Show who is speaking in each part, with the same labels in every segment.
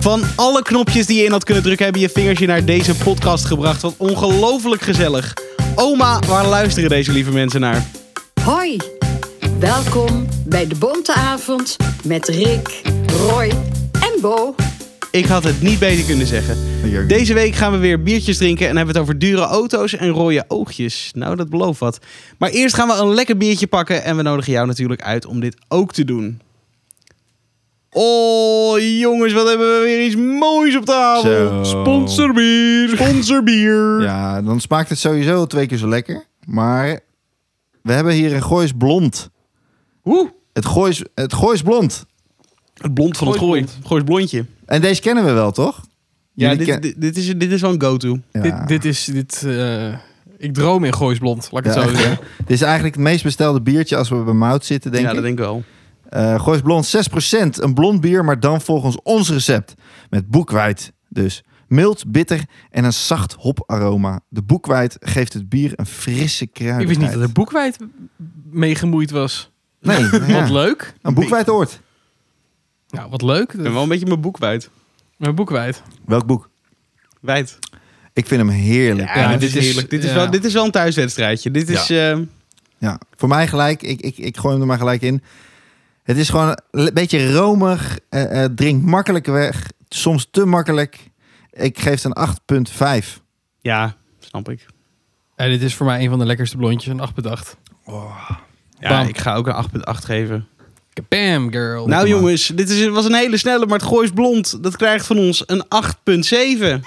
Speaker 1: Van alle knopjes die je in had kunnen drukken, hebben je vingersje naar deze podcast gebracht. Wat ongelooflijk gezellig. Oma, waar luisteren deze lieve mensen naar?
Speaker 2: Hoi, welkom bij de Bonte Avond met Rick, Roy en Bo.
Speaker 1: Ik had het niet beter kunnen zeggen.
Speaker 3: Ja.
Speaker 1: Deze week gaan we weer biertjes drinken en hebben het over dure auto's en rode oogjes. Nou, dat belooft wat. Maar eerst gaan we een lekker biertje pakken en we nodigen jou natuurlijk uit om dit ook te doen. Oh, jongens, wat hebben we weer iets moois op tafel.
Speaker 3: Zo.
Speaker 1: Sponsorbier. Sponsorbier.
Speaker 3: Ja, dan smaakt het sowieso al twee keer zo lekker. Maar we hebben hier een Goois Blond.
Speaker 1: Oeh,
Speaker 3: Het Goois, het Goois Blond.
Speaker 1: het blond van het gooi. Goois blondje.
Speaker 3: En deze kennen we wel, toch?
Speaker 1: Ja,
Speaker 3: Jullie
Speaker 1: dit,
Speaker 3: ken-
Speaker 1: dit, dit is, dit is wel een go-to.
Speaker 3: Ja.
Speaker 4: Dit, dit is... Dit, eh, ik droom in Goois Blond, laat ik
Speaker 3: Ja,
Speaker 4: het zo
Speaker 3: echt,
Speaker 4: zeggen.
Speaker 3: Dit is eigenlijk het meest bestelde biertje als we bij Mout zitten, denk
Speaker 1: ja,
Speaker 3: ik.
Speaker 1: dat denk ik wel.
Speaker 3: Eh, Goois Blond 6%. Een blond bier, maar dan volgens ons recept. Met boekweit dus. Mild, bitter en een zacht hoparoma. De boekweit geeft het bier een frisse
Speaker 4: Ik
Speaker 3: kruidigheid.
Speaker 4: wist niet dat er boekwijd mee gemoeid was.
Speaker 3: Nee, nou ja.
Speaker 4: Wat leuk.
Speaker 3: een boekweit oort.
Speaker 4: Nou, wat leuk.
Speaker 1: Ik ben wel een beetje mijn boek wijd.
Speaker 4: Mijn boekwijd.
Speaker 3: Welk boek?
Speaker 1: Wijd.
Speaker 3: Ik vind hem heerlijk.
Speaker 1: Ja,
Speaker 4: Ja,
Speaker 1: dit,
Speaker 4: dit
Speaker 1: is
Speaker 4: is-
Speaker 1: heerlijk. Dit, is
Speaker 4: ja.
Speaker 1: wel, dit is wel een thuiswedstrijdje. Dit is... eh,
Speaker 3: Ja, voor mij gelijk. Ik, ik, ik gooi hem er maar gelijk in. Het is gewoon een le- beetje romig. eh, eh, drinkt makkelijk weg. Soms te makkelijk. Ik geef het een 8,5.
Speaker 1: ja, snap ik.
Speaker 4: Ja, dit is voor mij een van de lekkerste blondjes, een 8 bedacht.
Speaker 1: Ja,
Speaker 4: Bam.
Speaker 1: ik ga ook een 8.8 geven.
Speaker 4: Bam, girl.
Speaker 1: nou
Speaker 3: man.
Speaker 1: jongens, dit is, was een hele snelle, maar het Goois Blond, dat krijgt van ons een 8.7.
Speaker 3: En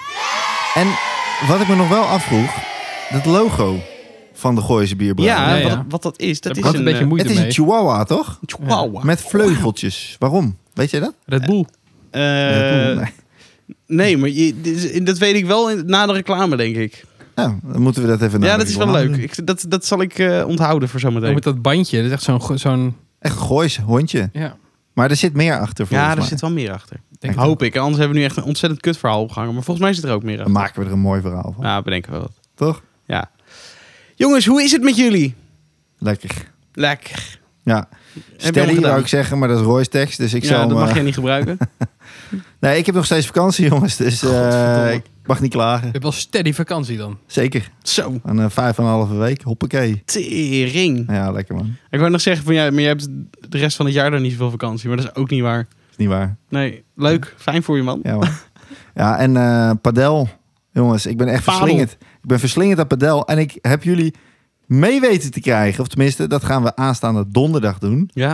Speaker 3: wat ik me nog wel afvroeg. Dat logo van de Gooise Bierbrouwer.
Speaker 1: Ja,
Speaker 4: ja, ja.
Speaker 1: Wat, wat dat is, dat
Speaker 4: Daar
Speaker 1: is
Speaker 4: heb
Speaker 1: een,
Speaker 4: ik een beetje
Speaker 1: eh,
Speaker 4: moeite
Speaker 3: Het is
Speaker 4: mee.
Speaker 3: een chihuahua, toch?
Speaker 1: een chihuahua.
Speaker 3: Met vleugeltjes. Waarom? Weet jij dat?
Speaker 4: Red Bull.
Speaker 1: Eh,
Speaker 3: Nee.
Speaker 1: nee, maar je, dit is- dat weet ik wel in, na de reclame, denk ik.
Speaker 3: Nou, dan moeten we dat even
Speaker 1: ja,
Speaker 3: nadenken.
Speaker 1: dat is wel leuk. Ik, dat, dat zal ik eh, onthouden voor
Speaker 4: Ook
Speaker 1: zometeen.
Speaker 4: met dat bandje. Dat is echt zo'n... go- zo'n
Speaker 3: Echt een Goois hondje.
Speaker 4: ja,
Speaker 3: Maar er zit meer achter volgens
Speaker 1: Ja, er
Speaker 3: mij.
Speaker 1: zit wel meer achter.
Speaker 4: denk
Speaker 1: Hoop ik. Anders hebben we nu echt een ontzettend kut verhaal opgehangen. Maar volgens mij zit er ook meer
Speaker 3: Dan
Speaker 1: achter.
Speaker 3: maken we er een mooi verhaal van.
Speaker 1: Ja, bedenken we wat.
Speaker 3: Toch?
Speaker 1: Ja. Jongens, hoe is het met jullie?
Speaker 3: Lekker.
Speaker 1: Lekker.
Speaker 3: Ja.
Speaker 1: hem
Speaker 3: Sterry
Speaker 1: gedaan?
Speaker 3: wou ik zeggen, maar dat is Roy's tekst. Dus ik
Speaker 1: ja,
Speaker 3: zal
Speaker 1: dat
Speaker 3: hem,
Speaker 1: mag
Speaker 3: eh,
Speaker 1: jij niet gebruiken.
Speaker 3: Nee, ik heb nog steeds vakantie, jongens. Dus eh,
Speaker 4: Godverdomme.
Speaker 3: ik mag niet klagen.
Speaker 4: Je hebt wel steady vakantie dan.
Speaker 3: Zeker.
Speaker 1: Zo.
Speaker 3: Een eh, vijf en een halve week. Hoppakee. Nou
Speaker 1: Tering.
Speaker 3: Ja, lekker man.
Speaker 1: Ik wou nog zeggen van ja, maar je hebt de rest van het jaar dan niet zoveel vakantie. Maar dat is ook niet waar.
Speaker 3: Is niet waar.
Speaker 1: Nee, leuk. Fijn voor je man.
Speaker 3: Ja, man. ja en eh padel. Jongens, ik ben echt
Speaker 1: Padel.
Speaker 3: verslingerd. Ik ben verslingerd aan padel. En ik heb jullie mee weten te krijgen. Of tenminste, dat gaan we aanstaande donderdag doen.
Speaker 1: Ja.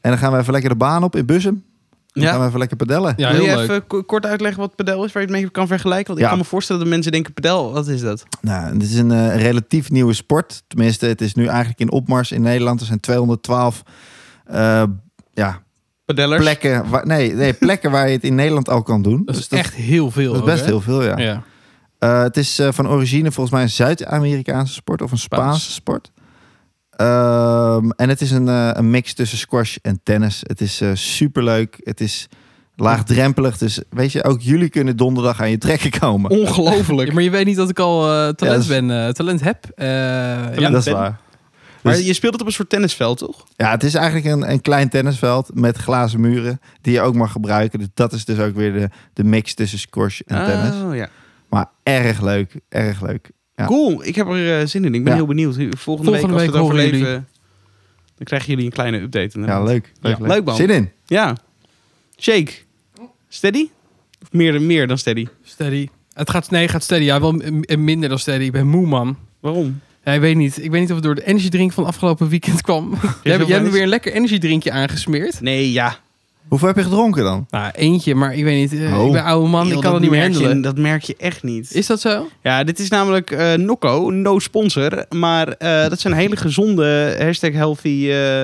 Speaker 3: En dan gaan we even lekker de baan op in Bussum. Dan gaan we even lekker padellen.
Speaker 4: Ja,
Speaker 1: Wil
Speaker 4: heel
Speaker 1: je
Speaker 4: leuk.
Speaker 1: even ko- kort uitleggen wat padel is, waar je het mee kan vergelijken? Want ik
Speaker 3: Ja.
Speaker 1: kan me voorstellen dat mensen denken, padel, wat is dat?
Speaker 3: Nou, het is een eh, relatief nieuwe sport. Tenminste, het is nu eigenlijk in opmars in Nederland. Er zijn 212 eh, ja,
Speaker 1: Padellers.
Speaker 3: plekken, waar, nee, nee, plekken waar je het in Nederland al kan doen.
Speaker 4: Dat is
Speaker 3: Dus dat,
Speaker 4: echt heel veel.
Speaker 3: dat is
Speaker 4: ook,
Speaker 3: best
Speaker 4: hè?
Speaker 3: heel veel, ja.
Speaker 4: Ja.
Speaker 3: Eh, het is eh, van origine volgens mij een Zuid-Amerikaanse sport of een Spaanse
Speaker 4: Spaans.
Speaker 3: sport. Ehm, en het is een, eh, een mix tussen squash en tennis. Het is eh, superleuk. Het is laagdrempelig. Dus weet je, ook jullie kunnen donderdag aan je trekken komen.
Speaker 1: Ongelooflijk.
Speaker 4: Ja, maar je weet niet dat ik al eh, talent
Speaker 3: dat is-
Speaker 4: ben, eh, talent heb. Eh, ja.
Speaker 1: Ja.
Speaker 3: dat is
Speaker 1: ben-
Speaker 3: waar.
Speaker 1: Maar
Speaker 3: Dus-
Speaker 1: je speelt het op een soort tennisveld, toch?
Speaker 3: Ja, het is eigenlijk een, een klein tennisveld met glazen muren die je ook mag gebruiken. Dus dat is dus ook weer de, de mix tussen squash en tennis.
Speaker 1: Oh, ja.
Speaker 3: Maar erg leuk, erg leuk. Ja.
Speaker 1: Cool, ik heb er eh, zin in. Ik ben
Speaker 3: Ja.
Speaker 1: heel benieuwd. Volgende, week, als we
Speaker 4: Volgende week
Speaker 1: het
Speaker 4: horen
Speaker 1: overleven,
Speaker 4: jullie.
Speaker 1: dan krijgen jullie een kleine update.
Speaker 3: Ja, leuk.
Speaker 1: Ja, leuk, man.
Speaker 3: Zin in.
Speaker 1: Ja. Shake. Steady? Of meer, meer dan steady?
Speaker 4: Steady. Het gaat, nee, het gaat steady. Ja, wel m- m- minder dan steady. Ik ben moe, man.
Speaker 1: Waarom?
Speaker 4: Ja, ik weet niet. Ik weet niet of het door de energiedrink van afgelopen weekend kwam. jij
Speaker 1: wel
Speaker 4: hebt- jij hebt
Speaker 1: eens-
Speaker 4: me weer een lekker energiedrinkje aangesmeerd.
Speaker 1: Nee, ja.
Speaker 3: Hoeveel heb je gedronken dan?
Speaker 4: Nou, eentje, maar ik weet niet. eh,
Speaker 3: Oh.
Speaker 4: Ik ben oude man,
Speaker 1: Yo,
Speaker 4: ik kan het niet meer
Speaker 1: merk je-
Speaker 4: handelen.
Speaker 1: dat merk je echt niet.
Speaker 4: Is dat zo?
Speaker 1: Ja, dit is namelijk eh Nocco, no sponsor. Maar eh, dat zijn hele gezonde, hashtag healthy eh,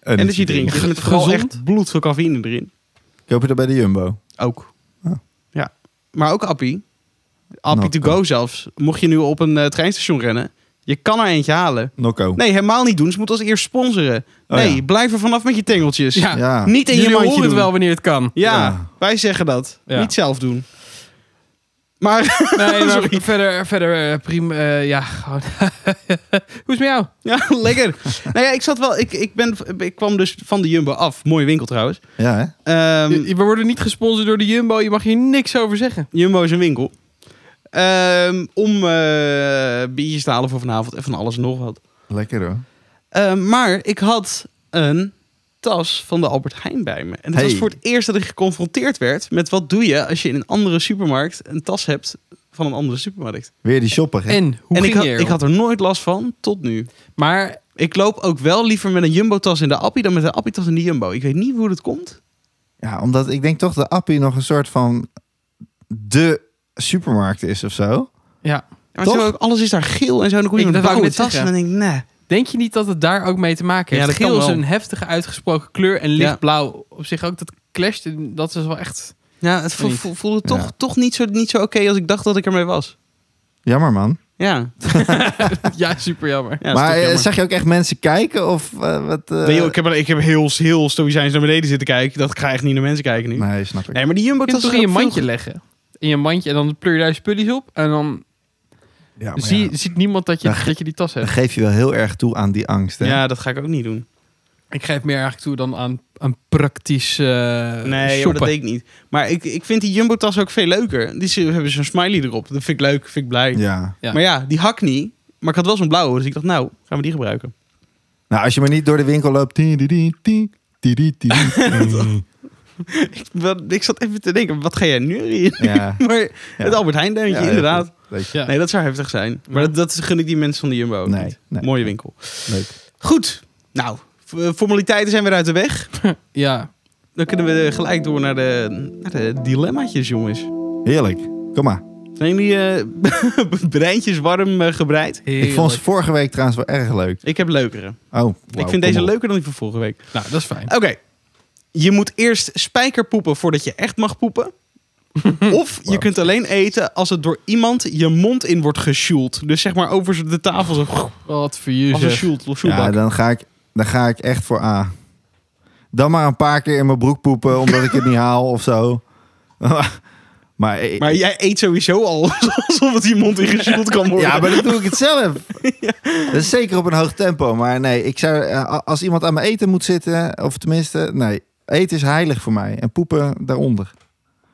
Speaker 1: energy drinkjes. Met vooral
Speaker 4: Gezond?
Speaker 1: echt bloed van cafeïne erin.
Speaker 3: Koop je dat bij de Jumbo?
Speaker 1: Ook.
Speaker 3: Ah.
Speaker 1: Ja. Maar ook appie. Appie to
Speaker 3: Nocco.
Speaker 1: go zelfs. Mocht je nu op een eh, treinstation rennen, je kan er eentje halen.
Speaker 3: Nokko.
Speaker 1: Nee, helemaal niet doen. Ze moeten als eerst sponsoren.
Speaker 3: Oh,
Speaker 1: Nee,
Speaker 3: ja.
Speaker 1: blijf er vanaf met je tengeltjes.
Speaker 4: Ja.
Speaker 3: Ja.
Speaker 1: Niet in je
Speaker 4: Jullie
Speaker 1: mandje
Speaker 4: horen het
Speaker 1: doen.
Speaker 4: wel wanneer het kan.
Speaker 1: Ja,
Speaker 3: Ja.
Speaker 1: wij zeggen dat.
Speaker 4: Ja.
Speaker 1: Niet zelf doen. Maar
Speaker 4: Nee, maar
Speaker 1: Sorry.
Speaker 4: verder, verder eh, prima. eh, ja, gewoon. Hoe is het met jou?
Speaker 1: ja, lekker. nou ja, ik zat wel. Ik, ik, ben, ik kwam dus van de Jumbo af. Mooie winkel trouwens.
Speaker 3: Ja, hè?
Speaker 1: Ehm,
Speaker 4: Je- we worden niet gesponsord door de Jumbo. Je mag hier niks over zeggen.
Speaker 1: Jumbo is een winkel. Ehm, om eh biertjes te halen voor vanavond en van alles en nog wat.
Speaker 3: Lekker hoor.
Speaker 1: Ehm, maar ik had een tas van de Albert Heijn bij me. En het
Speaker 3: Hey.
Speaker 1: was voor het eerst dat ik geconfronteerd werd met wat doe je als je in een andere supermarkt een tas hebt van een andere supermarkt.
Speaker 3: Weer die shopper. hè?
Speaker 4: En hoe
Speaker 1: en ik,
Speaker 4: ging
Speaker 1: had,
Speaker 4: je?
Speaker 1: ik had er nooit last van tot nu.
Speaker 4: Maar
Speaker 1: Ik loop ook wel liever met een Jumbo-tas in de Appie dan met een Appie-tas in de Jumbo. Ik weet niet hoe dat komt.
Speaker 3: Ja, omdat ik denk toch de Appie nog een soort van de supermarkt is of zo.
Speaker 4: ja.
Speaker 1: Maar
Speaker 3: Toch?
Speaker 1: het is ook, alles is daar geel en zo. En dan kom je
Speaker 4: Ik-
Speaker 1: met een
Speaker 4: dat wou
Speaker 1: blauwe
Speaker 4: ik net
Speaker 1: tas en dan denk ik, nee.
Speaker 4: denk je niet dat het daar ook mee te maken
Speaker 1: Ja,
Speaker 4: heeft?
Speaker 1: dat kan
Speaker 4: Geel is
Speaker 1: wel.
Speaker 4: een heftige uitgesproken kleur en lichtblauw op zich ook. Dat clasht, dat is wel echt...
Speaker 1: Ja, het vo-
Speaker 4: Niet.
Speaker 1: vo- voelde toch,
Speaker 3: Ja.
Speaker 1: toch niet zo, niet zo oké als ik dacht dat ik ermee was.
Speaker 3: Jammer man.
Speaker 1: Ja,
Speaker 4: ja, super jammer.
Speaker 1: ja
Speaker 3: maar
Speaker 1: is toch
Speaker 3: eh,
Speaker 1: jammer.
Speaker 3: zag je ook echt mensen kijken of eh, wat? eh,
Speaker 1: Nee, joh, ik, heb, ik heb heel, heel stoïcijns naar beneden zitten kijken. Dat ik ga echt niet naar mensen kijken nu. Nee,
Speaker 3: Nee, snap ik.
Speaker 1: maar die Jumbo
Speaker 4: Je kunt
Speaker 1: tas
Speaker 4: het toch in je mandje leggen? In je mandje en dan pleur je daar je spullies op. En dan
Speaker 3: Ja, maar
Speaker 4: zie,
Speaker 3: ja,
Speaker 4: ziet niemand dat je,
Speaker 3: Ja.
Speaker 4: dat je die tas
Speaker 3: Dan
Speaker 4: hebt.
Speaker 3: geef je wel heel erg toe aan die angst. Hè?
Speaker 1: Ja, dat ga ik ook niet doen.
Speaker 4: Ik geef meer eigenlijk toe dan aan, aan praktisch eh,
Speaker 1: Nee, joh,
Speaker 4: shoppen.
Speaker 1: dat deed ik niet. Maar ik, ik vind die Jumbo tas ook veel leuker. Die ze- hebben zo'n smiley erop. Dat vind ik leuk, vind ik blij.
Speaker 3: Ja.
Speaker 4: Ja.
Speaker 1: Maar ja, die hak niet. Maar ik had wel zo'n blauwe, dus ik dacht, nou, gaan we die gebruiken.
Speaker 3: Nou, als je maar niet door de winkel loopt. Ti, di, di, ti, ti, di, ti, di.
Speaker 1: Ik, wel- ik zat even te denken, wat ga jij nu hier?
Speaker 3: Ja.
Speaker 1: maar het
Speaker 3: Ja.
Speaker 1: Albert Heijn deuntje,
Speaker 3: Ja, ja,
Speaker 1: inderdaad.
Speaker 3: Weet je.
Speaker 4: Ja.
Speaker 1: Nee, dat zou heftig zijn. Maar
Speaker 4: Ja.
Speaker 1: dat, dat gun ik die mensen van de Jumbo ook
Speaker 3: Nee,
Speaker 1: niet.
Speaker 3: nee.
Speaker 1: Mooie winkel.
Speaker 3: Leuk.
Speaker 1: Goed, nou, f- formaliteiten zijn weer uit de weg.
Speaker 4: Ja,
Speaker 1: Dan kunnen we gelijk door naar de, naar de dilemmaatjes, jongens.
Speaker 3: Heerlijk. Kom maar.
Speaker 1: Zijn jullie eh breintjes warm eh, gebreid?
Speaker 3: Ik vond ze vorige week trouwens wel erg leuk.
Speaker 1: Ik heb leukere.
Speaker 3: Oh, wauw,
Speaker 1: ik
Speaker 3: kom
Speaker 1: vind deze
Speaker 3: op.
Speaker 1: leuker dan die van vorige week.
Speaker 4: Nou, dat is fijn.
Speaker 1: Oké. Je moet eerst spijker poepen voordat je echt mag poepen. of je
Speaker 3: Wauw.
Speaker 1: kunt alleen eten als het door iemand je mond in wordt gesjoeld. Dus zeg maar over de tafel zo.
Speaker 4: Wat voor je
Speaker 1: Als een
Speaker 4: zeg.
Speaker 1: sjoeld of
Speaker 3: Ja,
Speaker 1: sjoelbak.
Speaker 3: dan ga, ik, dan ga ik echt voor A. Dan maar een paar keer in mijn broek poepen omdat ik het niet haal of zo. maar, ik-
Speaker 1: Maar jij eet sowieso al alsof het je mond in gesjoeld kan worden.
Speaker 3: ja, maar dan doe ik het zelf. Dat is zeker op een hoog tempo. Maar nee, ik zou, eh, als iemand aan mijn eten moet zitten, of tenminste, nee. Eten is heilig voor mij en poepen daaronder.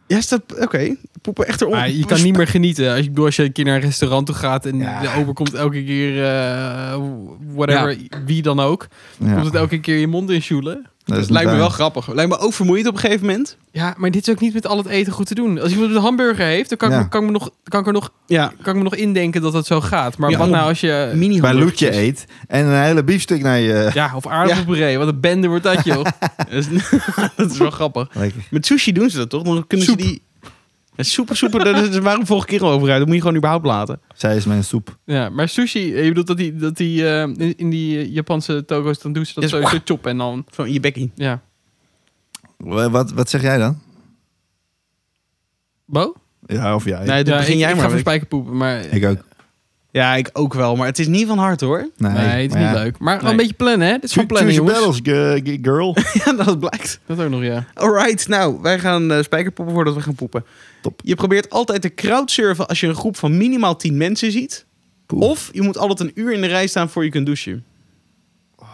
Speaker 1: Ja, is dat- oké. Poepen echt erop.
Speaker 4: Maar je kan niet meer genieten. Als je, ik bedoel, als je een keer naar een restaurant toe gaat en
Speaker 3: Ja.
Speaker 4: de ober komt elke keer, eh, whatever, wie dan ook,
Speaker 3: Ja,
Speaker 4: komt het elke keer je mond in sjoelen.
Speaker 3: dat is
Speaker 1: Het lijkt me
Speaker 3: niet
Speaker 1: wel
Speaker 3: waar.
Speaker 1: grappig. Lijkt me ook vermoeiend op een gegeven moment.
Speaker 4: Ja, maar dit is ook niet met al het eten goed te doen. Als iemand een hamburger heeft, dan kan, ik,
Speaker 3: Ja.
Speaker 4: me- kan, ik, me nog, kan, ik er nog,
Speaker 1: Ja.
Speaker 4: kan ik me nog indenken dat dat zo gaat. Maar
Speaker 1: Ja.
Speaker 4: wat nou als je...
Speaker 1: Mini
Speaker 3: Eh, Bij Loetje eet en een hele biefstuk naar je.
Speaker 4: Ja, of aardappelpuree. Wat een bende wordt dat, joh.
Speaker 1: dat is wel grappig.
Speaker 3: Lekker.
Speaker 1: Met sushi doen ze dat toch? Dan kunnen
Speaker 4: Soep.
Speaker 1: ze die. Ja, soep, soep, daar is- waren we vorige keer al over uit. Dat moet je gewoon überhaupt laten.
Speaker 3: Zij is mijn soep.
Speaker 4: Ja, maar sushi, eh, je bedoelt dat die, dat die eh, in, in die eh, Japanse togo's, dan doen ze dat
Speaker 1: Ja, zo-
Speaker 4: sowieso chop en dan...
Speaker 1: Van je bekkie.
Speaker 4: Ja.
Speaker 3: Wat, wat zeg jij dan?
Speaker 4: Bo?
Speaker 3: Ja, of jij?
Speaker 1: Nee, dan
Speaker 4: ja,
Speaker 1: begin
Speaker 4: ik,
Speaker 1: jij maar.
Speaker 4: ik ga voor
Speaker 1: want ik-
Speaker 4: spijkerpoepen, maar...
Speaker 3: Ik ook.
Speaker 1: Ja, ik ook wel. Maar het is niet van hard hoor.
Speaker 3: Nee,
Speaker 4: Nee, het is
Speaker 3: maar
Speaker 4: niet
Speaker 3: ja.
Speaker 4: leuk. Maar wel
Speaker 1: Nee.
Speaker 4: een beetje plannen, hè? Dit is gewoon plannen,
Speaker 3: Choose
Speaker 4: jongens.
Speaker 3: your battles, g- g- girl.
Speaker 1: ja, dat blijkt.
Speaker 4: Dat ook nog, ja.
Speaker 1: Alright, nou, wij gaan eh, spijkerpoppen voordat we gaan poepen.
Speaker 3: Top.
Speaker 1: Je probeert altijd te crowdsurfen als je een groep van minimaal 10 mensen ziet.
Speaker 3: Poeh.
Speaker 1: Of je moet altijd een uur in de rij staan voor je kunt douchen.
Speaker 3: Ja,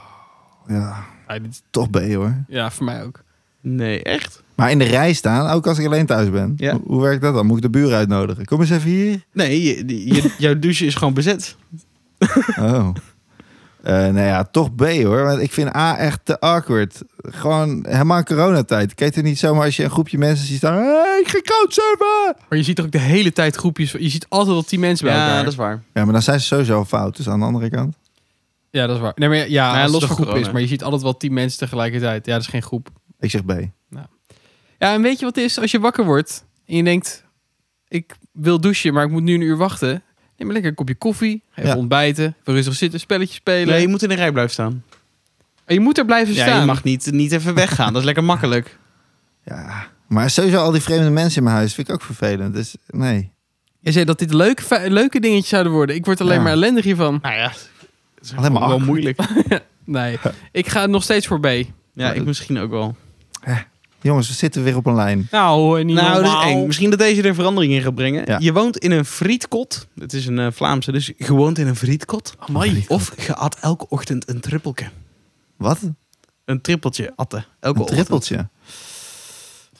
Speaker 4: Ja, Ah, dit is-
Speaker 3: toch B hoor.
Speaker 4: ja, voor mij ook.
Speaker 1: Nee, echt?
Speaker 3: Maar in de rij staan, ook als ik alleen thuis ben.
Speaker 1: Ja.
Speaker 3: Hoe, hoe werkt dat dan? Moet ik de buren uitnodigen? Kom eens even hier.
Speaker 1: Nee, je, die- je- jouw douche is gewoon bezet.
Speaker 3: Oh. Eh nou ja, toch B hoor. Want ik vind A echt te awkward. Gewoon helemaal in coronatijd. Kijk er niet zomaar als je een groepje mensen ziet staan. Hey, ik ga crowdsurfen!
Speaker 4: Maar je ziet er ook de hele tijd groepjes... van- Je ziet altijd al tien mensen bij
Speaker 1: Ja,
Speaker 4: elkaar.
Speaker 1: dat is waar.
Speaker 3: Ja, maar dan zijn ze sowieso al fout. Dus aan de andere kant.
Speaker 4: Ja, dat is waar. Nee, maar ja, ja,
Speaker 1: Nou ja,
Speaker 4: als
Speaker 1: los
Speaker 4: het
Speaker 1: van
Speaker 4: een groep
Speaker 1: corona.
Speaker 4: is, maar je ziet altijd wel tien mensen tegelijkertijd. Ja, dat is geen groep.
Speaker 3: Ik zeg B.
Speaker 4: Ja, en weet je wat het is? Als je wakker wordt en je denkt... Ik wil douchen, maar ik moet nu een uur wachten. Neem maar lekker een kopje koffie. Ga Even
Speaker 3: Ja.
Speaker 4: ontbijten. Even rustig zitten. Spelletje spelen.
Speaker 1: Nee, je moet in de rij blijven staan.
Speaker 4: En je moet er blijven
Speaker 1: Ja,
Speaker 4: staan.
Speaker 1: je mag niet, niet even weggaan. Dat is lekker makkelijk.
Speaker 3: Ja. Maar sowieso al die vreemde mensen in mijn huis vind ik ook vervelend. Dus nee.
Speaker 4: Je zei dat dit leuke, fe- leuke dingetjes zouden worden. Ik word alleen
Speaker 3: Ja.
Speaker 4: maar ellendig hiervan.
Speaker 1: Nou ja, het is
Speaker 3: Alleen maar
Speaker 1: wel
Speaker 3: awkward.
Speaker 1: moeilijk.
Speaker 4: Nee, ik ga nog steeds voor B.
Speaker 1: Ja, ik misschien ook wel.
Speaker 3: Jongens, we zitten weer op een lijn.
Speaker 4: Nou, niet
Speaker 1: Nou, dat is
Speaker 4: normaal.
Speaker 1: eng. Misschien dat deze er verandering in gaat brengen.
Speaker 3: Ja.
Speaker 1: Je woont in een frietkot. Het is een eh, Vlaamse, dus je woont in een frietkot.
Speaker 3: Oh
Speaker 4: Amai.
Speaker 1: Of je at elke ochtend een trippelke.
Speaker 3: Wat?
Speaker 1: Een trippeltje atten. Elke
Speaker 3: Een
Speaker 1: ochtend.
Speaker 3: trippeltje?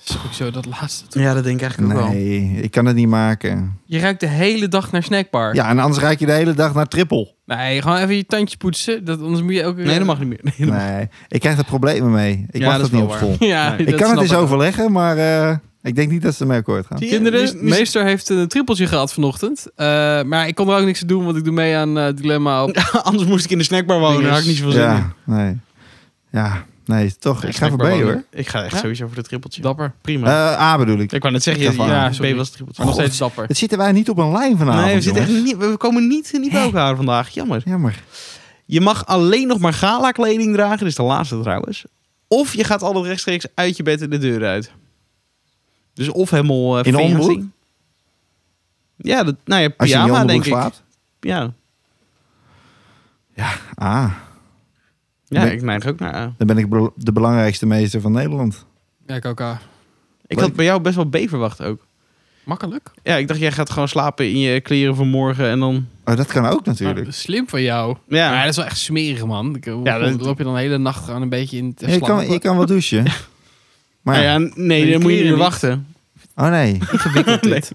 Speaker 4: Dat is ook zo, dat laatste.
Speaker 1: Ja, dat denk ik eigenlijk ook wel.
Speaker 3: Nee, ik kan het niet maken.
Speaker 4: Je ruikt de hele dag naar snackbar.
Speaker 3: Ja, en anders ruik je de hele dag naar trippel.
Speaker 4: Nee, gewoon even je tandjes poetsen. Dat, anders moet je elke
Speaker 1: Nee, dat mag niet meer. Nee, dat mag-
Speaker 3: Nee, ik krijg er problemen mee. Ik
Speaker 1: Ja,
Speaker 3: mag
Speaker 1: dat is
Speaker 3: dat niet op
Speaker 1: wel
Speaker 3: school.
Speaker 4: Ja,
Speaker 1: Nee.
Speaker 4: dat
Speaker 3: Ik kan het
Speaker 4: snap
Speaker 3: eens
Speaker 4: ik.
Speaker 3: overleggen, maar eh, ik denk niet dat ze ermee akkoord gaan.
Speaker 1: Zie je,
Speaker 4: Kinderen,
Speaker 1: nu- nu-
Speaker 4: meester heeft een trippeltje gehad vanochtend. Eh, maar ik kon er ook niks aan doen, want ik doe mee aan eh, Dilemma op...
Speaker 1: Anders moest ik in de snackbar wonen. Daar had ik niet zoveel zin in.
Speaker 3: Ja, nee. Ja, nee, toch.
Speaker 4: Nee,
Speaker 3: Ik ga voor
Speaker 4: snackbar
Speaker 3: B
Speaker 4: wel
Speaker 3: hoor.
Speaker 1: Ik ga echt
Speaker 4: Ja?
Speaker 1: sowieso voor de trippeltje.
Speaker 4: Dapper.
Speaker 1: Prima.
Speaker 3: Eh, A bedoel ik.
Speaker 1: ik wou net zeggen,
Speaker 3: ik
Speaker 1: ja,
Speaker 3: ga voor-
Speaker 1: ja,
Speaker 4: ja, sorry.
Speaker 1: B was het trippeltje.
Speaker 4: Maar nog
Speaker 3: God.
Speaker 4: steeds dapper.
Speaker 3: Het zitten wij niet op een lijn vanavond.
Speaker 1: nee, we, zitten echt
Speaker 3: jongens.
Speaker 1: niet, we komen niet, niet bij elkaar vandaag. Jammer.
Speaker 3: Jammer.
Speaker 1: Je mag alleen nog maar gala kleding dragen. Dit is de laatste trouwens. Of je gaat altijd rechtstreeks uit je bed en de deur uit. Dus of helemaal eh
Speaker 3: In een
Speaker 1: vegan
Speaker 3: onderbroek?
Speaker 1: zien. Ja, dat, nou ja,
Speaker 3: Als je in je
Speaker 1: pyjama
Speaker 3: onderbroek
Speaker 1: denk ik.
Speaker 3: slaapt.
Speaker 1: Ja,
Speaker 3: Ah,
Speaker 1: ja
Speaker 3: Nee.
Speaker 1: ik neig ook naar eh, A.
Speaker 3: dan ben ik bel- de belangrijkste meester van Nederland.
Speaker 4: Ja, ik ook. ah.
Speaker 1: Ik
Speaker 3: Leuk.
Speaker 1: had bij jou best wel B verwacht ook.
Speaker 4: Makkelijk.
Speaker 1: Ja, ik dacht jij gaat gewoon slapen in je kleren van morgen en dan...
Speaker 3: Oh, dat kan ook natuurlijk.
Speaker 4: Maar Ah, slim van jou.
Speaker 1: Ja,
Speaker 4: Maar dat is wel echt smerig, man. Ik, eh, hoe-
Speaker 1: Ja, dat-
Speaker 4: hoe loop je dan de hele nacht gewoon een beetje in te
Speaker 3: Ja, je, kan,
Speaker 4: slapen.
Speaker 3: je kan wel douchen. Maar
Speaker 1: Nou
Speaker 3: ja.
Speaker 1: ja, nee,
Speaker 4: die
Speaker 1: dan moet je
Speaker 4: kleren
Speaker 1: niet
Speaker 4: niet.
Speaker 1: wachten.
Speaker 3: Oh nee,
Speaker 4: Ingewikkeld dit.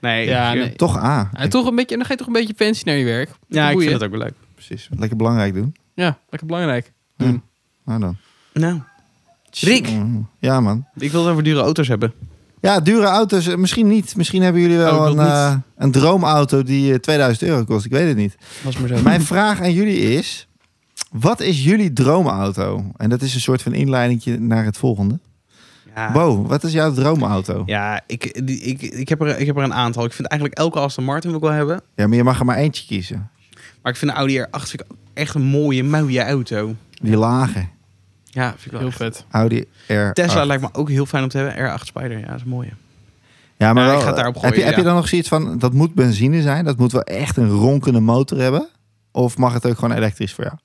Speaker 1: Nee,
Speaker 4: Ja,
Speaker 1: ik-
Speaker 4: nee.
Speaker 3: toch A.
Speaker 4: En toch een beetje, en dan ga je toch een beetje fancy naar je werk.
Speaker 1: ja ik
Speaker 4: Boeien.
Speaker 1: vind het ook wel leuk.
Speaker 3: Precies. Lekker belangrijk doen.
Speaker 4: Ja, lekker belangrijk.
Speaker 3: Nou dan.
Speaker 1: Nou, Rick.
Speaker 3: Mm, Ja man.
Speaker 1: ik wil het over dure auto's hebben.
Speaker 3: Ja, dure auto's. eh, Misschien niet. Misschien hebben jullie wel
Speaker 1: Oh, ik
Speaker 3: een,
Speaker 1: wil het
Speaker 3: eh, een droomauto die eh, 2000 euro kost. Ik weet het niet.
Speaker 1: Was maar zo.
Speaker 3: Mijn vraag aan jullie is: wat is jullie droomauto? En dat is een soort van inleiding naar het volgende.
Speaker 1: Ja,
Speaker 3: Bo, wat is jouw droomauto? Ja,
Speaker 1: Ah. ja ik, die- ik, ik, heb er, ik heb er een aantal. Ik vind eigenlijk elke Aston Martin wil ik wel hebben.
Speaker 3: maar je mag er maar eentje kiezen.
Speaker 1: Maar ik vind de Audi R8 vind ik ook echt een mooie, mooie auto.
Speaker 3: Die lage
Speaker 1: Ja, vind ik wel
Speaker 4: Heel
Speaker 1: echt.
Speaker 4: vet. Ah.
Speaker 3: Audi R.
Speaker 1: Tesla lijkt me ook heel fijn om te hebben. R8 Spider, ja, dat is een mooie.
Speaker 3: Ja,
Speaker 1: Ja,
Speaker 3: maar wel, eh,
Speaker 1: ik ga het daarop
Speaker 3: heb, je,
Speaker 1: gooien,
Speaker 3: heb je
Speaker 1: ja.
Speaker 3: dan nog zoiets van: dat moet benzine zijn? Dat moet wel echt een ronkende motor hebben? Of mag het ook gewoon elektrisch voor jou?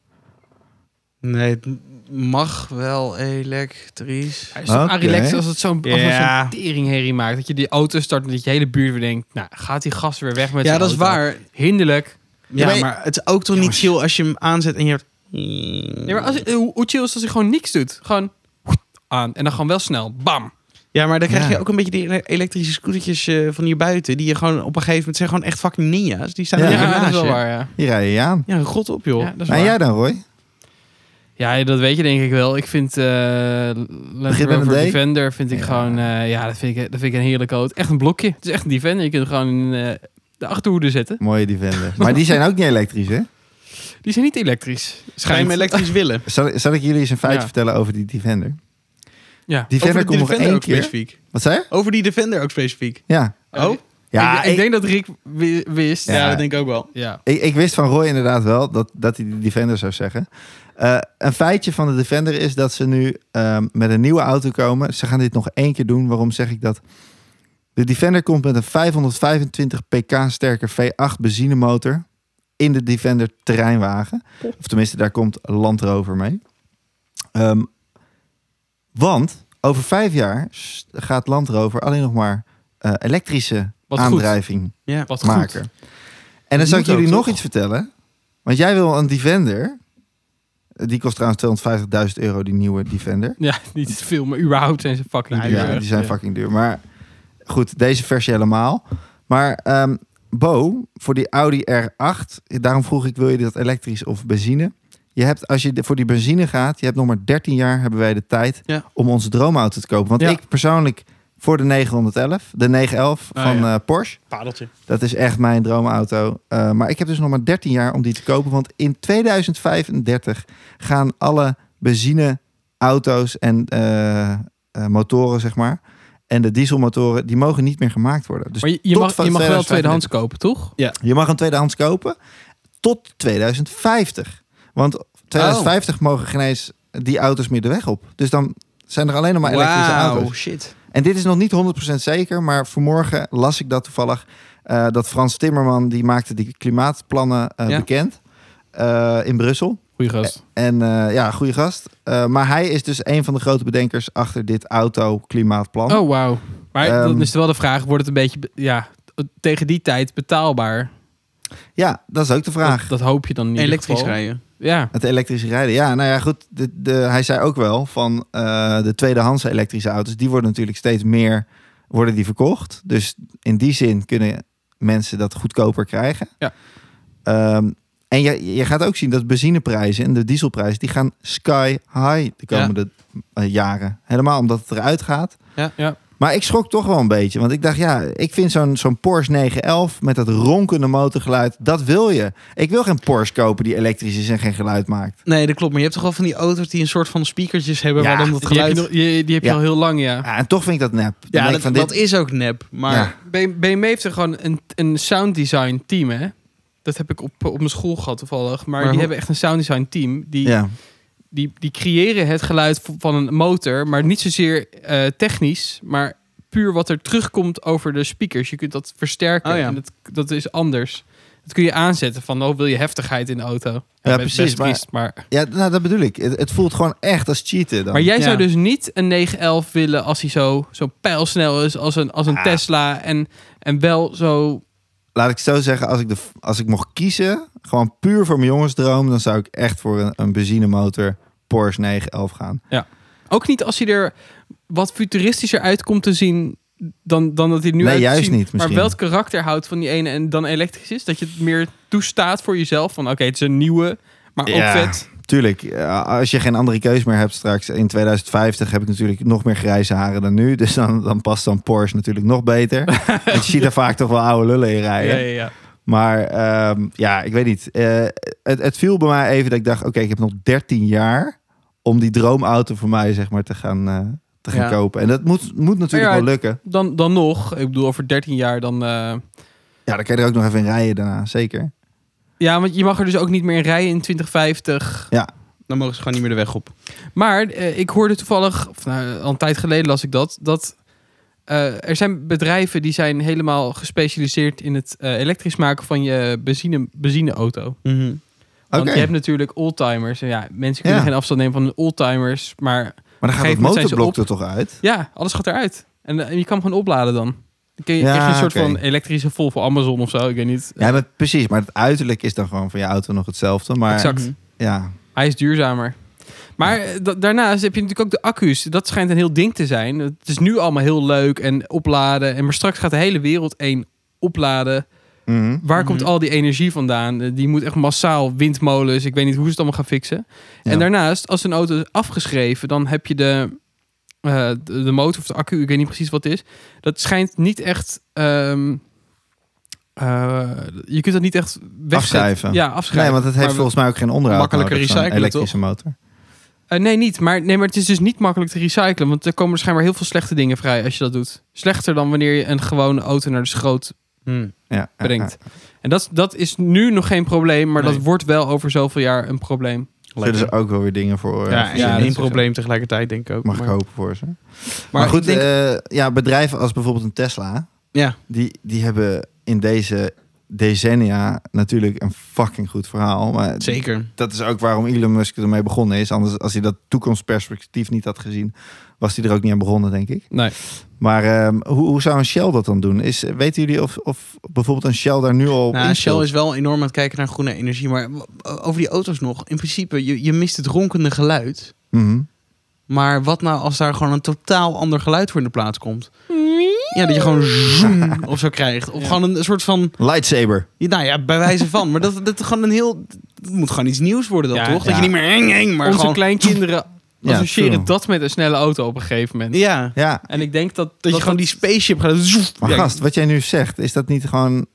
Speaker 1: Nee, het m- mag wel elektrisch.
Speaker 4: Hij is toch
Speaker 3: Oké.
Speaker 4: aan relaxed als het zo'n als
Speaker 1: Ja.
Speaker 4: het zo'n teringherrie maakt. Dat je die auto start en dat je hele buurt weer denkt... Nou, gaat die gast weer weg met
Speaker 1: Ja,
Speaker 4: zijn
Speaker 1: dat is
Speaker 4: auto?
Speaker 1: waar.
Speaker 4: Hinderlijk.
Speaker 1: Ja,
Speaker 3: maar-
Speaker 1: maar het is ook toch niet chill als je hem aanzet en je hebt...
Speaker 4: Ja, maar als, eh, hoe, hoe chill is het als hij gewoon niks doet? Gewoon aan. En dan gewoon wel snel. Bam.
Speaker 1: Ja, maar dan krijg
Speaker 3: Ja.
Speaker 1: je ook een beetje die ele- elektrische scootertjes eh, van hier buiten. Die je gewoon op een gegeven moment zijn gewoon echt fucking ninja's. Die staan
Speaker 3: Ja.
Speaker 1: in je
Speaker 4: Ja, dat
Speaker 1: garage.
Speaker 4: is wel waar, ja.
Speaker 3: Hier rij je aan.
Speaker 1: Ja, god op joh.
Speaker 4: Ja, dat is
Speaker 3: En
Speaker 4: waar.
Speaker 3: jij dan, Roy?
Speaker 4: Ja, dat weet je denk ik wel. Ik vind eh Land
Speaker 3: Begint met
Speaker 4: Rover
Speaker 3: een D?
Speaker 4: Defender vind ik
Speaker 3: Ja.
Speaker 4: gewoon... eh, ja, dat vind ik, dat vind ik een heerlijke auto. Echt een blokje. Het is echt een Defender. Je kunt hem gewoon in eh, de achterhoede zetten.
Speaker 3: Mooie Defender. maar die zijn ook niet elektrisch, hè?
Speaker 4: Die zijn niet elektrisch.
Speaker 1: Ga je hem
Speaker 4: Schijnt.
Speaker 1: elektrisch willen?
Speaker 3: Zal, zal ik jullie eens een feitje
Speaker 4: Ja.
Speaker 3: vertellen over die Defender?
Speaker 4: Ja.
Speaker 3: Defender
Speaker 1: Over
Speaker 3: komt
Speaker 1: die
Speaker 3: nog
Speaker 1: Defender
Speaker 3: één
Speaker 1: ook
Speaker 3: keer.
Speaker 1: specifiek.
Speaker 3: Wat zei je?
Speaker 1: Over die Defender ook specifiek.
Speaker 3: Ja.
Speaker 1: Oh?
Speaker 3: Ja,
Speaker 4: ik, ik denk dat Rick wi- wist.
Speaker 1: Ja,
Speaker 3: Ja.
Speaker 1: dat denk ik ook wel.
Speaker 4: Ja.
Speaker 3: Ik, ik wist van Roy inderdaad wel dat, dat hij de Defender zou zeggen. Eh, een feitje van de Defender is dat ze nu ehm, met een nieuwe auto komen. Ze gaan dit nog één keer doen. Waarom zeg ik dat? De Defender komt met een 525 pk sterke V8 benzinemotor in de Defender terreinwagen. Of tenminste, daar komt Land Rover mee. Ehm, want over vijf jaar s- gaat Land Rover alleen nog maar eh, elektrische
Speaker 4: Wat goed.
Speaker 3: aandrijving
Speaker 1: Ja.
Speaker 4: Wat
Speaker 3: maken.
Speaker 4: goed.
Speaker 3: En dan
Speaker 1: Dat
Speaker 3: zou ik
Speaker 1: moet ook,
Speaker 3: jullie nog
Speaker 1: toch?
Speaker 3: iets vertellen. Want jij wil een Defender. Die kost trouwens 250.000 euro, die nieuwe Defender.
Speaker 4: Ja, niet veel, maar überhaupt zijn ze fucking
Speaker 1: Nou,
Speaker 4: duur.
Speaker 3: Ja,
Speaker 1: ja.
Speaker 3: die zijn fucking duur. Maar goed, deze versie helemaal. Maar ehm, Bo, voor die Audi R8, daarom vroeg ik, wil je dat elektrisch of benzine? Je hebt, als je de- voor die benzine gaat, je hebt nog maar 13 jaar, hebben wij de tijd
Speaker 1: Ja.
Speaker 3: om onze droomauto te kopen. Want
Speaker 1: Ja.
Speaker 3: ik persoonlijk, voor de 911, de 911
Speaker 1: Ah,
Speaker 3: van
Speaker 1: ja.
Speaker 3: eh, Porsche,
Speaker 1: Padeltje.
Speaker 3: dat is echt mijn droomauto. Eh, maar ik heb dus nog maar 13 jaar om die te kopen. Want in 2035 gaan alle benzineauto's en eh, eh, motoren, zeg maar. En de dieselmotoren, die mogen niet meer gemaakt worden. Dus
Speaker 4: Maar je, je
Speaker 3: tot
Speaker 4: mag,
Speaker 3: van
Speaker 4: je mag wel
Speaker 3: 2035.
Speaker 4: tweedehands kopen, toch?
Speaker 3: Je mag een tweedehands kopen tot 2050. Want
Speaker 4: Oh.
Speaker 3: 2050 mogen geen eens die auto's meer de weg op. Dus dan zijn er alleen nog maar elektrische auto's.
Speaker 1: Wauw, shit.
Speaker 3: En dit is nog niet 100% zeker, maar vanmorgen las ik dat toevallig. eh, dat Frans Timmerman, die maakte die klimaatplannen eh,
Speaker 1: Ja.
Speaker 3: bekend eh, in Brussel.
Speaker 4: Goeie gast.
Speaker 3: En eh, ja, goede gast. Eh, maar hij is dus een van de grote bedenkers achter dit auto-klimaatplan.
Speaker 4: Oh, wauw. Maar
Speaker 3: Ehm,
Speaker 4: dan is er wel de vraag, wordt het een beetje, be- ja, tegen die tijd betaalbaar?
Speaker 3: Ja, dat is ook de vraag.
Speaker 4: Dat, dat hoop je dan niet.
Speaker 1: Elektrisch rijden.
Speaker 4: Ja.
Speaker 3: Het elektrische rijden. Ja, nou ja, goed. De, de, hij zei ook wel van eh, de tweedehands elektrische auto's, die worden natuurlijk steeds meer worden die verkocht. Dus in die zin kunnen mensen dat goedkoper krijgen.
Speaker 4: Ja.
Speaker 3: Ehm, en je, je gaat ook zien dat benzineprijzen en de dieselprijzen, die gaan sky high de
Speaker 4: Ja.
Speaker 3: komende eh, jaren. Helemaal omdat het eruit gaat.
Speaker 4: ja.
Speaker 3: Maar ik schrok toch wel een beetje. Want ik dacht, ja, ik vind zo'n zo'n Porsche 911 met dat ronkende motorgeluid, dat wil je. Ik wil geen Porsche kopen die elektrisch is en geen geluid maakt.
Speaker 1: Nee, dat klopt. Maar je hebt toch al van die auto's die een soort van speakertjes hebben
Speaker 3: Ja,
Speaker 1: waar dan dat
Speaker 4: Die heb,
Speaker 1: geluid...
Speaker 4: je, nog- die- die heb je
Speaker 3: Ja.
Speaker 4: al heel lang, ja.
Speaker 3: Ja, en toch vind ik dat nep. Dan
Speaker 1: Ja,
Speaker 3: denk ik
Speaker 1: dat,
Speaker 3: van
Speaker 1: dat is ook nep. Maar
Speaker 3: Ja.
Speaker 4: B- BMW heeft er gewoon een, een sounddesign team, hè? Dat heb ik op, op mijn school gehad toevallig. Maar,
Speaker 1: hoe-
Speaker 4: die hebben echt een sounddesign team. Die,
Speaker 3: Ja,
Speaker 4: die, die creëren het geluid v- van een motor, maar niet zozeer eh, technisch, maar puur wat er terugkomt over de speakers. Je kunt dat versterken
Speaker 1: Oh ja.
Speaker 4: en dat, dat is anders. Dat kun je aanzetten van, oh, wil je heftigheid in de auto? Ja, best-
Speaker 3: precies,
Speaker 4: Best
Speaker 3: maar-
Speaker 4: triest, maar...
Speaker 3: ja nou, dat bedoel ik. Het, het voelt gewoon echt als cheaten dan.
Speaker 4: Maar jij
Speaker 1: Ja.
Speaker 4: zou dus niet een 911 willen als hij zo, zo pijlsnel is als een, als een
Speaker 3: Ah.
Speaker 4: Tesla en, en wel zo...
Speaker 3: Laat ik het zo zeggen, als ik, de, als ik mocht kiezen, gewoon puur voor mijn jongensdroom, dan zou ik echt voor een, een benzinemotor Porsche 911 gaan.
Speaker 4: Ook niet als hij er wat futuristischer uit komt te zien dan, dan dat hij er nu
Speaker 3: Nee,
Speaker 4: uit te
Speaker 3: juist
Speaker 4: zien.
Speaker 3: niet misschien.
Speaker 4: Maar wel het karakter houdt van die ene en dan elektrisch is. Dat je het meer toestaat voor jezelf. Van oké, het is een nieuwe, maar
Speaker 3: Ja.
Speaker 4: ook vet.
Speaker 3: Tuurlijk, eh, als je geen andere keus meer hebt straks in 2050 heb ik natuurlijk nog meer grijze haren dan nu. Dus dan, dan past dan Porsche natuurlijk nog beter. Want je ziet er vaak toch wel oude lullen in
Speaker 4: Ja,
Speaker 3: rijden.
Speaker 4: ja, ja.
Speaker 3: Maar ehm, ja, ik weet niet. Eh, het, het viel bij mij even dat ik dacht, oké, ik heb nog 13 jaar om die droomauto voor mij zeg maar te gaan, eh, te gaan
Speaker 1: Ja.
Speaker 3: kopen. En dat moet, moet natuurlijk
Speaker 4: Ja,
Speaker 3: wel lukken.
Speaker 4: Dan, dan nog, ik bedoel over 13 jaar dan... eh,
Speaker 3: Ja, dan kan je er ook nog even in rijden daarna, zeker.
Speaker 4: ja, want je mag er dus ook niet meer in rijden in 2050.
Speaker 1: dan mogen ze gewoon niet meer de weg op.
Speaker 4: Maar eh, ik hoorde toevallig, of nou, al een tijd geleden las ik dat, dat eh, er zijn bedrijven die zijn helemaal gespecialiseerd in het eh, elektrisch maken van je benzine, benzineauto.
Speaker 1: Mhm.
Speaker 3: Oké,
Speaker 4: Want je hebt natuurlijk oldtimers. En ja, mensen kunnen
Speaker 3: Ja.
Speaker 4: geen afstand nemen van hun oldtimers, maar
Speaker 3: maar dan gaat het
Speaker 4: gegeven moment zijn ze
Speaker 3: motorblok er toch uit?
Speaker 4: ja, alles gaat eruit. En eh, je kan hem gewoon opladen dan. Dan kun je
Speaker 3: Ja,
Speaker 4: echt een soort
Speaker 3: oké.
Speaker 4: van elektrische Volvo Amazon of zo, ik weet niet.
Speaker 3: Ja, maar precies. Maar het uiterlijk is dan gewoon van je auto nog hetzelfde. Maar
Speaker 4: Exact.
Speaker 1: Mhm.
Speaker 3: ja,
Speaker 4: Hij is duurzamer. Maar eh, da- daarnaast heb je natuurlijk ook de accu's. Dat schijnt een heel ding te zijn. Het is nu allemaal heel leuk en opladen. En maar straks gaat de hele wereld één opladen.
Speaker 3: Mhm.
Speaker 4: Waar
Speaker 1: Mhm.
Speaker 4: komt al die energie vandaan? Eh, Die moet echt massaal windmolens. Ik weet niet hoe ze het allemaal gaan fixen.
Speaker 3: Ja.
Speaker 4: En daarnaast, als een auto is afgeschreven, dan heb je de, eh, de de motor of de accu. Ik weet niet precies wat het is. Dat schijnt niet echt. ehm, eh, je kunt dat niet echt wegzetten.
Speaker 3: Afschrijven.
Speaker 4: Ja, afschrijven.
Speaker 3: Nee, want het heeft
Speaker 4: Maar-
Speaker 3: volgens mij ook geen onderhoud
Speaker 1: Makkelijker
Speaker 3: nodig, zo'n
Speaker 1: recyclen,
Speaker 3: elektrische motor.
Speaker 4: Eh, nee, niet. Maar, nee, maar het is dus niet makkelijk te recyclen. Want er komen dus schijnbaar heel veel slechte dingen vrij als je dat doet. Slechter dan wanneer je een gewone auto naar de schroot
Speaker 1: Mhm.
Speaker 3: Ja, ja,
Speaker 4: brengt. En dat, dat is nu nog geen probleem. Maar
Speaker 1: Nee.
Speaker 4: dat wordt wel over zoveel jaar een probleem.
Speaker 3: ja. Zullen ze ook wel weer dingen voor... eh,
Speaker 1: Ja, en
Speaker 3: verzinnen.
Speaker 4: ja, dat
Speaker 1: één
Speaker 4: is ook
Speaker 1: probleem tegelijkertijd, denk ik ook.
Speaker 3: Mag ik
Speaker 1: maar-
Speaker 3: hopen voor ze. Maar,
Speaker 1: Maar,
Speaker 3: goed,
Speaker 1: ik denk-
Speaker 3: eh, ja, bedrijven als bijvoorbeeld een Tesla,
Speaker 1: ja,
Speaker 3: die, die hebben in deze decennia natuurlijk een fucking goed verhaal. Maar
Speaker 1: zeker.
Speaker 3: dat is ook waarom Elon Musk ermee begonnen is. Anders, als hij dat toekomstperspectief niet had gezien, was hij er ook niet aan begonnen, denk ik.
Speaker 4: Nee.
Speaker 3: Maar ehm, hoe, hoe zou een Shell dat dan doen? Is, weten jullie of, of bijvoorbeeld een Shell daar nu al op
Speaker 1: Nou,
Speaker 3: inspeelt?
Speaker 1: Shell is wel enorm aan het kijken naar groene energie. Maar w- over die auto's nog. In principe, je, je mist het ronkende geluid.
Speaker 3: Mhm.
Speaker 1: Maar wat nou als daar gewoon een totaal ander geluid voor in de plaats komt? Ja, dat je gewoon zoem of zo krijgt. Of gewoon een soort van,
Speaker 3: Lightsaber.
Speaker 1: nou ja, bij wijze van. Maar dat, dat gewoon een heel, het moet gewoon iets nieuws worden dan,
Speaker 4: Ja,
Speaker 1: toch?
Speaker 3: ja.
Speaker 1: Dat je niet meer eng, eng, maar
Speaker 4: Onze
Speaker 1: gewoon...
Speaker 4: kleinkinderen
Speaker 3: Ja,
Speaker 4: associëren
Speaker 3: true.
Speaker 4: dat met een snelle auto op een gegeven moment.
Speaker 1: Ja, dat,
Speaker 3: Ja,
Speaker 4: En ik denk dat... Dat,
Speaker 1: je gewoon die spaceship gaat... zoef.
Speaker 3: Maar
Speaker 1: Ja, ik-
Speaker 3: gast, wat jij nu zegt, is dat niet gewoon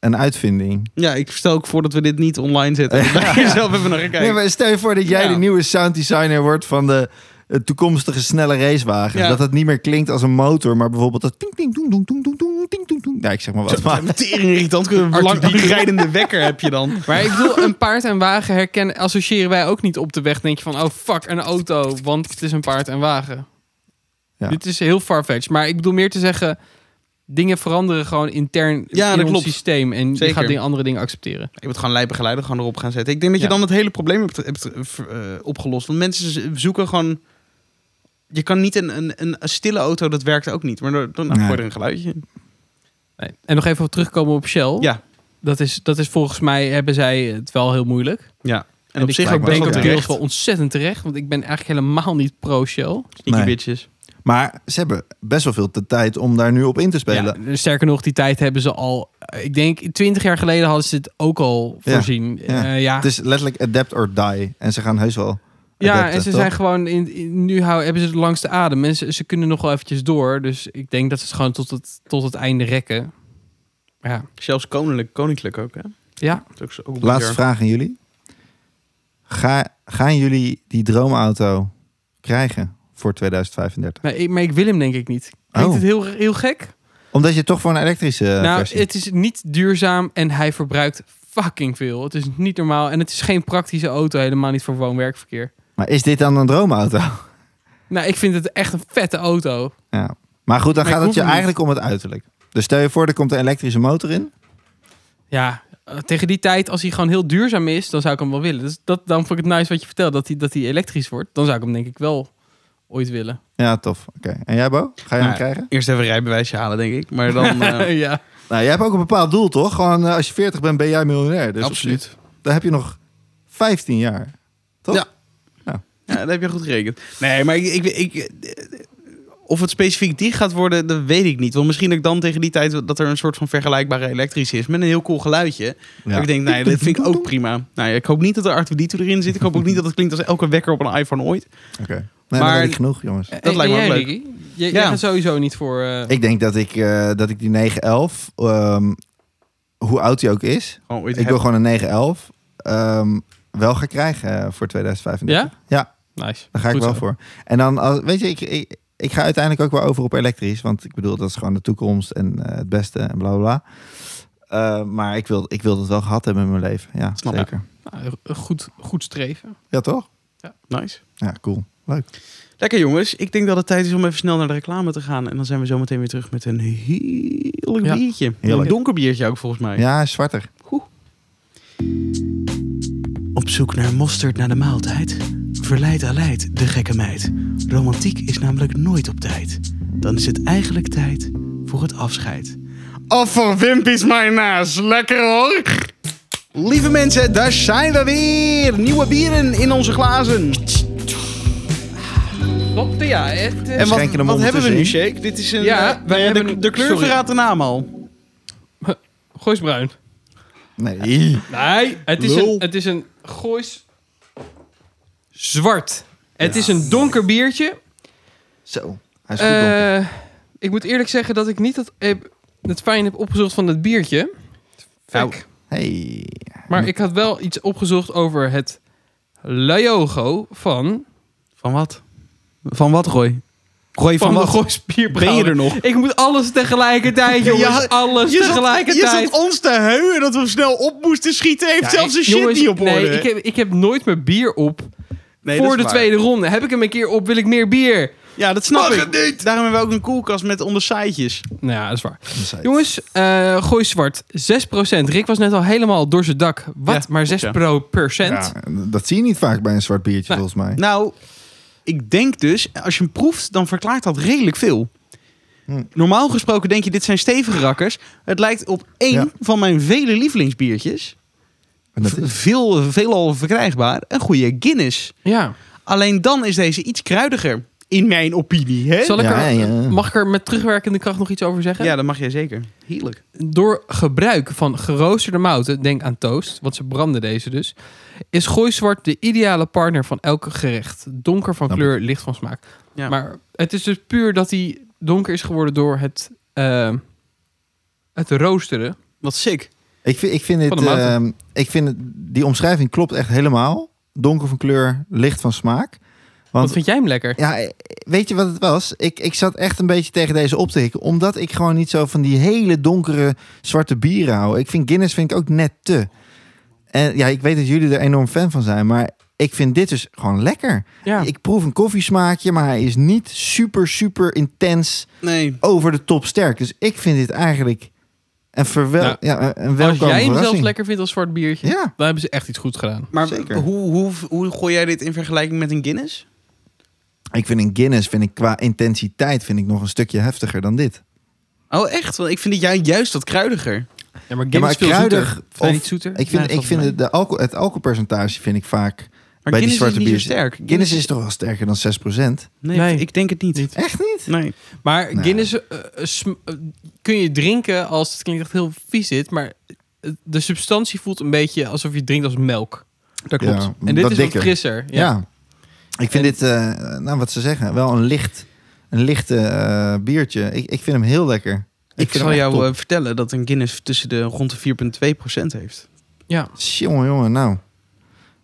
Speaker 3: een uitvinding?
Speaker 1: Ja, ik stel ook voor dat we dit niet online zetten. Dat je zelf even naar gaan kijken.
Speaker 3: Nee, maar stel je voor dat jij
Speaker 1: Ja.
Speaker 3: de nieuwe sounddesigner wordt van de eh, toekomstige snelle racewagen.
Speaker 1: Ja.
Speaker 3: Dat het niet meer klinkt als een motor, maar bijvoorbeeld dat ting ting dong dong dong dong dong ting dong dong. Ja, ik zeg maar wat. Maar,
Speaker 1: Een tering irritant. Een lang die rijdende wekker heb je dan.
Speaker 4: Maar ik bedoel, een paard en wagen herkennen, associëren wij ook niet op de weg. Denk je van, oh fuck, een auto, want het is een paard en wagen.
Speaker 3: Ja.
Speaker 4: Dit is heel farfetched. Maar ik bedoel meer te zeggen, dingen veranderen gewoon intern
Speaker 1: Ja,
Speaker 4: in
Speaker 1: dat
Speaker 4: ons
Speaker 1: klopt.
Speaker 4: systeem. En
Speaker 1: Zeker.
Speaker 4: je gaat dingen, andere dingen accepteren.
Speaker 1: Je moet gewoon lijpe geluiden gewoon erop gaan zetten. Ik denk dat je
Speaker 4: Ja.
Speaker 1: dan het hele probleem hebt, hebt, eh, ver- eh, opgelost. Want mensen z- zoeken gewoon... Je kan niet een, een, een stille auto, dat werkt ook niet. Maar dan, dan nou,
Speaker 3: Nee.
Speaker 1: gooi je er een geluidje. in.
Speaker 4: Nee. En nog even terugkomen op Shell.
Speaker 1: Ja.
Speaker 4: Dat is, dat is volgens mij, hebben zij het wel heel moeilijk.
Speaker 1: Ja. En, op
Speaker 4: ik
Speaker 1: zich ook
Speaker 3: lijkt me
Speaker 1: best
Speaker 4: denk
Speaker 1: wel
Speaker 4: dat deels
Speaker 1: terecht.
Speaker 4: wel ontzettend terecht. Want ik ben eigenlijk helemaal niet pro-Shell.
Speaker 1: Sneaky
Speaker 3: Nee.
Speaker 1: bitches.
Speaker 3: Maar ze hebben best wel veel de tijd om daar nu op in te spelen.
Speaker 4: Ja, sterker nog, die tijd hebben ze al... eh, Ik denk, twintig jaar geleden hadden ze dit ook al
Speaker 3: Ja,
Speaker 4: voorzien.
Speaker 3: ja.
Speaker 4: Eh, ja.
Speaker 3: Het is letterlijk adapt or die. En ze gaan heus wel.
Speaker 4: Ja,
Speaker 3: adapten,
Speaker 4: en ze
Speaker 3: toch?
Speaker 4: zijn gewoon in, in- nu hou, hebben ze de langste adem. En ze, ze kunnen nog wel eventjes door. Dus ik denk dat ze het gewoon tot het, tot het einde rekken. Ja,
Speaker 1: Zelfs koninklijk, koninklijk ook, hè?
Speaker 4: ja.
Speaker 1: Dat is ook zo- ook
Speaker 3: Laatste
Speaker 1: bizar.
Speaker 3: vraag aan jullie. Ga, gaan jullie die droomauto krijgen voor 2035?
Speaker 4: Maar, ik, maar ik wil hem denk ik niet. Klinkt
Speaker 3: Oh.
Speaker 4: het heel, heel gek?
Speaker 3: Omdat je toch voor een elektrische eh,
Speaker 4: nou,
Speaker 3: versie...
Speaker 4: het is niet duurzaam en hij verbruikt fucking veel. Het is niet normaal. En het is geen praktische auto, helemaal niet voor woon-werkverkeer.
Speaker 3: Maar is dit dan een droomauto?
Speaker 4: Nou, ik vind het echt een vette auto.
Speaker 3: Ja. Maar goed, dan gaat
Speaker 4: Maar ik
Speaker 3: het
Speaker 4: hoef
Speaker 3: je
Speaker 4: hem niet.
Speaker 3: eigenlijk om het uiterlijk. Dus stel je voor, er komt een elektrische motor in.
Speaker 4: Ja, eh, tegen die tijd, als hij gewoon heel duurzaam is, dan zou ik hem wel willen. Dus dat, dan vond ik het nice wat je vertelt, dat hij, dat hij elektrisch wordt. Dan zou ik hem denk ik wel ooit willen.
Speaker 3: Ja, tof. Oké. En jij, Bo? Ga je
Speaker 1: Nou,
Speaker 3: hem krijgen?
Speaker 1: Eerst even een rijbewijsje halen, denk ik. Maar dan... eh,
Speaker 4: ja.
Speaker 3: Nou, jij hebt ook een bepaald doel, toch? Gewoon eh, als je 40 bent, ben jij miljonair. Dus op
Speaker 1: absoluut.
Speaker 3: zich, Daar heb je nog 15 jaar. Toch?
Speaker 1: Ja.
Speaker 3: Ja.
Speaker 1: Ja, dat heb je goed gerekend. Nee, maar ik, ik, ik, of het specifiek die gaat worden, dat weet ik niet. Want misschien dat ik dan tegen die tijd dat er een soort van vergelijkbare elektrisch is met een heel cool geluidje. Dat
Speaker 3: Ja.
Speaker 1: ik denk, nee, dit vind ik ook prima. Nou, ja, ik hoop niet dat er Arthur erin zit. Ik hoop ook niet dat het klinkt als elke wekker op een iPhone ooit.
Speaker 3: Oké. Nee, maar
Speaker 1: Maar-
Speaker 3: dat weet ik genoeg, jongens.
Speaker 1: Dat lijkt me ook leuk.
Speaker 4: Ricky? J- Jij
Speaker 1: Ja.
Speaker 4: gaat sowieso niet voor... eh,
Speaker 3: Ik denk dat ik, eh, dat ik die 911, ehm hoe oud die ook is,
Speaker 1: Gewoon Oh, ooit
Speaker 3: ik wil gewoon een 911 ehm, wel gaan krijgen eh, voor 2035.
Speaker 4: Ja?
Speaker 3: Ja.
Speaker 4: Nice.
Speaker 3: Daar ga ik
Speaker 4: Goed
Speaker 3: wel
Speaker 4: zo.
Speaker 3: voor. En dan, als- weet je, ik, ik, ik ga uiteindelijk ook wel over op elektrisch. Want ik bedoel, dat is gewoon de toekomst en eh, het beste en bla bla bla. Eh, maar ik wil, ik wil dat wel gehad hebben in mijn leven. Ja,
Speaker 1: Snap ik.
Speaker 3: zeker.
Speaker 4: Nou, een goed, goed streven.
Speaker 3: Ja, toch?
Speaker 1: hebben. Nice.
Speaker 3: Ja, cool. Leuk.
Speaker 1: Lekker jongens, ik denk dat het tijd is om even snel naar de reclame te gaan. En dan zijn we zo meteen weer terug met een heerlijk
Speaker 4: Ja.
Speaker 1: biertje.
Speaker 3: Heerlijk.
Speaker 1: Een donker biertje ook volgens mij.
Speaker 3: Ja, zwarter.
Speaker 1: Op zoek naar mosterd na de maaltijd? Verleid Aleid, de gekke meid. Romantiek is namelijk nooit op tijd. Dan is het eigenlijk tijd voor het afscheid. Af voor Wimpy's mijn naas. Lekker hoor. Lieve mensen, daar zijn we weer. Nieuwe bieren in onze glazen.
Speaker 4: Klopt, ja. Echt, eh,
Speaker 1: En wat,
Speaker 3: Schenk je hem
Speaker 1: wat hebben we nu,
Speaker 3: ondertussen
Speaker 1: Shake? Dit is een...
Speaker 4: Ja,
Speaker 1: eh,
Speaker 4: wij
Speaker 1: de-
Speaker 4: hebben
Speaker 1: de,
Speaker 4: een-
Speaker 1: de kleur
Speaker 4: sorry.
Speaker 1: verraadt de naam al.
Speaker 4: Gooi eens bruin.
Speaker 3: Nee.
Speaker 4: Nee, het is
Speaker 1: Lul.
Speaker 4: een, het is een goois zwart. Het is een donker biertje.
Speaker 3: Zo. Hij is goed donker.
Speaker 4: Eh, ik moet eerlijk zeggen dat ik niet het, heb- het fijn heb opgezocht van het biertje.
Speaker 1: Nou.
Speaker 4: Fek.
Speaker 3: Hey.
Speaker 4: Maar ik had wel iets opgezocht over het Layogo van,
Speaker 1: Van wat? Van wat, Roy? Roy,
Speaker 4: van,
Speaker 1: van,
Speaker 4: de
Speaker 1: wat?
Speaker 4: Goois
Speaker 1: ben je
Speaker 4: Bierbrouwer.
Speaker 1: er nog?
Speaker 4: Ik moet alles tegelijkertijd, jongens.
Speaker 1: Ja,
Speaker 4: alles
Speaker 1: Je zat, je
Speaker 4: tegelijkertijd.
Speaker 1: zat ons te heuwen dat we snel op moesten schieten. Heeft
Speaker 4: Ja,
Speaker 1: zelfs
Speaker 4: ik-
Speaker 1: de shit
Speaker 4: jongens,
Speaker 1: niet op orde.
Speaker 4: Nee, ik heb, ik heb nooit mijn bier op
Speaker 1: Nee, dat
Speaker 4: voor
Speaker 1: is
Speaker 4: de
Speaker 1: waar.
Speaker 4: tweede ronde. Heb ik hem een keer op, wil ik meer bier.
Speaker 1: Ja, dat snap
Speaker 4: Mag
Speaker 1: ik.
Speaker 4: het
Speaker 1: Daarom hebben we ook een koelkast met onderzijtjes.
Speaker 4: Nou ja, dat is waar.
Speaker 3: Zij-
Speaker 4: Jongens, eh gooi zwart. 6%. Rick was net al helemaal door zijn dak. Wat?
Speaker 1: Ja,
Speaker 4: maar 6%?
Speaker 1: klopt, ja.
Speaker 3: Ja, dat zie je niet vaak bij een zwart biertje,
Speaker 4: Nou,
Speaker 3: volgens mij.
Speaker 1: Nou, ik denk dus, als je hem proeft, dan verklaart dat redelijk veel.
Speaker 3: Hm.
Speaker 1: Normaal gesproken denk je, dit zijn stevige rakkers. Het lijkt op één
Speaker 3: Ja.
Speaker 1: van mijn vele lievelingsbiertjes.
Speaker 3: En dat is-
Speaker 1: Veel, veelal verkrijgbaar. Een goede Guinness.
Speaker 4: Ja.
Speaker 1: Alleen dan is deze iets kruidiger. In mijn opinie, hè?
Speaker 4: Zal ik
Speaker 3: Ja,
Speaker 4: er,
Speaker 3: ja.
Speaker 4: Mag ik er met terugwerkende kracht nog iets over zeggen?
Speaker 1: Ja, dat mag jij zeker. Heerlijk.
Speaker 4: Door gebruik van geroosterde mouten, denk aan toast, want ze branden deze dus, is gooi zwart de ideale partner van elke gerecht. Donker van
Speaker 3: Snap
Speaker 4: kleur, licht van smaak.
Speaker 1: Ja.
Speaker 4: Maar het is dus puur dat hij donker is geworden door het, eh, het roosteren.
Speaker 1: Wat sick.
Speaker 3: Ik vind, ik vind
Speaker 4: Van
Speaker 3: het,
Speaker 4: de mouten.
Speaker 3: ehm, ik vind het, die omschrijving klopt echt helemaal. Donker van kleur, licht van smaak.
Speaker 4: Wat vind jij hem lekker?
Speaker 3: Ja, eh, weet je wat het was? Ik, ik zat echt een beetje tegen deze op te hikken. Omdat ik gewoon niet zo van die hele donkere zwarte bieren hou. Ik vind Guinness vind ik ook net te. En ja, ik weet dat jullie er enorm fan van zijn. Maar ik vind dit dus gewoon lekker.
Speaker 4: Ja.
Speaker 3: Ik proef een koffiesmaakje, maar hij is niet super, super intens
Speaker 1: Nee.
Speaker 3: over de top sterk. Dus ik vind dit eigenlijk een, verwel
Speaker 4: Nou,
Speaker 3: ja, een- een
Speaker 4: Als
Speaker 3: welkome
Speaker 4: jij hem zelfs
Speaker 3: verrassing.
Speaker 4: lekker vindt als zwart biertje,
Speaker 3: Ja.
Speaker 4: dan hebben ze echt iets goed gedaan.
Speaker 1: Maar
Speaker 3: Zeker.
Speaker 1: hoe, hoe, hoe gooi jij dit in vergelijking met een Guinness?
Speaker 3: Ik vind een Guinness, vind ik qua intensiteit, vind ik nog een stukje heftiger dan dit.
Speaker 1: Oh, echt? Want ik vind het ju- juist wat kruidiger.
Speaker 4: Ja, maar
Speaker 3: Ja, maar
Speaker 4: Guinness is veel
Speaker 3: kruidig
Speaker 4: zoeter. Of,
Speaker 3: of-
Speaker 4: niet zoeter?
Speaker 3: Ik vind,
Speaker 4: Nee,
Speaker 3: ik
Speaker 4: valt
Speaker 3: vind
Speaker 4: mee.
Speaker 3: het, de alcohol, het alcoholpercentage vind ik vaak
Speaker 1: Maar
Speaker 3: bij die
Speaker 1: Guinness
Speaker 3: zwarte
Speaker 1: is niet
Speaker 3: bier.
Speaker 1: zo sterk. Guinness,
Speaker 3: Guinness is toch wel sterker dan 6%?
Speaker 1: Nee,
Speaker 4: Nee.
Speaker 1: ik denk het niet.
Speaker 4: Niet.
Speaker 3: Echt niet?
Speaker 1: Nee.
Speaker 4: Maar
Speaker 3: Nou.
Speaker 4: Guinness eh, eh, sm- eh, kun je drinken als het klinkt echt heel vies dit, maar eh, de substantie voelt een beetje alsof je drinkt als melk. Dat
Speaker 3: Ja,
Speaker 4: klopt. en dit
Speaker 3: wat
Speaker 4: is
Speaker 3: dikker.
Speaker 4: wat frisser. Ja.
Speaker 3: Ja. Ik vind dit, eh, nou wat ze zeggen, wel een licht, een lichte eh, biertje. Ik, ik vind hem heel lekker. Ik
Speaker 1: Ik
Speaker 3: vind hem
Speaker 1: zal
Speaker 3: echt
Speaker 1: jou
Speaker 3: top.
Speaker 1: eh, vertellen dat een Guinness tussen de rond de 4,2% heeft.
Speaker 3: Jongen, jongen, nou.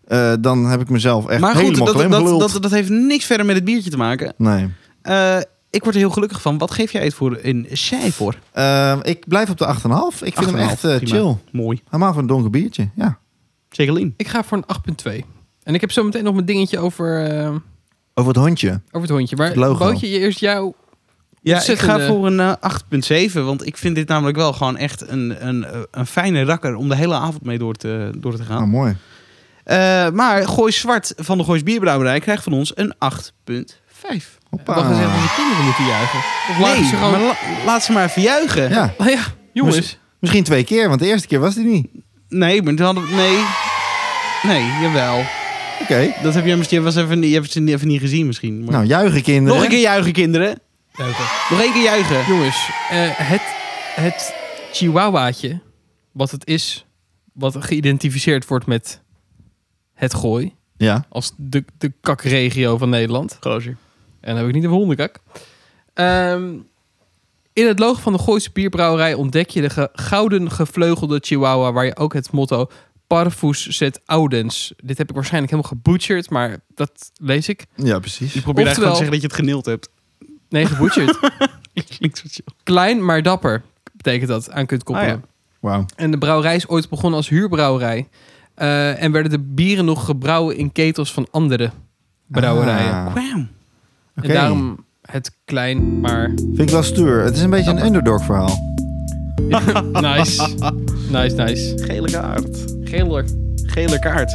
Speaker 3: Eh, dan heb ik mezelf echt
Speaker 1: maar goed,
Speaker 3: helemaal
Speaker 1: dat, dat,
Speaker 3: claim
Speaker 1: dat, dat heeft niks verder met het biertje te maken.
Speaker 3: Nee.
Speaker 1: Eh, ik word er heel gelukkig van. Wat geef jij het voor in cijfer?
Speaker 3: Eh, ik blijf op de 8,5. Ik vind hem
Speaker 1: 8,5,
Speaker 3: echt eh,
Speaker 1: prima.
Speaker 3: chill.
Speaker 1: Mooi.
Speaker 3: Helemaal van een donker biertje. Ja.
Speaker 1: Jacqueline.
Speaker 4: Ik ga voor een 8.2. En ik heb zo meteen nog mijn dingetje over, eh,
Speaker 3: Over het hondje.
Speaker 4: over het hondje. Maar
Speaker 3: Het logo.
Speaker 4: Bootje, je- eerst jou.
Speaker 1: Ja, ik
Speaker 4: Ontzettende-
Speaker 1: ga voor een eh, 8,7. Want ik vind dit namelijk wel gewoon echt een, een, eh, een fijne rakker om de hele avond mee door te, door te gaan.
Speaker 3: Ah, mooi.
Speaker 1: Eh, maar Gooi Zwart van de Goois Bierbrouwerij krijgt van ons een 8,5.
Speaker 3: Hoppa.
Speaker 4: Wacht eens even, onze kinderen moeten juichen. Of laten
Speaker 1: Nee,
Speaker 4: ze gewoon...
Speaker 1: maar la- laat ze maar even juichen.
Speaker 3: Ja,
Speaker 4: Oh ja, jongens.
Speaker 3: misschien twee keer, want de eerste keer was die niet.
Speaker 1: Nee, maar toen hadden we... Nee. Nee, jawel.
Speaker 3: Oké.
Speaker 1: Dat heb je misschien was even, niet- je hebt het even niet gezien misschien. maar-
Speaker 3: Nou, juichen kinderen.
Speaker 1: Nog een keer juichen, kinderen.
Speaker 4: Juichen.
Speaker 1: Nog één keer juichen.
Speaker 4: Jongens, eh, het, het chihuahuaatje, wat het is, wat geïdentificeerd wordt met het gooi,
Speaker 3: Ja.
Speaker 4: als de, de kakregio van Nederland.
Speaker 1: Gozer.
Speaker 4: En dan heb ik niet over hondenkak. Ehm, in het logo van de Gooise bierbrouwerij ontdek je de ge- gouden gevleugelde chihuahua... waar je ook het motto Parfus et Audens... Dit heb ik waarschijnlijk helemaal gebutcherd, maar dat lees ik.
Speaker 3: Ja, precies.
Speaker 1: Je probeert eigenlijk gewoon
Speaker 4: Oftewel-
Speaker 1: te zeggen dat je het genield hebt.
Speaker 4: Nee, gebutcherd.
Speaker 1: Klinkt zo chill.
Speaker 4: Klein, maar dapper betekent dat aan kunt koppelen.
Speaker 1: Ah, ja.
Speaker 3: Wauw.
Speaker 4: En de brouwerij is ooit begonnen als huurbrouwerij. Eh, en werden de bieren nog gebrouwen in ketels van andere brouwerijen.
Speaker 3: Ah, Oké.
Speaker 1: Wauw.
Speaker 4: En daarom het klein, maar
Speaker 3: Vind ik wel stoer. Het is een beetje een underdog verhaal.
Speaker 4: nice. nice, nice.
Speaker 1: Gele kaart.
Speaker 4: Geelder.
Speaker 1: Gele kaart.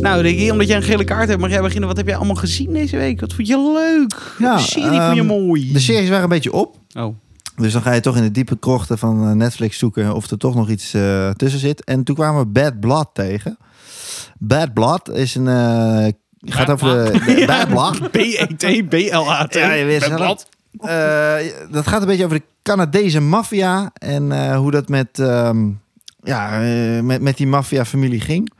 Speaker 1: Nou, Ricky, omdat jij een gele kaart hebt, mag jij beginnen. Wat heb jij allemaal gezien deze week? Wat vond je leuk?
Speaker 3: Ja,
Speaker 1: de serie vond je
Speaker 3: ehm,
Speaker 1: mooi.
Speaker 3: De series waren een beetje op.
Speaker 1: Oh.
Speaker 3: Dus dan ga je toch in de diepe krochten van eh, Netflix zoeken of er toch nog iets eh, tussen zit. En toen kwamen we Bad Blood tegen. Bad Blood is een... eh, gaat over de... de- Bad Blood.
Speaker 1: E B-E-T-B-L-A-T.
Speaker 3: Ja, je weet het wel. Eh, dat gaat een beetje over de Canadese maffia en eh, hoe dat met, ehm, ja, eh, met, met die maffia-familie ging.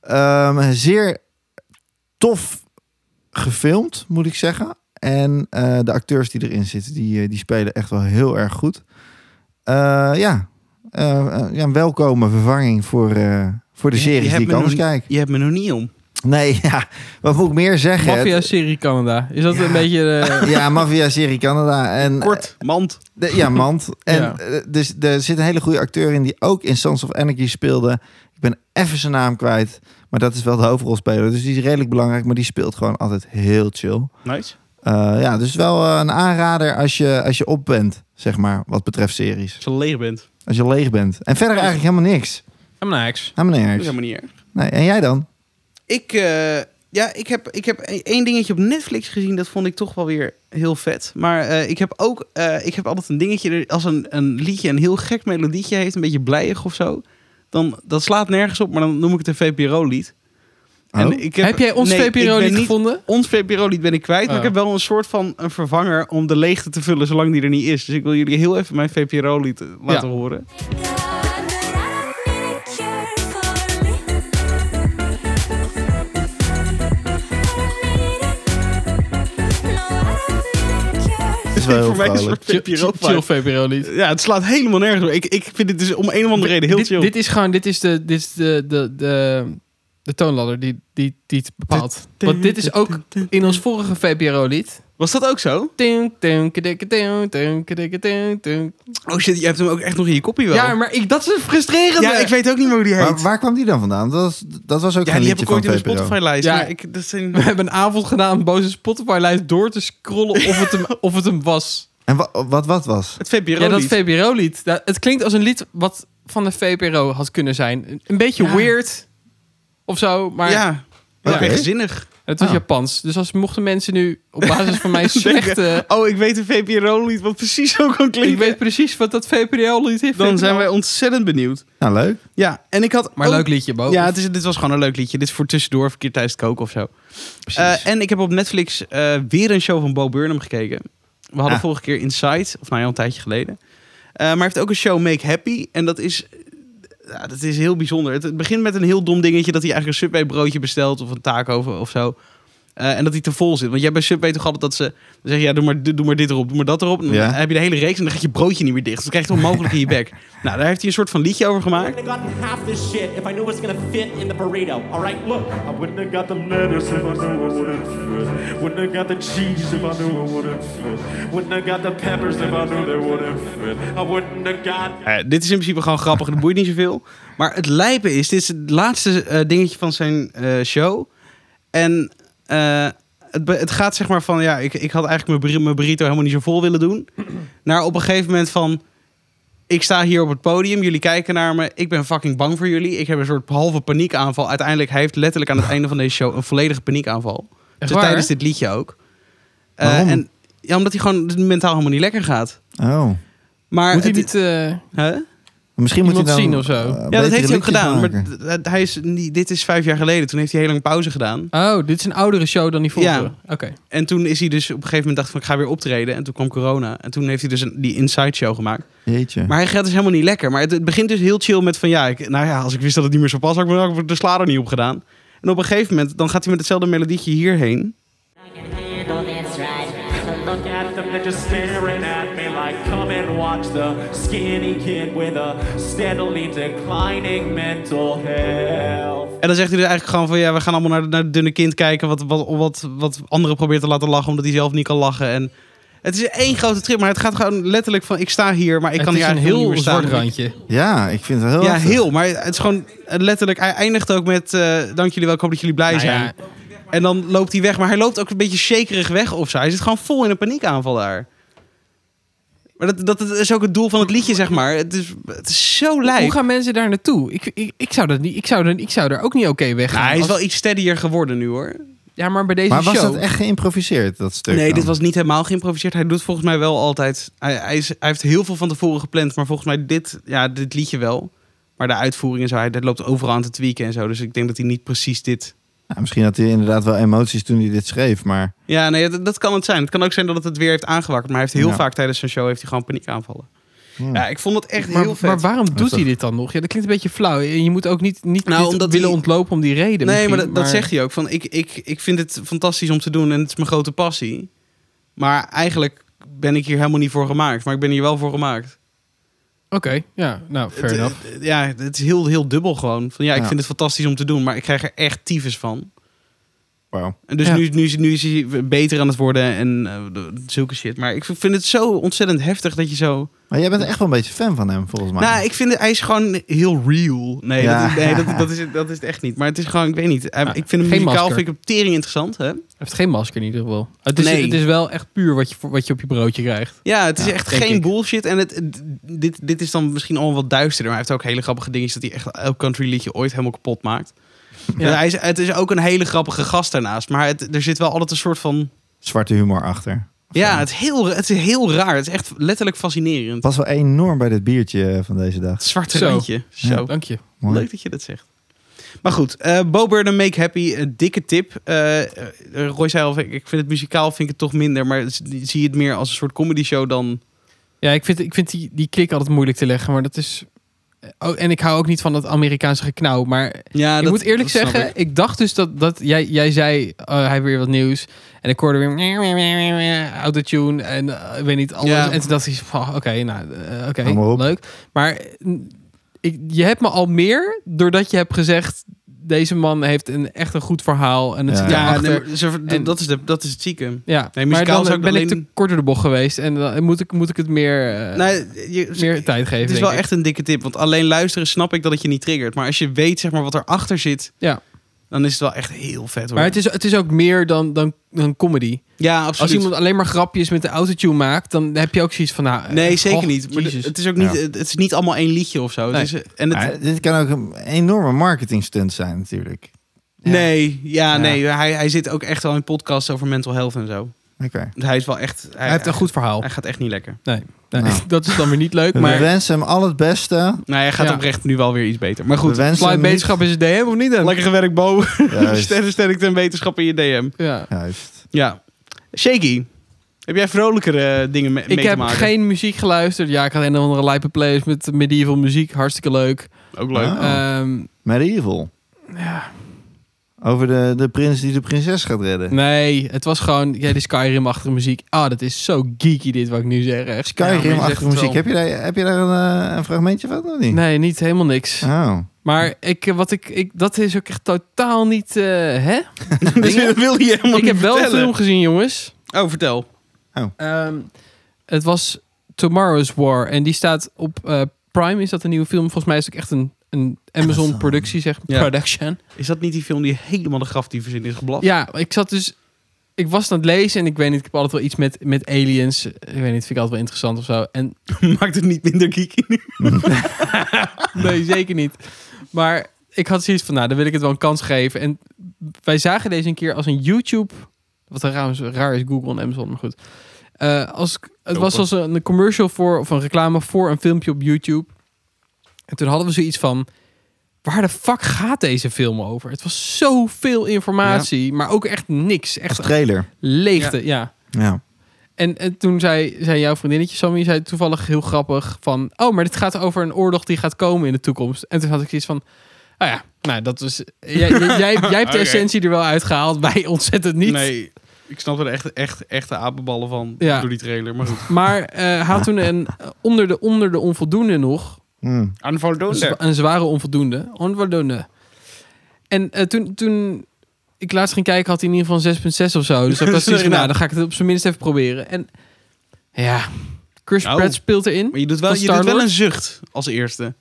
Speaker 3: Ehm, zeer tof gefilmd, moet ik zeggen. En eh, de acteurs die erin zitten, die, eh, die spelen echt wel heel erg goed. Eh, ja. Eh, eh, ja, een welkome vervanging voor, eh, voor de
Speaker 1: Je- je
Speaker 3: series
Speaker 1: hebt
Speaker 3: die
Speaker 1: me
Speaker 3: ik anders
Speaker 1: nog-
Speaker 3: kijk.
Speaker 1: Je hebt me nog niet om.
Speaker 3: Nee, ja, wat moet ik meer zeggen?
Speaker 4: Maffia-serie Canada. Is dat
Speaker 3: Ja.
Speaker 4: een beetje... eh,
Speaker 3: Ja, maffia-serie Canada. En,
Speaker 1: Kort, mand.
Speaker 3: De- ja, Mand. En
Speaker 4: Ja.
Speaker 3: eh, dus er zit een hele goede acteur in die ook in Sons of Anarchy speelde. Ik ben even zijn naam kwijt, maar dat is wel de hoofdrolspeler. Dus die is redelijk belangrijk, maar die speelt gewoon altijd heel chill.
Speaker 1: Nice.
Speaker 3: Eh, ja, dus wel eh, een aanrader als je, als je op bent, zeg maar, wat betreft series.
Speaker 1: Als je leeg bent.
Speaker 3: Als je leeg bent. En verder eigenlijk helemaal niks.
Speaker 4: I'm an axe.
Speaker 3: Helemaal
Speaker 1: Dat is
Speaker 3: nergens.
Speaker 1: helemaal niet erg.
Speaker 3: Nee, en jij dan?
Speaker 1: Ik, eh, ja, ik heb, ik heb e- één dingetje op Netflix gezien. Dat vond ik toch wel weer heel vet. Maar eh, ik heb ook... eh, ik heb altijd een dingetje... er- Als een, een liedje een heel gek melodietje heeft... Een beetje blijig of zo... Dan, dat slaat nergens op, maar dan noem ik het een VPRO-lied.
Speaker 3: Oh?
Speaker 1: ik
Speaker 4: Heb jij ons
Speaker 1: nee, ik
Speaker 4: VPRO
Speaker 1: ben
Speaker 4: niet
Speaker 1: niet-
Speaker 4: gevonden?
Speaker 1: Ons VPRO-lied ben ik kwijt, maar
Speaker 4: Oh.
Speaker 1: ik heb wel een soort van een vervanger om de leegte te vullen zolang die er niet is. Dus ik wil jullie heel even mijn VPRO-lied eh, laten horen.
Speaker 3: Dat is wel heel
Speaker 1: Voor mij een
Speaker 3: vrolijk.
Speaker 1: soort VPRO. -vibe.
Speaker 4: Chill VPRO-lied.
Speaker 1: Ja, het slaat helemaal nergens op. Ik, ik vind het dus om een of andere reden heel
Speaker 4: dit,
Speaker 1: chill.
Speaker 4: Dit is gewoon... Dit is de, dit is de, de, de, de toonladder die, die, die het bepaalt. Want dit is ook in ons vorige VPRO-lied...
Speaker 1: Was dat ook zo?
Speaker 4: Tung, tung, kedikke, tung, tung, kedikke, tung, tung.
Speaker 1: Oh shit, je hebt hem ook echt nog in je kopie wel.
Speaker 4: Ja, maar ik, dat eh, is een frustrerende.
Speaker 1: Ja, ik weet ook niet meer hoe die heet.
Speaker 3: Maar waar kwam die dan vandaan? Dat was, dat was ook
Speaker 1: ja,
Speaker 3: geen
Speaker 1: die heb
Speaker 3: liedje
Speaker 1: ik ooit in de
Speaker 3: van VPRO.
Speaker 1: Spotify-lijst.
Speaker 4: Ja.
Speaker 1: maar ik, dat zijn...
Speaker 4: We hebben een avond gedaan om boze Spotify-lijst door te scrollen of het hem, of het hem was.
Speaker 3: En wa- wat, wat was?
Speaker 1: Het VPRO
Speaker 4: Ja, dat
Speaker 1: lied.
Speaker 4: VPRO-lied. Ja, het klinkt als een lied wat van de VPRO had kunnen zijn. Een- Een beetje
Speaker 1: Ja.
Speaker 4: weird of zo, maar
Speaker 1: ja,
Speaker 3: Oké.
Speaker 1: ook echt zinnig.
Speaker 4: het was
Speaker 3: Ah.
Speaker 4: Japans. Dus als mochten mensen nu op basis van mijn slechte...
Speaker 1: Oh, ik weet een VPRO-lied wat precies zo kan klinken.
Speaker 4: eh, Ik weet precies wat dat VPRO-lied heeft.
Speaker 1: Dan zijn wij ontzettend benieuwd.
Speaker 3: Nou, leuk.
Speaker 1: Ja, en ik had
Speaker 4: Maar
Speaker 1: ook-
Speaker 4: leuk liedje, Bo.
Speaker 1: Ja, het is, dit was gewoon een leuk liedje. Dit is voor tussendoor, verkeerd tijdens het koken of zo.
Speaker 4: precies.
Speaker 1: Eh, en ik heb op Netflix eh, weer een show van Bo Burnham gekeken. We hadden
Speaker 3: Ah.
Speaker 1: vorige keer Inside, of nou ja, een tijdje geleden. Eh, maar hij heeft ook een show Make Happy. En dat is, ja, dat is heel bijzonder. Het, het begint met een heel dom dingetje dat hij eigenlijk een Subway broodje bestelt of een taco of, of zo. Eh, en dat hij te vol zit. Want jij bij Subway toch altijd dat ze dan zeggen, ja, doe maar, dit- doe maar dit erop, doe maar dat erop. En dan
Speaker 3: Ja.
Speaker 1: heb je de hele reeks en dan gaat je broodje niet meer dicht. Dus dan krijg je het onmogelijk in je bek. Nou, daar heeft hij een soort van liedje over
Speaker 5: I
Speaker 1: gemaakt.
Speaker 5: wouldn't have gotten half this shit if I knew it was gonna fit in the burrito. All right, look.
Speaker 6: I wouldn't have got the lettuce if I knew I wouldn't fit. Wouldn't have got the cheese if I knew I wouldn't fit. Wouldn't have got the peppers if I knew they wouldn't fit. I wouldn't have got
Speaker 1: Eh, dit is in principe gewoon grappig, dat boeit niet zoveel. Maar het lijpen is, dit is het laatste eh, dingetje van zijn eh, show. En eh, het, be- het gaat zeg maar van, ja, ik, ik had eigenlijk mijn, burri- mijn burrito helemaal niet zo vol willen doen. Naar op een gegeven moment van, ik sta hier op het podium, jullie kijken naar me, ik ben fucking bang voor jullie. Ik heb een soort halve paniekaanval. Uiteindelijk, hij heeft letterlijk aan het einde van deze show een volledige paniekaanval. Dus
Speaker 4: waar?
Speaker 1: tijdens dit liedje ook. Eh,
Speaker 3: Waarom?
Speaker 1: en, ja, omdat hij gewoon mentaal helemaal niet lekker gaat.
Speaker 3: Oh.
Speaker 1: Maar
Speaker 4: Moet hij
Speaker 1: het-
Speaker 4: niet... eh,
Speaker 1: Huh?
Speaker 3: Misschien moet hij dan...
Speaker 4: Iemand zien of zo.
Speaker 3: eh,
Speaker 4: Ja,
Speaker 1: Ja, dat
Speaker 3: betere
Speaker 1: heeft hij ook
Speaker 3: liedjes
Speaker 1: gedaan. Maar
Speaker 3: maken.
Speaker 1: d- d- hij is, niet- dit is vijf jaar geleden. Toen heeft hij heel lang pauze gedaan.
Speaker 4: Oh, dit is een oudere show dan die vorige.
Speaker 1: Ja.
Speaker 4: Oké.
Speaker 1: En toen is hij dus op een gegeven moment dacht van ik ga weer optreden. En toen kwam corona. En toen heeft hij dus een, die inside show gemaakt.
Speaker 3: Jeetje.
Speaker 1: Maar hij gaat dus helemaal niet lekker. Maar het, het begint dus heel chill met van ja, ik, nou ja, als ik wist dat het niet meer zo pas, had ik me ook de slader niet op gedaan. En op een gegeven moment dan gaat hij met hetzelfde melodietje hierheen.
Speaker 7: I can handle this right. So look
Speaker 6: Look at them, they're just staring at me like, come and watch the skinny kid with a steadily declining mental health.
Speaker 1: En dan zegt hij dus eigenlijk gewoon van ja, we gaan allemaal naar, naar het dunne kind kijken. Wat, wat, wat, wat anderen probeert te laten lachen omdat hij zelf niet kan lachen. En het is één grote trip, maar het gaat gewoon letterlijk van ik sta hier, maar ik kan
Speaker 4: het
Speaker 1: hier
Speaker 4: is een
Speaker 1: eigenlijk
Speaker 4: heel
Speaker 1: niet meer staan.
Speaker 4: zwart
Speaker 1: want ik-
Speaker 4: randje.
Speaker 3: Ja, ik vind het heel
Speaker 1: Ja,
Speaker 3: heftig.
Speaker 1: heel. Maar het is gewoon eh, letterlijk... Hij eindigt ook met... eh, Dank jullie wel, ik hoop dat jullie blij
Speaker 4: Nou
Speaker 1: zijn.
Speaker 4: ja.
Speaker 1: En dan loopt hij weg. Maar hij loopt ook een beetje shakerig weg of zo. Hij zit gewoon vol in een paniekaanval daar. Maar dat, dat, is ook het doel van het liedje, zeg maar. Het is, het is zo
Speaker 4: Hoe
Speaker 1: lijp.
Speaker 4: gaan mensen daar naartoe? Ik, ik, ik, zou, dat niet, ik, zou, er- ik zou er ook niet oké weggaan.
Speaker 1: Nou, hij is
Speaker 4: Als-
Speaker 1: wel iets steadier geworden nu, hoor.
Speaker 4: Ja, maar bij deze
Speaker 3: Maar was
Speaker 4: show...
Speaker 3: dat echt geïmproviseerd, dat stuk
Speaker 1: Nee,
Speaker 3: dan?
Speaker 1: dit was niet helemaal geïmproviseerd. Hij doet volgens mij wel altijd... Hij, hij, is- hij heeft heel veel van tevoren gepland. Maar volgens mij dit, ja, dit liedje wel. Maar de uitvoering en zo, hij dat loopt overal aan te tweaken en zo. Dus ik denk dat hij niet precies dit...
Speaker 3: Nou, misschien had hij inderdaad wel emoties toen hij dit schreef, maar...
Speaker 1: Ja, nee, dat, dat kan het zijn. Het kan ook zijn dat het het weer heeft aangewakkerd. Maar hij heeft heel
Speaker 3: Ja.
Speaker 1: vaak tijdens zijn show heeft hij gewoon paniekaanvallen. Ja, ik vond het echt
Speaker 4: maar,
Speaker 1: heel vet.
Speaker 4: maar waarom doet
Speaker 3: Heftig.
Speaker 4: hij dit dan nog? Ja, dat klinkt een beetje flauw. En Je moet ook niet, niet
Speaker 1: Nou,
Speaker 4: dit
Speaker 1: omdat
Speaker 4: willen
Speaker 1: hij-
Speaker 4: ontlopen om die reden.
Speaker 1: nee, maar
Speaker 4: misschien,
Speaker 1: dat, dat zegt hij ook. Van, ik, ik, ik vind het fantastisch om te doen en het is mijn grote passie. Maar eigenlijk ben ik hier helemaal niet voor gemaakt. Maar ik ben hier wel voor gemaakt.
Speaker 4: Oké, ja, nou, fair
Speaker 1: Het-
Speaker 4: enough.
Speaker 1: het- Ja, het is heel, heel dubbel gewoon. Van, ja, ik
Speaker 3: Ja.
Speaker 1: vind het fantastisch om te doen, maar ik krijg er echt tyfus van.
Speaker 3: Wauw.
Speaker 1: En dus
Speaker 4: Ja.
Speaker 1: nu, nu, is- nu is hij beter aan het worden en eh, de- zulke shit. Maar ik vind het zo ontzettend heftig dat je zo...
Speaker 3: Maar jij bent echt wel een beetje fan van hem, volgens mij.
Speaker 1: Nou, ik vind het, hij is gewoon heel real. Nee,
Speaker 3: Ja.
Speaker 1: dat, nee dat, dat, is, het- dat is het echt niet. Maar het is gewoon, ik weet niet. Hij- ik
Speaker 4: Ja,
Speaker 1: vind hem
Speaker 4: Nou, geen
Speaker 1: muzikaal
Speaker 4: masker.
Speaker 1: vind ik hem tering interessant. Hè?
Speaker 4: Hij heeft geen masker in ieder geval. Het is,
Speaker 1: Nee.
Speaker 4: het is wel echt puur wat je, voor- wat je op je broodje krijgt.
Speaker 1: Ja, het is echt
Speaker 4: denk
Speaker 1: geen
Speaker 4: ik.
Speaker 1: bullshit. En het, het- dit, dit is dan misschien al wat duisterder. Maar hij heeft ook hele grappige dingetjes dat hij echt elk country liedje ooit helemaal kapot maakt.
Speaker 4: Ja.
Speaker 1: En hij is, het is ook een hele grappige gast daarnaast. Maar het, er zit wel altijd een soort van...
Speaker 3: Zwarte humor achter.
Speaker 1: Ja, het is, heel, het is heel raar. Het is echt letterlijk fascinerend.
Speaker 3: Pas wel enorm bij dit biertje eh, van deze dag.
Speaker 1: Het zwarte
Speaker 4: Zo.
Speaker 1: randje. Zo.
Speaker 4: Dank je.
Speaker 3: Mooi.
Speaker 1: Leuk dat je dat zegt. Maar goed, eh Bo Burnham, Make Happy, een dikke tip. Eh, eh, Roy zei al, ik ik vind het muzikaal vind ik het toch minder, maar s- zie je het meer als een soort comedy show dan...
Speaker 4: Ja, ik vind, ik vind die, die klik altijd moeilijk te leggen, maar dat is... Oh, en ik hou ook niet van dat Amerikaanse geknauw, maar
Speaker 1: Ja,
Speaker 4: ik moet eerlijk zeggen, ik. dacht dus dat, dat jij, jij zei, eh, hij weer wat nieuws. En ik hoorde weer meh, meh, meh, meh, meh, autotune en eh, ik weet niet, alles.
Speaker 1: Ja.
Speaker 4: En toen dacht ik, van, oké, nou, eh, oké, mm,
Speaker 3: Hou maar op.
Speaker 4: leuk. Maar eh, ik, je hebt me al meer doordat je hebt gezegd, deze man heeft een, echt een goed verhaal. En het
Speaker 3: Ja.
Speaker 4: zit
Speaker 1: Ja,
Speaker 4: erachter.
Speaker 1: nee, maar ze-
Speaker 4: En-
Speaker 1: dat, is de, dat is het zieke.
Speaker 4: ja.
Speaker 1: Nee,
Speaker 4: maar
Speaker 1: muzikaal
Speaker 4: dan
Speaker 1: is ook
Speaker 4: ben ik
Speaker 1: alleen-
Speaker 4: te kort door de bocht geweest. En dan moet ik, moet ik het meer,
Speaker 1: Nee,
Speaker 4: eh,
Speaker 1: nou, je-
Speaker 4: meer tijd geven.
Speaker 1: het is
Speaker 4: denk
Speaker 1: wel
Speaker 4: ik.
Speaker 1: echt een dikke tip. Want alleen luisteren snap ik dat het je niet triggert. Maar als je weet zeg maar, wat erachter zit,
Speaker 4: Ja.
Speaker 1: dan is het wel echt heel vet hoor.
Speaker 4: Maar het is, het is ook meer dan, dan, dan comedy.
Speaker 1: ja, absoluut.
Speaker 4: Als iemand alleen maar grapjes met de autotune maakt, dan heb je ook zoiets van... Nou, eh,
Speaker 1: Nee, zeker
Speaker 4: och,
Speaker 1: niet. Maar
Speaker 4: Jezus.
Speaker 1: het is ook niet,
Speaker 3: Ja.
Speaker 1: het is niet allemaal één liedje of zo.
Speaker 4: Nee.
Speaker 1: Het is, en het,
Speaker 3: Maar dit kan ook een enorme marketing stunt zijn natuurlijk.
Speaker 4: ja.
Speaker 1: Nee, ja,
Speaker 4: Ja.
Speaker 1: nee. Hij, hij zit ook echt wel in podcasts over mental health en zo.
Speaker 3: Oké.
Speaker 1: Hij is wel echt. Hij,
Speaker 4: Hij heeft een goed verhaal.
Speaker 1: Hij gaat echt niet lekker.
Speaker 4: Nee,
Speaker 3: Nou.
Speaker 4: Dat is dan weer niet leuk,
Speaker 3: We
Speaker 4: maar...
Speaker 3: wensen hem al het beste.
Speaker 1: Nou, hij gaat
Speaker 4: Ja.
Speaker 1: oprecht nu wel weer iets beter. Maar goed,
Speaker 3: We wensen
Speaker 4: Fly
Speaker 3: hem niet-
Speaker 4: Beterschap is het DM of niet? Dan?
Speaker 1: lekker gewerkt, Bo.
Speaker 3: Juist.
Speaker 1: Sterren, sterkte en wetenschap in je DM.
Speaker 4: Ja.
Speaker 3: Juist.
Speaker 1: Ja. Shaky, heb jij vrolijkere eh, dingen me- mee
Speaker 4: Ik
Speaker 1: te
Speaker 4: heb
Speaker 1: maken?
Speaker 4: geen muziek geluisterd. Ja, ik had een of andere lijpe playlist met medieval muziek. Hartstikke leuk.
Speaker 1: Ook leuk.
Speaker 3: Ah. Oh.
Speaker 4: Ehm,
Speaker 3: Medieval.
Speaker 4: Ja.
Speaker 3: Over de, de prins die de prinses gaat redden.
Speaker 4: nee, het was gewoon ja, die Skyrim-achtige muziek. Ah, dat is zo geeky dit wat ik nu zeg. echt.
Speaker 1: Ja, maar je
Speaker 3: Skyrim
Speaker 1: zegt
Speaker 3: achter
Speaker 1: het wel.
Speaker 3: muziek. Heb je daar, heb je daar een, eh, een fragmentje van of niet?
Speaker 4: Nee, niet helemaal niks.
Speaker 3: Oh.
Speaker 4: Maar ik, eh, wat ik, ik, dat is ook echt totaal niet... eh, hè?
Speaker 1: dus dat wil je helemaal
Speaker 4: Ik heb
Speaker 1: niet
Speaker 4: wel een
Speaker 1: vertellen.
Speaker 4: film gezien, jongens.
Speaker 1: Oh, vertel.
Speaker 4: Ehm, het was Tomorrow's War. En die staat op eh, Prime. Is dat een nieuwe film? Volgens mij is het ook echt een, een
Speaker 3: Amazon.
Speaker 4: Amazon-productie, zeg.
Speaker 1: Ja.
Speaker 4: Production.
Speaker 1: Is dat niet die film die helemaal de graf die verzin is geblad?
Speaker 4: Ja, ik zat dus... Ik was het aan het lezen en ik weet niet, ik heb altijd wel iets met, met aliens. Ik weet niet, vind ik altijd wel interessant of zo. En
Speaker 1: Maakt het niet minder geeky nu?
Speaker 4: nee, zeker niet. Maar ik had zoiets van, nou, dan wil ik het wel een kans geven. En wij zagen deze een keer als een YouTube... Wat een raar, raar is Google en Amazon, maar goed. Eh, als, het was als een, een commercial voor, of een reclame voor een filmpje op YouTube. En toen hadden we zoiets van... Waar de fuck gaat deze film over? Het was zoveel informatie, maar ook echt niks.
Speaker 3: Als
Speaker 4: Echt
Speaker 3: trailer.
Speaker 4: leegte, ja.
Speaker 3: Ja.
Speaker 4: En, en toen zei, zei jouw vriendinnetje, Sammy, zei toevallig heel grappig van... Oh, maar dit gaat over een oorlog die gaat komen in de toekomst. En toen had ik zoiets van... Ah ja, nou dat was... Jij, jij, jij hebt de essentie er wel uitgehaald, wij ontzettend niet.
Speaker 1: Nee, ik snap er echt, echt, echte apenballen van
Speaker 4: Ja.
Speaker 1: door die trailer. Maar goed.
Speaker 4: Maar eh had toen een, eh, onder, de, onder de onvoldoende nog...
Speaker 3: Hmm.
Speaker 4: Een, zwa- een zware onvoldoende. Onvoldoende. En eh, toen, toen ik laatst ging kijken, had hij in ieder geval 6,6 of zo. Dus ik was zoiets van, nou, dan ga ik het op zijn minst even proberen. En ja, Chris
Speaker 1: Nou.
Speaker 4: Pratt speelt erin.
Speaker 1: Maar je doet wel,
Speaker 4: Van
Speaker 1: je doet wel
Speaker 4: Star-Lord?
Speaker 1: een zucht als eerste.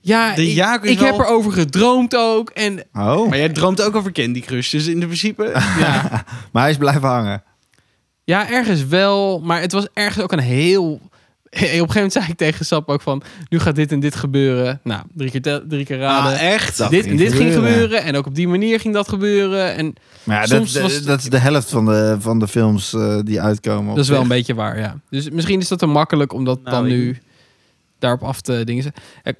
Speaker 4: Ja,
Speaker 1: De
Speaker 4: ik,
Speaker 1: Jaak is
Speaker 4: ik
Speaker 1: wel-
Speaker 4: heb erover gedroomd ook. En
Speaker 3: Oh.
Speaker 1: Maar jij droomt ook over Candy Crush. Dus in principe...
Speaker 4: ja,
Speaker 3: Maar hij is blijven hangen.
Speaker 4: ja, ergens wel. Maar het was ergens ook een heel... Op een gegeven moment zei ik tegen Sap ook van... Nu gaat dit en dit gebeuren. Nou, drie keer, tel- drie keer raden.
Speaker 1: Ah, echt?
Speaker 3: Dat
Speaker 4: dit
Speaker 3: ging
Speaker 4: en dit ging
Speaker 3: gebeuren.
Speaker 4: gebeuren. En ook op die manier ging dat gebeuren. En
Speaker 3: Maar ja,
Speaker 4: Soms
Speaker 3: dat,
Speaker 4: was het-
Speaker 3: dat is de helft van de, van de films eh, die uitkomen.
Speaker 4: dat is wel een beetje waar, ja. Dus misschien is dat te makkelijk om dat
Speaker 1: Nou,
Speaker 4: dan
Speaker 1: ik-
Speaker 4: nu daarop af te dingen.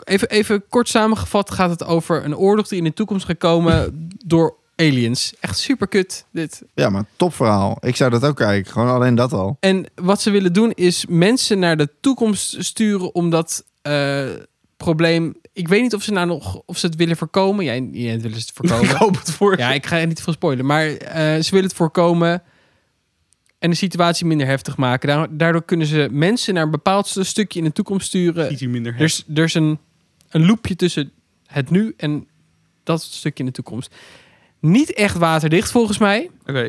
Speaker 4: Even, even kort samengevat gaat het over een oorlog die in de toekomst gaat komen door aliens. Echt super kut, dit.
Speaker 3: Ja, maar topverhaal. Ik zou dat ook kijken. Gewoon alleen dat al.
Speaker 4: En wat ze willen doen is mensen naar de toekomst sturen om dat eh, probleem. Ik weet niet of ze nou nog of ze het willen voorkomen. Jij, jij willen ze het
Speaker 1: Ik
Speaker 4: voorkomen.
Speaker 1: hoop het voor
Speaker 4: ja, ik ga er niet veel spoilen, maar eh, ze willen het voorkomen en de situatie minder heftig maken. Daar- Daardoor kunnen ze mensen naar een bepaald stukje in de toekomst sturen.
Speaker 1: Iets minder
Speaker 4: Er is, er is een, een loopje tussen het nu en dat stukje in de toekomst. Niet echt waterdicht volgens mij.
Speaker 1: Oké.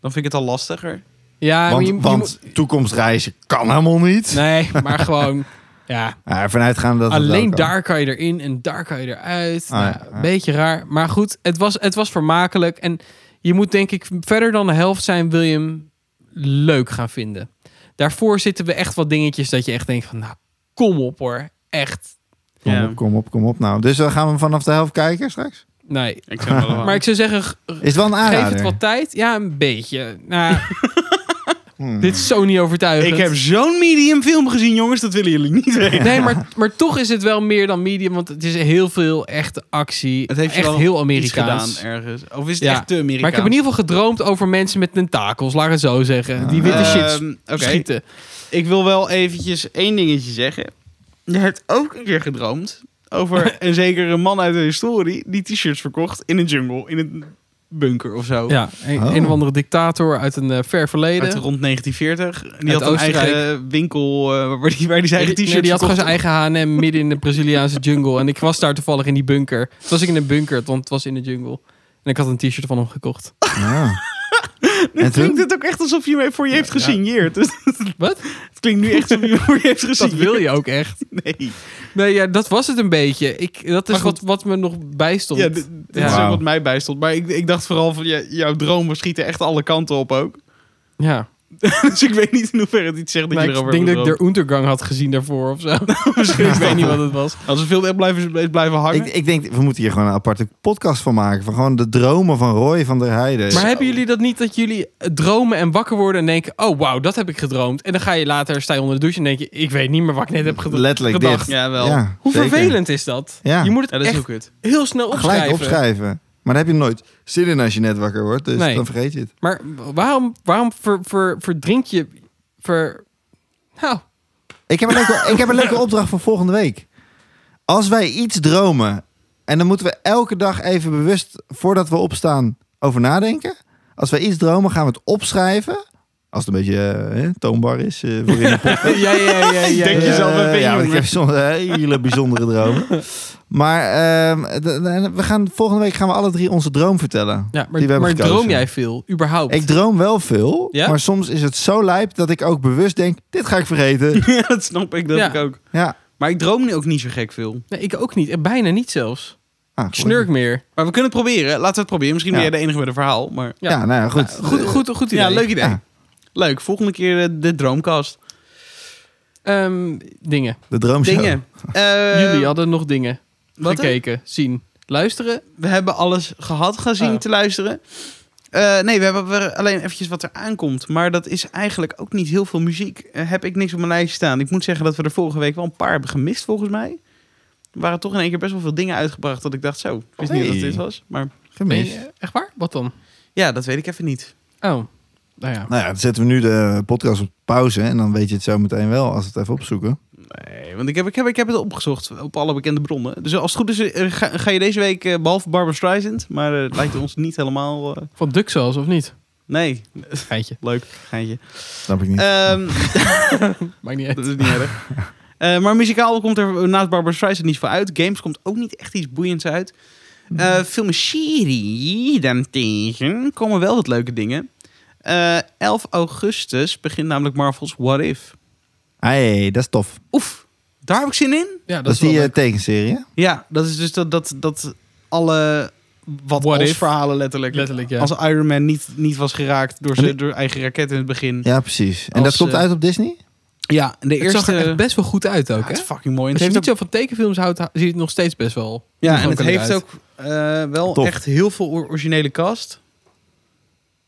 Speaker 1: Dan vind ik het al lastiger.
Speaker 4: Ja, maar
Speaker 3: want
Speaker 4: je- je moet-
Speaker 3: want toekomstreizen kan helemaal niet.
Speaker 4: Nee, maar gewoon. Ja,
Speaker 3: Ja, vanuitgaande dat het wel
Speaker 4: alleen
Speaker 3: kan.
Speaker 4: daar kan je erin en daar kan je eruit.
Speaker 3: Ah,
Speaker 4: nou,
Speaker 3: ja, ja.
Speaker 4: Een beetje raar. Maar goed, het was, het was vermakelijk. En je moet denk ik verder dan de helft zijn, wil je hem leuk gaan vinden. Daarvoor zitten we echt wat dingetjes dat je echt denkt van, nou, kom op hoor. Echt.
Speaker 3: Kom
Speaker 1: Ja.
Speaker 3: op, kom op, kom op nou. Dus dan gaan we vanaf de helft kijken straks.
Speaker 4: Nee.
Speaker 1: Ik zeg wel
Speaker 4: Maar ik zou zeggen, g-
Speaker 3: Is het wel een
Speaker 4: geef
Speaker 3: aanrader?
Speaker 4: het wat tijd. Ja, een beetje. Nou,
Speaker 3: Hmm.
Speaker 4: dit is zo niet overtuigend.
Speaker 1: ik heb zo'n medium film gezien, jongens. Dat willen jullie niet weten.
Speaker 4: Nee, maar, maar toch is het wel meer dan medium, want het is heel veel echte actie.
Speaker 1: Het heeft je
Speaker 4: echt
Speaker 1: wel
Speaker 4: heel
Speaker 1: Iets
Speaker 4: Amerikaans.
Speaker 1: gedaan ergens. Of is het
Speaker 4: Ja,
Speaker 1: echt te Amerikaans?
Speaker 4: Maar ik heb in ieder geval gedroomd over mensen met tentakels, laat ik het zo
Speaker 3: Ah.
Speaker 4: zeggen. Die witte shit
Speaker 1: Ehm, Oké.
Speaker 4: schieten.
Speaker 1: Ik wil wel eventjes één dingetje zeggen. Je hebt ook een keer gedroomd over een zekere man uit de historie die t-shirts verkocht in een jungle in een bunker of zo.
Speaker 4: Ja, een,
Speaker 3: Oh.
Speaker 4: een of andere dictator uit een eh, ver verleden.
Speaker 1: Uit rond 1940. En die
Speaker 4: Uit
Speaker 1: had een
Speaker 4: Oostenrijk.
Speaker 1: eigen winkel eh, waar die, waar die zijn eigen
Speaker 4: Nee,
Speaker 1: t-shirts
Speaker 4: nee, die had gewoon
Speaker 1: verkocht.
Speaker 4: zijn eigen H&M midden in de Braziliaanse jungle. En ik was daar toevallig in die bunker. Toen was ik in een bunker, want het was in de jungle. En ik had een t-shirt van hem gekocht.
Speaker 3: Ja. en
Speaker 1: Het klinkt
Speaker 3: toen?
Speaker 1: het ook echt alsof je hem voor je heeft gesigneerd.
Speaker 4: Wat?
Speaker 1: het klinkt nu echt alsof je hem voor je heeft
Speaker 4: Dat
Speaker 1: gesigneerd.
Speaker 4: wil je ook echt.
Speaker 1: Nee.
Speaker 4: Nee, ja, dat was het een beetje. Ik, dat is
Speaker 1: Maar goed.
Speaker 4: wat, wat me nog bijstond.
Speaker 1: Ja, dit, dit
Speaker 4: Ja.
Speaker 1: is ook
Speaker 3: Wauw.
Speaker 1: wat mij bijstond. Maar ik, ik dacht vooral van, ja, jouw dromen schieten echt alle kanten op ook.
Speaker 4: ja.
Speaker 1: dus ik weet niet in hoeverre het iets zegt dat
Speaker 4: Maar
Speaker 1: je erover
Speaker 4: ik denk dat ik
Speaker 1: gedroomd.
Speaker 4: de Untergang had gezien daarvoor of zo. Misschien, ik weet niet wat het was.
Speaker 1: Als we veel echt blijven, blijven hangen.
Speaker 3: Ik, ik denk, we moeten hier gewoon een aparte podcast van maken. Van gewoon de dromen van Roy van der Heijden.
Speaker 4: Maar hebben jullie dat niet dat jullie eh, dromen en wakker worden en denken... Oh, wauw, dat heb ik gedroomd. En dan ga je later, sta je onder de douche en denk je... Ik weet niet meer wat ik net heb gedroomd.
Speaker 3: Letterlijk
Speaker 4: gedacht.
Speaker 3: dit.
Speaker 1: ja, wel.
Speaker 3: Ja,
Speaker 4: Hoe
Speaker 3: zeker.
Speaker 4: vervelend is dat?
Speaker 3: Ja.
Speaker 4: Je moet het
Speaker 1: Ja, dat is
Speaker 4: echt
Speaker 1: ook kut.
Speaker 4: heel snel opschrijven.
Speaker 3: Gelijk opschrijven. Maar daar heb je nooit zin in als je net wakker wordt. Dus
Speaker 4: Nee.
Speaker 3: dan vergeet je het.
Speaker 4: Maar waarom, waarom ver, ver, verdrink je... Ver... Nou,
Speaker 3: Ik heb, een leuke, ik heb een leuke opdracht voor volgende week. Als wij iets dromen en dan moeten we elke dag even bewust voordat we opstaan over nadenken. Als wij iets dromen, gaan we het opschrijven. Als het een beetje eh, hè, toonbaar is eh, voor in de podcast.
Speaker 4: ja, ja, ja, ja, ja.
Speaker 1: Denk je zelf
Speaker 3: Eh,
Speaker 1: even in,
Speaker 3: Ja, want ik
Speaker 1: jongen.
Speaker 3: heb soms hele bijzondere dromen. Maar ehm, de- de- we gaan, volgende week gaan we alle drie onze droom vertellen.
Speaker 4: Ja,
Speaker 3: die we
Speaker 4: maar,
Speaker 3: hebben
Speaker 4: maar
Speaker 3: gekozen.
Speaker 4: droom jij veel, überhaupt?
Speaker 3: Ik droom wel veel,
Speaker 4: Ja?
Speaker 3: maar soms is het zo lijp dat ik ook bewust denk, dit ga ik vergeten.
Speaker 1: Ja, dat snap ik, dat
Speaker 4: Ja.
Speaker 1: ik ook.
Speaker 3: ja.
Speaker 1: Maar ik droom nu ook niet zo gek veel.
Speaker 4: nee, ik ook niet. En bijna niet zelfs.
Speaker 3: Ah,
Speaker 4: Ik snurk meer.
Speaker 1: Maar we kunnen het proberen. Laten we het proberen. Misschien
Speaker 3: Ja.
Speaker 1: ben jij de enige met een verhaal. Maar...
Speaker 3: Ja, nou ja, goed.
Speaker 4: Goed, goed, goed idee.
Speaker 1: Ja, leuk idee. Ah.
Speaker 3: Ja.
Speaker 1: Leuk. Volgende keer eh, de droomkast.
Speaker 4: Ehm, dingen.
Speaker 3: De droomshow.
Speaker 1: Dingen. Eh,
Speaker 4: jullie hadden nog dingen
Speaker 1: wat dan?
Speaker 4: gekeken, zien, luisteren.
Speaker 1: We hebben alles gehad, gezien,
Speaker 4: Oh.
Speaker 1: te luisteren. Eh, nee, we hebben weer alleen eventjes wat er aankomt. Maar dat is eigenlijk ook niet heel veel muziek. Eh, heb ik niks op mijn lijstje staan. Ik moet zeggen dat we er vorige week wel een paar hebben gemist, volgens mij. Er waren toch in één keer best wel veel dingen uitgebracht dat ik dacht, zo, ik wist niet
Speaker 3: Hey.
Speaker 1: dat dit was. Maar
Speaker 3: Gemist.
Speaker 4: Nee, eh, echt waar? Wat dan?
Speaker 1: ja, dat weet ik even niet.
Speaker 4: Oh, nou ja.
Speaker 3: Nou ja, dan zetten we nu de podcast op pauze en dan weet je het zo meteen wel als we het even opzoeken.
Speaker 1: Nee, want ik heb, ik, heb, ik heb het opgezocht op alle bekende bronnen. Dus als het goed is, eh, ga, ga je deze week, eh, behalve Barbara Streisand, maar eh, het lijkt ons niet helemaal... eh,
Speaker 4: Van Duxels of niet?
Speaker 1: nee,
Speaker 4: Geintje.
Speaker 1: leuk, geintje.
Speaker 3: Snap ik niet.
Speaker 1: Ehm
Speaker 4: Maakt niet uit.
Speaker 1: Dat is niet erg. Eh, maar muzikaal komt er naast Barbara Streisand niet voor uit. Games komt ook niet echt iets boeiends uit. Eh film en serie daarentegen komen wel wat leuke dingen. Eh, 11 augustus begint namelijk Marvel's What If.
Speaker 3: hey, dat is tof. Dat,
Speaker 1: Oef, daar heb ik zin in.
Speaker 4: Ja, dat,
Speaker 3: is
Speaker 4: wel
Speaker 3: die eh,
Speaker 4: leuk.
Speaker 3: tekenserie. hè?
Speaker 1: Ja, dat is dus dat, dat, dat alle wat,
Speaker 4: What
Speaker 1: als
Speaker 4: if.
Speaker 1: verhalen letterlijk.
Speaker 4: Letterlijk, ja.
Speaker 1: Als Iron Man niet, niet was geraakt door
Speaker 3: Nee.
Speaker 1: zijn door eigen raket in het begin.
Speaker 3: Ja, precies. En
Speaker 1: Als,
Speaker 3: dat komt
Speaker 1: eh,
Speaker 3: uit op Disney?
Speaker 1: Ja, en de
Speaker 4: Het
Speaker 1: eerste...
Speaker 4: zag er echt best wel goed uit ook,
Speaker 1: Ja,
Speaker 4: hè?
Speaker 1: het is fucking mooi. En
Speaker 4: Als
Speaker 1: het
Speaker 4: je
Speaker 1: heeft
Speaker 4: niet zo van tekenfilms houdt, ha- zie je het nog steeds best wel.
Speaker 1: Ja, en het
Speaker 4: toegankelijk
Speaker 1: heeft
Speaker 4: uit.
Speaker 1: ook eh, wel
Speaker 3: Tof.
Speaker 1: echt heel veel or- originele cast.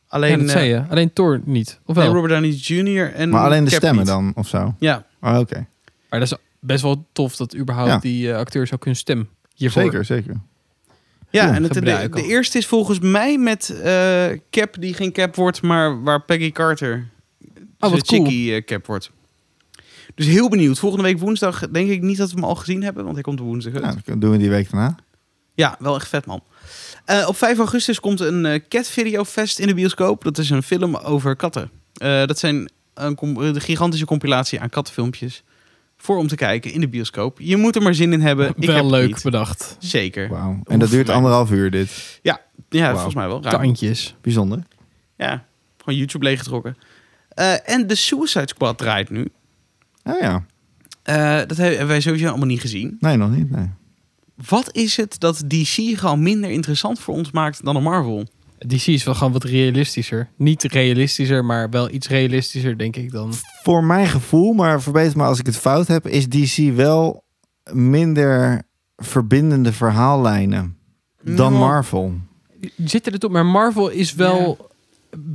Speaker 1: Alleen,
Speaker 4: Ja, dat
Speaker 1: eh,
Speaker 4: zei je. Alleen Thor niet. Of wel?
Speaker 1: nee, Robert Downey Jr. en
Speaker 3: Maar alleen de
Speaker 1: Cap
Speaker 3: stemmen
Speaker 1: niet.
Speaker 3: dan, of zo?
Speaker 1: Ja,
Speaker 3: Ah, Oké,
Speaker 4: Maar dat is best wel tof dat überhaupt
Speaker 3: Ja.
Speaker 4: die eh, acteurs ook hun stem hiervoor...
Speaker 3: zeker, zeker.
Speaker 1: ja,
Speaker 3: Ja,
Speaker 1: en het, de,
Speaker 4: gebruik
Speaker 1: de
Speaker 4: al.
Speaker 1: eerste is volgens mij met eh, Cap die geen Cap wordt, maar waar Peggy Carter
Speaker 4: Oh, wat
Speaker 1: zijn
Speaker 4: cool.
Speaker 1: chickie eh, Cap wordt. Dus heel benieuwd. Volgende week woensdag denk ik niet dat we hem al gezien hebben, want hij komt woensdag uit.
Speaker 3: Nou, dat doen we die week daarna.
Speaker 1: Ja, wel echt vet, man. Eh, op 5 augustus komt een eh, Cat Video Fest in de bioscoop. Dat is een film over katten. Eh, dat zijn een com- eh, de gigantische compilatie aan kattenfilmpjes. Voor om te kijken in de bioscoop. Je moet er maar zin in hebben. Ik
Speaker 4: wel
Speaker 1: heb het
Speaker 4: leuk
Speaker 1: niet.
Speaker 4: bedacht.
Speaker 1: Zeker.
Speaker 3: Wauw. En dat
Speaker 1: Oef,
Speaker 3: duurt
Speaker 1: nee.
Speaker 3: anderhalf uur dit.
Speaker 1: Ja,
Speaker 3: Wauw.
Speaker 1: volgens mij wel. Ruim.
Speaker 4: Tandjes.
Speaker 3: Bijzonder.
Speaker 1: Ja, gewoon YouTube leeggetrokken. Eh, en de Suicide Squad draait nu.
Speaker 3: Oh ja.
Speaker 1: Eh, dat he- hebben wij sowieso allemaal niet gezien.
Speaker 3: Nee, nog niet. Nee.
Speaker 1: Wat is het dat DC gewoon minder interessant voor ons maakt dan een Marvel?
Speaker 4: DC is wel gewoon wat realistischer. Niet realistischer, maar wel iets realistischer, denk ik dan.
Speaker 3: Voor mijn gevoel, maar verbeter me als ik het fout heb, is DC wel minder verbindende verhaallijnen dan
Speaker 1: Nou.
Speaker 3: Marvel.
Speaker 4: Zitten er toch... Maar Marvel is wel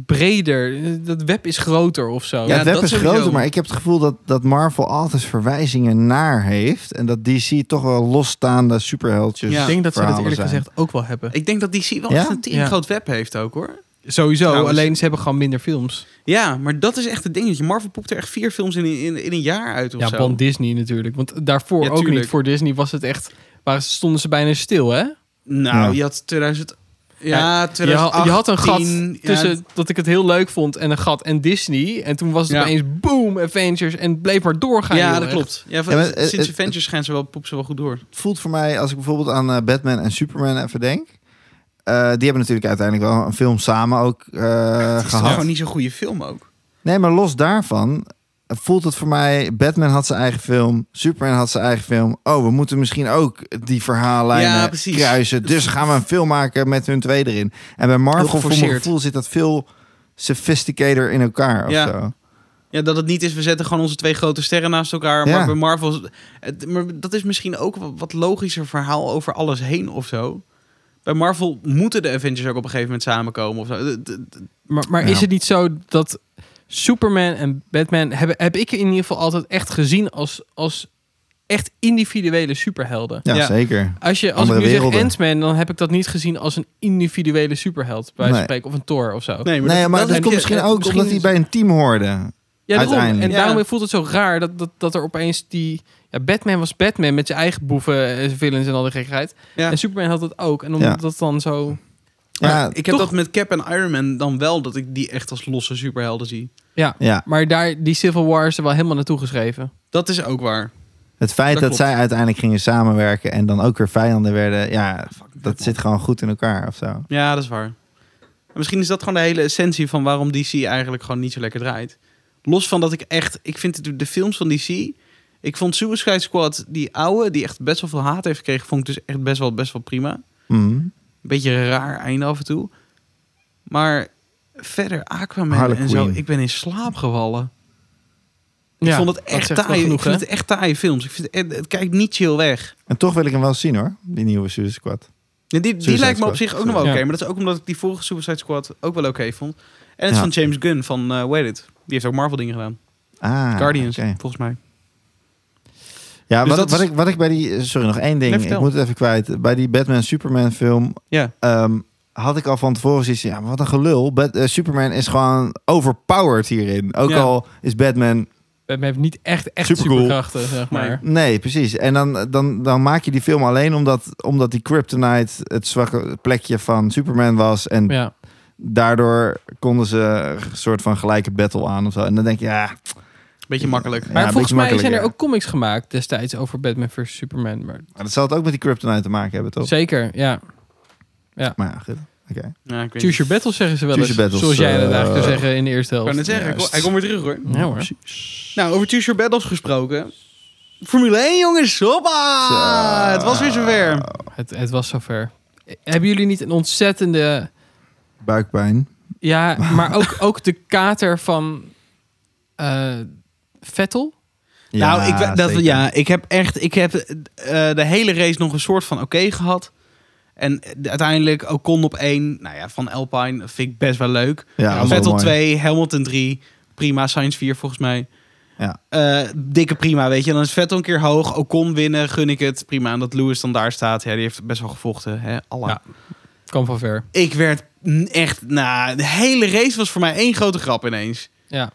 Speaker 4: breder. Dat web is groter of zo.
Speaker 3: Ja, het web
Speaker 1: dat
Speaker 3: is
Speaker 1: sowieso.
Speaker 3: groter, maar ik heb het gevoel dat, dat Marvel altijd verwijzingen naar heeft. En dat DC toch wel losstaande superheldjes
Speaker 1: Ja.
Speaker 4: Ik denk dat ze dat
Speaker 3: verhalen
Speaker 4: eerlijk
Speaker 3: zijn.
Speaker 4: gezegd ook wel hebben.
Speaker 1: Ik denk dat DC wel
Speaker 3: Ja?
Speaker 1: echt een tering
Speaker 4: Ja.
Speaker 1: groot web heeft ook hoor.
Speaker 4: Sowieso,
Speaker 1: Trouwens.
Speaker 4: alleen ze hebben gewoon minder films.
Speaker 1: Ja, maar dat is echt het dingetje. Marvel poept er echt vier films in, in, in een jaar uit of
Speaker 4: Ja,
Speaker 1: zo.
Speaker 4: want Disney natuurlijk. Want daarvoor
Speaker 1: Ja,
Speaker 4: ook
Speaker 1: tuurlijk.
Speaker 4: niet. Voor Disney was het echt... Waar stonden ze bijna stil, hè?
Speaker 1: Nou,
Speaker 3: Ja.
Speaker 1: je had 2008 Ja,
Speaker 4: Je had,
Speaker 1: 2018.
Speaker 4: je had een gat
Speaker 1: ja,
Speaker 4: tussen dat ik het heel leuk vond en een gat en Disney. En toen was het
Speaker 1: Ja.
Speaker 4: opeens boom, Avengers en het bleef maar doorgaan.
Speaker 1: Ja,
Speaker 4: heel
Speaker 1: dat
Speaker 4: erg.
Speaker 1: klopt. Ja, van,
Speaker 3: Ja, maar, eh,
Speaker 1: sinds
Speaker 3: eh,
Speaker 1: Avengers schijnt ze wel, poep ze wel goed door.
Speaker 3: Het voelt voor mij, als ik bijvoorbeeld aan eh, Batman en Superman even denk. eh, die hebben natuurlijk uiteindelijk wel een film samen ook eh,
Speaker 1: Het is toch
Speaker 3: gehad.
Speaker 1: gewoon niet zo'n goede film ook.
Speaker 3: Nee, maar los daarvan eh, voelt het voor mij... Batman had zijn eigen film, Superman had zijn eigen film. Oh, we moeten misschien ook die
Speaker 1: Ja,
Speaker 3: verhaallijnen
Speaker 1: precies.
Speaker 3: kruisen. Dus gaan we een film maken met hun twee erin. En bij
Speaker 1: Heel
Speaker 3: Marvel, voor mijn
Speaker 1: geforceerd.
Speaker 3: gevoel, zit dat veel sophisticator in elkaar.
Speaker 1: Ja.
Speaker 3: Of zo.
Speaker 1: Ja, dat het niet is, we zetten gewoon onze twee grote sterren naast elkaar.
Speaker 3: Ja.
Speaker 1: Maar bij Marvel, het, maar dat is misschien ook wat- wat logischer verhaal over alles heen of zo. Bij Marvel moeten de Avengers ook op een gegeven moment samenkomen of zo. D- d- d-
Speaker 4: Maar, maar
Speaker 3: Ja.
Speaker 4: is het niet zo dat Superman en Batman hebben, heb ik in ieder geval altijd echt gezien als, als echt individuele superhelden?
Speaker 3: Ja,
Speaker 1: Ja.
Speaker 3: zeker.
Speaker 4: Als, je, als ik
Speaker 3: Andere
Speaker 4: nu
Speaker 3: werelden.
Speaker 4: zeg Ant-Man, dan heb ik dat niet gezien als een individuele superheld. Bij wijze
Speaker 3: Nee.
Speaker 4: van spreken, of een Thor of zo.
Speaker 1: Nee,
Speaker 3: Nee, maar dat,
Speaker 1: heb
Speaker 3: komt
Speaker 1: je-
Speaker 3: misschien
Speaker 1: eh,
Speaker 3: ook omdat hij bij een team hoorde.
Speaker 4: Ja, daarom. En
Speaker 3: Uiteindelijk.
Speaker 1: Ja.
Speaker 4: daarom voelt het zo raar dat, dat, dat er opeens die... Ja, Batman was Batman met zijn eigen boeven en zijn villains en al die gekkigheid.
Speaker 1: Ja.
Speaker 4: En Superman had dat ook. En omdat
Speaker 3: Ja.
Speaker 4: dat dan zo...
Speaker 3: Ja,
Speaker 1: ik heb
Speaker 4: toch-
Speaker 1: dat met Cap en Iron Man dan wel, dat ik die echt als losse superhelden zie.
Speaker 4: Ja.
Speaker 3: Ja.
Speaker 4: Maar daar, die Civil War is er wel helemaal naartoe geschreven.
Speaker 1: Dat is ook waar.
Speaker 3: Het feit
Speaker 1: Dat
Speaker 3: dat,
Speaker 1: klopt.
Speaker 3: zij uiteindelijk gingen samenwerken en dan ook weer vijanden werden, ja, dat zit gewoon goed in elkaar of zo.
Speaker 1: Ja, dat is waar. En misschien is dat gewoon de hele essentie van waarom DC eigenlijk gewoon niet zo lekker draait. Los van dat ik echt, ik vind de, de films van DC. Ik vond Suicide Squad, die oude, die echt best wel veel haat heeft gekregen, vond ik dus echt best wel, best wel prima.
Speaker 3: Mhm.
Speaker 1: Beetje een raar einde af en toe. Maar verder Aquaman
Speaker 3: Harley
Speaker 1: en zo,
Speaker 3: Quinn.
Speaker 1: ik ben in slaap gevallen. Ik
Speaker 4: Ja,
Speaker 1: vond het
Speaker 4: dat
Speaker 1: echt
Speaker 4: zegt wel
Speaker 1: taai.
Speaker 4: genoeg,
Speaker 1: ik vind
Speaker 4: hè?
Speaker 1: het echt taaie films. Ik vind het, het kijkt niet chill weg.
Speaker 3: En toch wil ik hem wel zien hoor, die nieuwe Suicide Squad.
Speaker 1: Ja, die die
Speaker 3: Suicide
Speaker 1: lijkt me op
Speaker 3: Squad.
Speaker 1: zich ook nog wel oké.
Speaker 4: Ja.
Speaker 1: Maar dat is ook omdat ik die vorige Suicide Squad ook wel oké vond. En het is
Speaker 3: Ja.
Speaker 1: van James Gunn van eh Wait It. Die heeft ook Marvel dingen gedaan.
Speaker 3: Ah,
Speaker 1: Guardians,
Speaker 3: oké.
Speaker 1: volgens mij.
Speaker 3: Ja,
Speaker 1: Dus
Speaker 3: wat,
Speaker 1: dat
Speaker 3: wat,
Speaker 1: is-
Speaker 3: ik, wat ik bij die, eh, sorry nog één ding,
Speaker 1: Nee,
Speaker 3: ik
Speaker 1: vertel.
Speaker 3: moet het even kwijt. Bij die Batman Superman film
Speaker 1: Ja.
Speaker 3: ehm, had ik al van tevoren zoiets, ja, maar wat een gelul. Bat- eh, Superman is gewoon overpowered hierin. Ook
Speaker 1: Ja.
Speaker 3: al is Batman
Speaker 4: Batman heeft niet echt, echt
Speaker 3: Supercool.
Speaker 4: superkrachten, zeg maar.
Speaker 1: Nee.
Speaker 3: Nee, precies. En dan, dan, dan maak je die film alleen omdat, omdat die Kryptonite het zwakke plekje van Superman was. En
Speaker 4: Ja.
Speaker 3: daardoor konden ze een soort van gelijke battle aan of zo. En dan denk je, ja,
Speaker 1: Beetje makkelijk.
Speaker 3: Ja.
Speaker 4: Maar
Speaker 3: een
Speaker 4: volgens
Speaker 3: beetje
Speaker 4: mij zijn er
Speaker 3: makkelijker.
Speaker 4: ook comics gemaakt destijds over Batman versus Superman. Maar
Speaker 3: maar dat zal het ook met die Kryptonite te maken hebben, toch?
Speaker 4: zeker, ja.
Speaker 3: Maar ja, goed. Oké.
Speaker 1: Ja, ik weet
Speaker 4: Choose your battles zeggen ze wel
Speaker 3: Choose
Speaker 4: eens.
Speaker 3: your battles,
Speaker 4: zoals jij dat
Speaker 3: eh,
Speaker 4: eigenlijk zou zeggen in de eerste
Speaker 1: Ik kan het
Speaker 4: helft.
Speaker 1: zeggen. Hij kom-
Speaker 3: Juist.
Speaker 1: Hij komt weer terug hoor.
Speaker 4: Ja hoor.
Speaker 1: Nou, over T-shirt battles gesproken. Formule 1 jongens. Hoppa!
Speaker 3: Zo.
Speaker 1: Het was weer zover.
Speaker 4: Het, het was zover. Hebben jullie niet een ontzettende...
Speaker 3: Buikpijn.
Speaker 4: Ja, maar ook, ook de kater van eh, Vettel.
Speaker 1: nou, ik, we- dat,
Speaker 3: zeker.
Speaker 1: ja, ik heb echt ik heb, eh, de hele race nog een soort van oké gehad. En eh, uiteindelijk Ocon op één. Nou ja, van Alpine vind ik best wel leuk.
Speaker 3: Ja, dat is wel
Speaker 1: Vettel
Speaker 3: mooi.
Speaker 1: 2, Hamilton 3. Prima, Sainz 4 volgens mij.
Speaker 3: Ja.
Speaker 1: Eh, dikke prima, weet je. Dan is Vettel een keer hoog. Ocon winnen, gun ik het. Prima. En dat Lewis dan daar staat. Ja, die heeft best wel gevochten. Hè? Allah.
Speaker 4: Ja. Kwam van ver.
Speaker 1: Ik werd n- echt... Nou, de hele race was voor mij één grote grap ineens.
Speaker 4: Ja.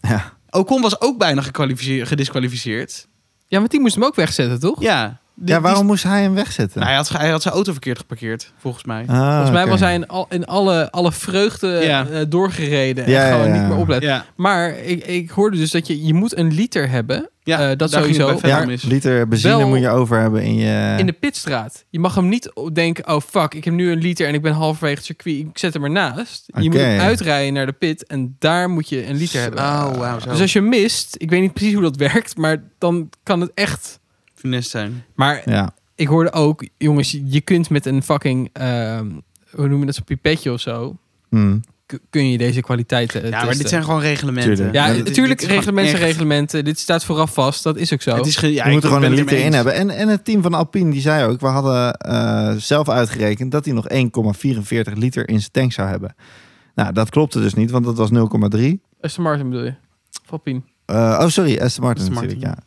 Speaker 3: Ja.
Speaker 1: Ocon was ook bijna gekwalificeer- gedisqualificeerd.
Speaker 4: ja, want die moest hem ook wegzetten, toch?
Speaker 1: Ja. Die-
Speaker 3: ja, waarom
Speaker 1: die-
Speaker 3: moest hij hem wegzetten?
Speaker 1: Nou, hij, had, ge- hij had zijn auto verkeerd geparkeerd, volgens mij.
Speaker 3: Ah,
Speaker 4: Volgens mij
Speaker 3: oké.
Speaker 4: was hij in, al, in alle, alle vreugde
Speaker 1: Ja.
Speaker 4: eh, doorgereden.
Speaker 3: Ja,
Speaker 4: en gewoon
Speaker 3: ja, ja.
Speaker 4: niet meer opletten.
Speaker 1: Ja,
Speaker 4: Maar ik, ik hoorde dus dat je, je moet een liter hebben.
Speaker 1: ja
Speaker 4: Eh, dat
Speaker 1: daar ging
Speaker 4: sowieso.
Speaker 1: het bij Vettel
Speaker 3: Ja,
Speaker 1: mis.
Speaker 3: liter benzine
Speaker 4: Wel-
Speaker 3: moet je over hebben in je...
Speaker 4: In de pitstraat. Je mag hem niet op- denken, oh fuck, ik heb nu een liter en ik ben halverwege het circuit. Ik zet hem ernaast. Je moet
Speaker 3: Oké.
Speaker 4: hem uitrijden naar de pit en daar moet je een liter hebben.
Speaker 1: Oh, wauw. Zo.
Speaker 4: Dus als je mist, ik weet niet precies hoe dat werkt, maar dan kan het echt...
Speaker 1: Finesse zijn.
Speaker 4: Maar
Speaker 3: Ja.
Speaker 4: ik hoorde ook, jongens, je kunt met een fucking, ehm, hoe noem je dat, zo'n pipetje of zo,
Speaker 3: Hm.
Speaker 4: ku- kun je deze kwaliteiten eh,
Speaker 1: Ja, maar dit
Speaker 4: testen.
Speaker 1: zijn gewoon reglementen.
Speaker 3: Tuurlijk.
Speaker 4: Ja,
Speaker 1: Maar dit- dit
Speaker 4: natuurlijk,
Speaker 1: is gewoon
Speaker 4: reglementen
Speaker 1: echt-
Speaker 4: zijn reglementen. Dit staat vooraf vast, dat is ook zo.
Speaker 1: Het is ge- ja,
Speaker 3: je
Speaker 1: ik
Speaker 3: moet er
Speaker 1: ben
Speaker 3: gewoon een
Speaker 1: het ermee
Speaker 3: liter in
Speaker 1: eens.
Speaker 3: hebben. En, en het team van Alpine, die zei ook... we hadden eh, zelf uitgerekend dat hij nog 1,44 liter in zijn tank zou hebben. Nou, dat klopte dus niet, want dat was 0,3.
Speaker 4: Aston Martin bedoel je? Valpien.
Speaker 3: Eh, oh, sorry, Aston Martin
Speaker 1: Aston Martin.
Speaker 3: natuurlijk,